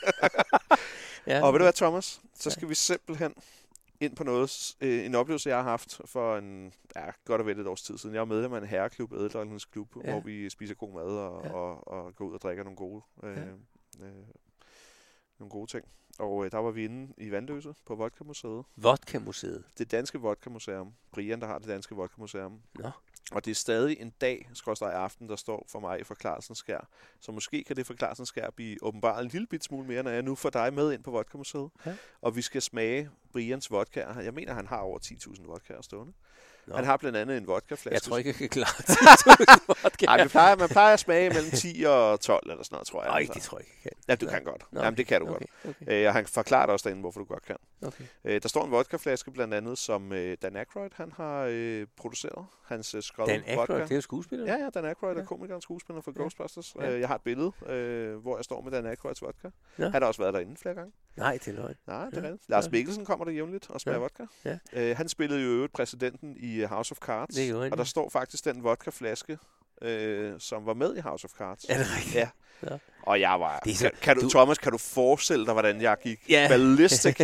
ja.
og ved du hvad, Thomas? Så
Ja.
skal vi simpelthen ind på noget, øh, en oplevelse, jeg har haft for en, ja, godt og vel et års tid siden. Jeg er medlem af en herreklub, Ædeldrømmenes Klub,
Ja.
ja. hvor vi spiser god mad og,
Ja.
ja. og, og går ud og drikker nogle gode, øh, øh, nogle gode ting. Og øh, der var vi inde i Vandløse på Vodka-museet.
Vodka-museet.
Det Danske Vodka-museum. Brian, der har det Danske Vodka-museum.
Nå.
Og det er stadig en dag, skorstræk aften, der står for mig i forklarelsens skær. Så måske kan det forklarelsens skær blive åbenbart en lille bit smule mere, når jeg nu får dig med ind på Vodka-museet.
Ja.
Og vi skal smage Brians vodka. Jeg mener, han har over 10.000 vodkaer stående.
Nå.
Nå. Han har blandt andet en vodkaflaske.
Jeg tror ikke, jeg kan klare det.
Ej, man, plejer, man plejer at smage mellem 10 og 12 eller sådan noget, tror jeg.
Nej, det tror jeg ikke, jeg kan.
Ja, du
Nå.
kan godt.
Nå,
Nå, Jamen, det kan du okay.
Okay,
godt.
okay,
Øh, og han forklarer dig også derinde, hvorfor du godt kan.
okay.
Øh, der står en vodkaflaske blandt andet, som øh, Dan Aykroyd han har øh, produceret. Hans øh, skrødder
Dan Aykroyd, det er jo skuespiller.
Ja, ja, Dan Aykroyd
Ja.
er komikeren skuespiller for
Ja.
Ghostbusters.
Ja.
Øh, Jeg har et billede, øh, hvor jeg står med Dan Aykroyds vodka.
Ja.
Han har også været derinde flere gange.
Nej, det er løgn.
Nej, det
Ja.
er rigtigt. Lars
Ja.
Mikkelsen kommer der jævnligt og smager
Ja.
vodka.
Ja.
Øh, Han spillede jo i øvrigt præsidenten i øh, House of Cards.
Det er jo rigtigt.
og der står faktisk den vodkaflaske, øh, som var med i House of Cards.
Er det rigtigt?
Ja. Og jeg var...
Det er så-
kan, kan du,
du-
du, Thomas, kan du forestille dig, hvordan jeg gik
Ja.
ja. ballistic,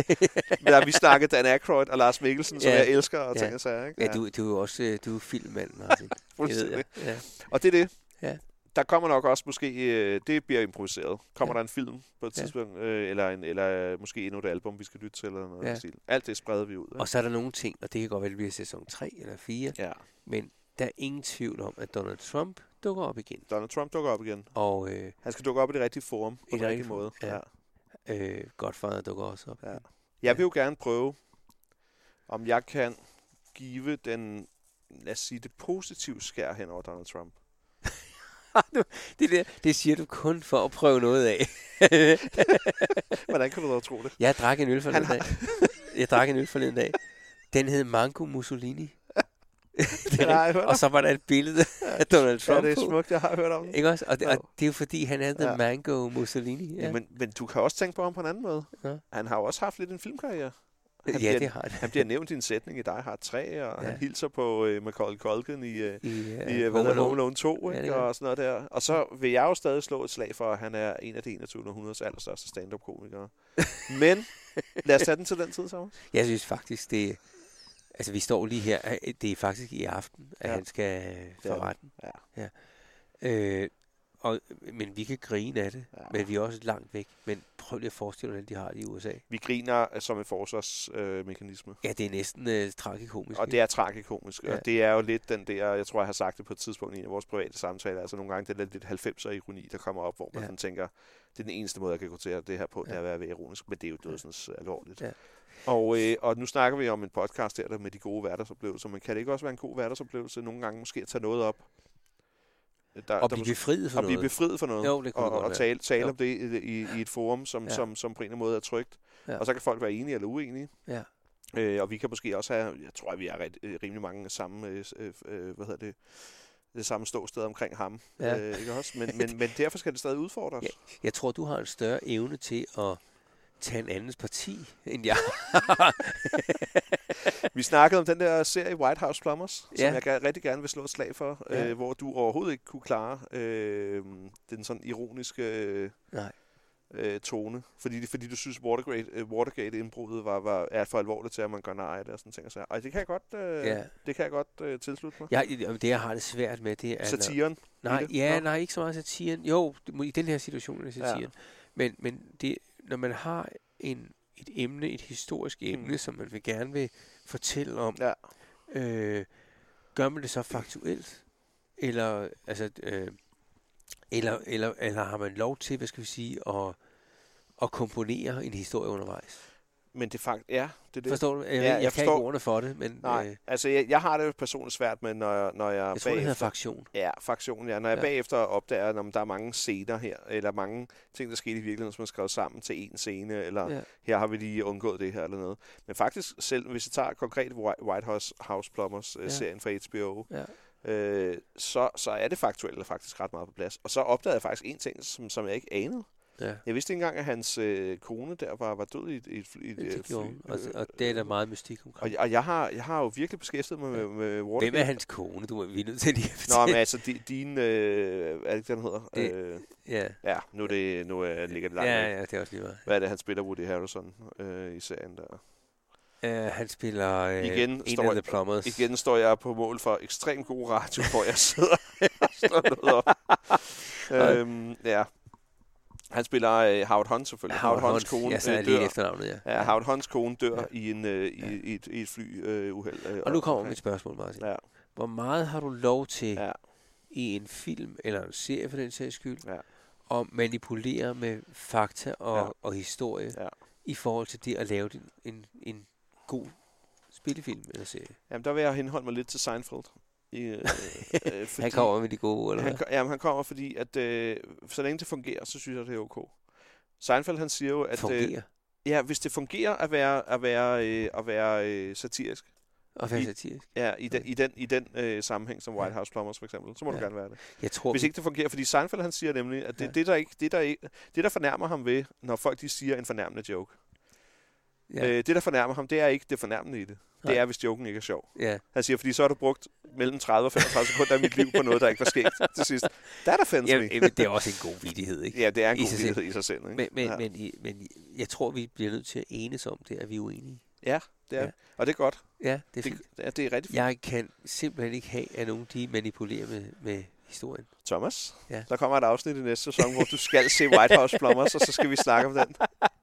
da vi snakkede Dan Aykroyd og Lars Mikkelsen, som
Ja.
jeg elsker og
Ja.
ting og sager. Ikke?
Ja, du, du er jo også øh, du er filmmand, Martin. det ved
Fuldstændig.
jeg. Ja.
Og det er det.
Ja.
Der kommer nok også måske, øh, det bliver improviseret. Kommer ja.
Ja.
der en film på et
Ja.
tidspunkt, øh, eller, en, eller måske endnu et album, vi skal lytte til, eller noget
Ja.
ja. stil. Alt det spreder vi ud. Ikke?
Og så er der nogle ting, og det kan godt være, at det bliver sæson 3 eller 4,
Ja.
men der er ingen tvivl om, at Donald Trump dukker op igen.
Donald Trump dukker op igen.
Og øh,
Han skal dukke op i det rigtige forum, på
I det
den rigtige
rigtige
måde.
forum, ja. øh, Godfather dukker også op.
Ja.
igen.
Jeg vil jo gerne prøve, om jeg kan give den, lad os sige, det positive skær hen over Donald Trump.
Det, der, det siger du kun for at prøve noget af.
Hvordan kan du dog tro det?
Jeg drak en øl forleden
Han
dag. Jeg drak en øl forleden dag. Den hed Mango Mussolini. Den,
har jeg hørt
og så var der et billede af Donald
Ja,
Trump
det er
på.
smukt, jeg har hørt om det.
Ikke også? Og det,
Jo.
og det er jo fordi, han havde ja.
Ja.
Mango Mussolini. Ja,
Ja. Men, men du kan også tænke på ham på en anden måde.
Ja.
Ja. Han har jo også haft lidt en filmkarriere. han
ja
bliver-
det har det.
Han bliver nævnt i en sætning i Die Hard 3, og
Ja.
ja. han hilser på øh, Macaulay Culkin i, øh,
I, uh,
i øh, hvad hedder det, Home Alone 2,
Ja,
ikke,
det gør han.
og sådan noget der. Og så vil jeg jo stadig slå et slag for, at han er en af det 21. århundredes allerstørste stand-up-komikere. Men lad os tage den til den tid sammen.
Jeg synes faktisk, det Altså, vi står lige her. øh, Det er faktisk i aften, at ja.
Ja.
han skal øh, for
det.
retten.
Ja.
ja. Øh, og, men vi kan grine af det, ja.
Ja.
men vi er også langt væk. Men prøv lige at forestille dig, hvordan de har det i USA.
Vi griner øh, som en forsvarsmekanisme. Øh, mekanisme.
Ja, det er næsten øh, tragikomisk.
og
ikke?
det er tragikomisk,
Ja.
og det er jo lidt den der, jeg tror, jeg har sagt det på et tidspunkt i en af vores private samtaler, altså nogle gange den der lidt 90'er-ironi, der kommer op, hvor man
Ja.
ja. sådan tænker, det er den eneste måde, jeg kan kortere det her på, ja.
Ja.
det er at være ironisk, men det er jo dødsens øh, alvorligt.
Ja.
Og, øh, og nu snakker vi om en podcast her, der med de gode hverdagsoplevelser, men kan det ikke også være en god hverdagsoplevelse nogle gange måske at tage noget op, Øh, der,
Og
der
blive
måske-
befriet for
at blive
noget.
befriet for noget,
Jo, det kunne
og,
det godt
og
være.
tale, tale
Jo.
om det i, i, i et forum, som,
Ja.
ja. som, som på en eller anden måde er trygt.
Ja.
Ja. Og så kan folk være enige eller uenige.
Ja.
Øh, og vi kan måske også have, jeg tror, at vi har ret, øh, rimelig mange samme, øh, s- øh, øh, hvad hedder det, det samme ståsted omkring ham.
Ja.
Ja. Øh, ikke også? Men, men, men derfor skal det stadig udfordres.
Ja. Jeg tror, du har en større evne til at tage en andens parti, end jeg.
Vi snakkede om den der serie White House Plumbers, ja.
Ja.
som jeg ga- rigtig gerne vil slå et slag for,
Ja.
ja. øh, hvor du overhovedet ikke kunne klare øh, den sådan ironiske øh,
Nej.
øh, tone, fordi, fordi du synes Watergate, øh, Watergate-indbruddet var, var, er for alvorligt til, at man gør nej af det og sådan ting. Og sager. Ej, det kan jeg godt, øh,
Ja.
ja. det kan jeg godt øh, tilslutte mig.
jeg jamen, det, jeg har det svært med, det er...
Ja,
når-
Satiren.
Nej,
det?
ja,
Nå.
nej, ikke så meget satiren. Jo, det må- i den her situation er det
Ja.
satiren. Ja. Men, men det, når man har en, et emne, et historisk emne, mm. som man vil gerne vil fortælle om,
Hmm. Ja.
øh, gør man det så faktuelt? Eller, altså, øh, eller, eller, eller har man lov til, hvad skal vi sige, at, at komponere en historie undervejs?
Men det fakt ja, det er det.
Det, forstår du? Jeg, ja,
jeg
jeg, jeg kan ikke
forstår.
ordene for det, men
Nej,
øh,
øh. altså jeg, jeg har det jo personligt svært med, når jeg, når jeg,
jeg tror, det hedder
bagefter-
fraktion.
Ja, fraktionen, ja. Når jeg
Ja.
ja. bagefter opdager, at der er mange scener her, eller mange ting, der skete i virkeligheden, som er skrevet sammen til en scene, eller
Ja.
ja. her har vi lige undgået det her, eller noget. Men faktisk selv, hvis jeg tager konkret Whi- White House, House Plumbers,
Ja.
ja. serien fra HBO,
Ja.
øh, så, så er det faktuelle faktisk ret meget på plads. Og så opdagede jeg faktisk en ting, som, som jeg ikke anede.
Ja.
Jeg vidste ikke engang, at hans øh, kone der var, var død i et, i et, fly- i et,
Det,
øh,
det gjorde hun.
fly. Øh,
Og, og det er der meget mystik omkring.
Og, og jeg, har, jeg har jo virkelig beskæftiget mig med, med Watergate.
Hvem er hans kone? Du er vi er nødt til lige at
Nå, men
fortælle.
altså, di- din... Øh, er det ikke, den hedder?
Det-
Det. Øh,
ja.
ja, nu, er det, nu er, ligger det langt
ja,
ja, ja.
ja, det er også lige meget.
Hvad er det, han spiller Woody Harrelson øh, i serien der?
Uh, han spiller uh,
Igen
en
står-
af The Plumbers.
Igen står jeg på mål for ekstremt god radio, hvor jeg sidder og slår noget op. øhm, ja. Han spiller øh, Howard Hunt selvfølgelig.
Howard Hunt.
Hunts kone
Ja, så er
øh,
lige
dør.
efternavnet, ja.
Ja, Howard Hunts kone dør
Ja.
ja. i, en, øh, i,
Ja.
i, et, i et flyuheld. Øh, uheld, øh,
Og nu kommer
omkring.
mit spørgsmål, Martin.
Ja.
Hvor meget har du lov til
Ja.
i en film, eller en serie for den sags skyld,
Ja.
at manipulere med fakta og,
Ja.
og historie
Ja.
i forhold til det at lave din, en, en god spillefilm eller serie?
Jamen, der vil jeg henholde mig lidt til Seinfeld. I, øh, øh,
Fordi han kommer med de gode ord, eller
Han,
hvad?
ko- jamen, han kommer, fordi at, øh, så længe det fungerer, så synes jeg, det er okay. Seinfeld, han siger jo, at øh,
Fungerer.
ja, hvis det fungerer at være, at være, øh, at være øh, satirisk,
Og hvad
i-
satirisk?
ja, i, den,
Okay.
i den, i den øh, sammenhæng som
Ja.
White House Plumbers for eksempel, så må ja.
Ja.
du gerne være det.
Jeg tror,
Hvis
vi-
ikke det fungerer, fordi Seinfeld, han siger nemlig, at det,
Ja.
ja. det, der ikke, det, der ikke, det, der fornærmer ham ved, når folk de siger en fornærmende joke,
ja,
ja. øh, det, der fornærmer ham, det er ikke det fornærmende i det. Det
Nej.
er, hvis joken ikke er sjov.
ja.
Han siger, fordi så har du brugt mellem 30 og 35 sekunder af mit liv på noget, der ikke var sket til sidst. That offends
Jamen,
me.
jamen, det er også en god vidighed, ikke?
Ja, det er en
I
god
sig selv.
vildhed i sig selv. Ikke?
Men, men,
ja.
ja. men, i- men i- jeg tror, vi bliver nødt til at enes om det, at vi er uenige.
Ja, det er
Ja.
ja. Og det er godt.
Ja, det er
Det,
fint.
ja, det er rigtig fint.
Jeg kan simpelthen ikke have, at nogen de manipulerer med, med historien.
Thomas,
Ja.
ja. der kommer et afsnit i næste sæson, hvor du skal se White House Plumbers, og så skal vi snakke om den.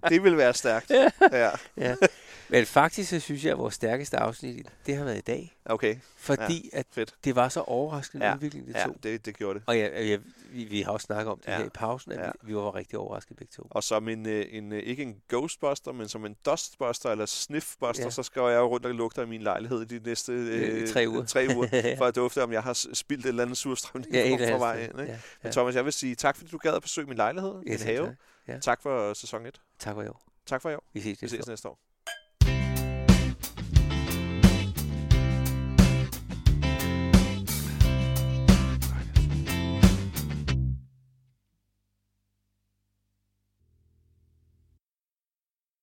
Det vil være stærkt. Ja.
Ja. men faktisk, så synes jeg, at vores stærkeste afsnit, det har været i dag.
Okay,
Fordi ja, at
fedt.
det var så overraskende ja.
Ja,
udvikling, det
Ja,
tog.
det, det gjorde det.
Og ja, ja, vi, vi har også snakket om det ja.
Ja.
her i pausen, at ja.
Ja.
vi, vi var rigtig overrasket begge to.
Og som en, øh, en, øh, ikke en ghostbuster, men som en dustbuster eller sniffbuster,
Ja.
ja. så skal jeg jo rundt og lugte i min lejlighed i de næste
Øh, tre uger.
tre uger for at dufte, om jeg har s- spildt et eller andet surstrømning
et eller
på
andet
vej
sted.
ind. Ikke? Ja.
Ja, ja.
Men Thomas, jeg vil sige tak, fordi du gad at besøge min lejlighed,
Ja,
min
selv
have.
tak. Ja.
Tak for øh, sæson 1.
Tak for i år.
Tak for i år.
Vi ses
Vi
næste år.
ses næste år.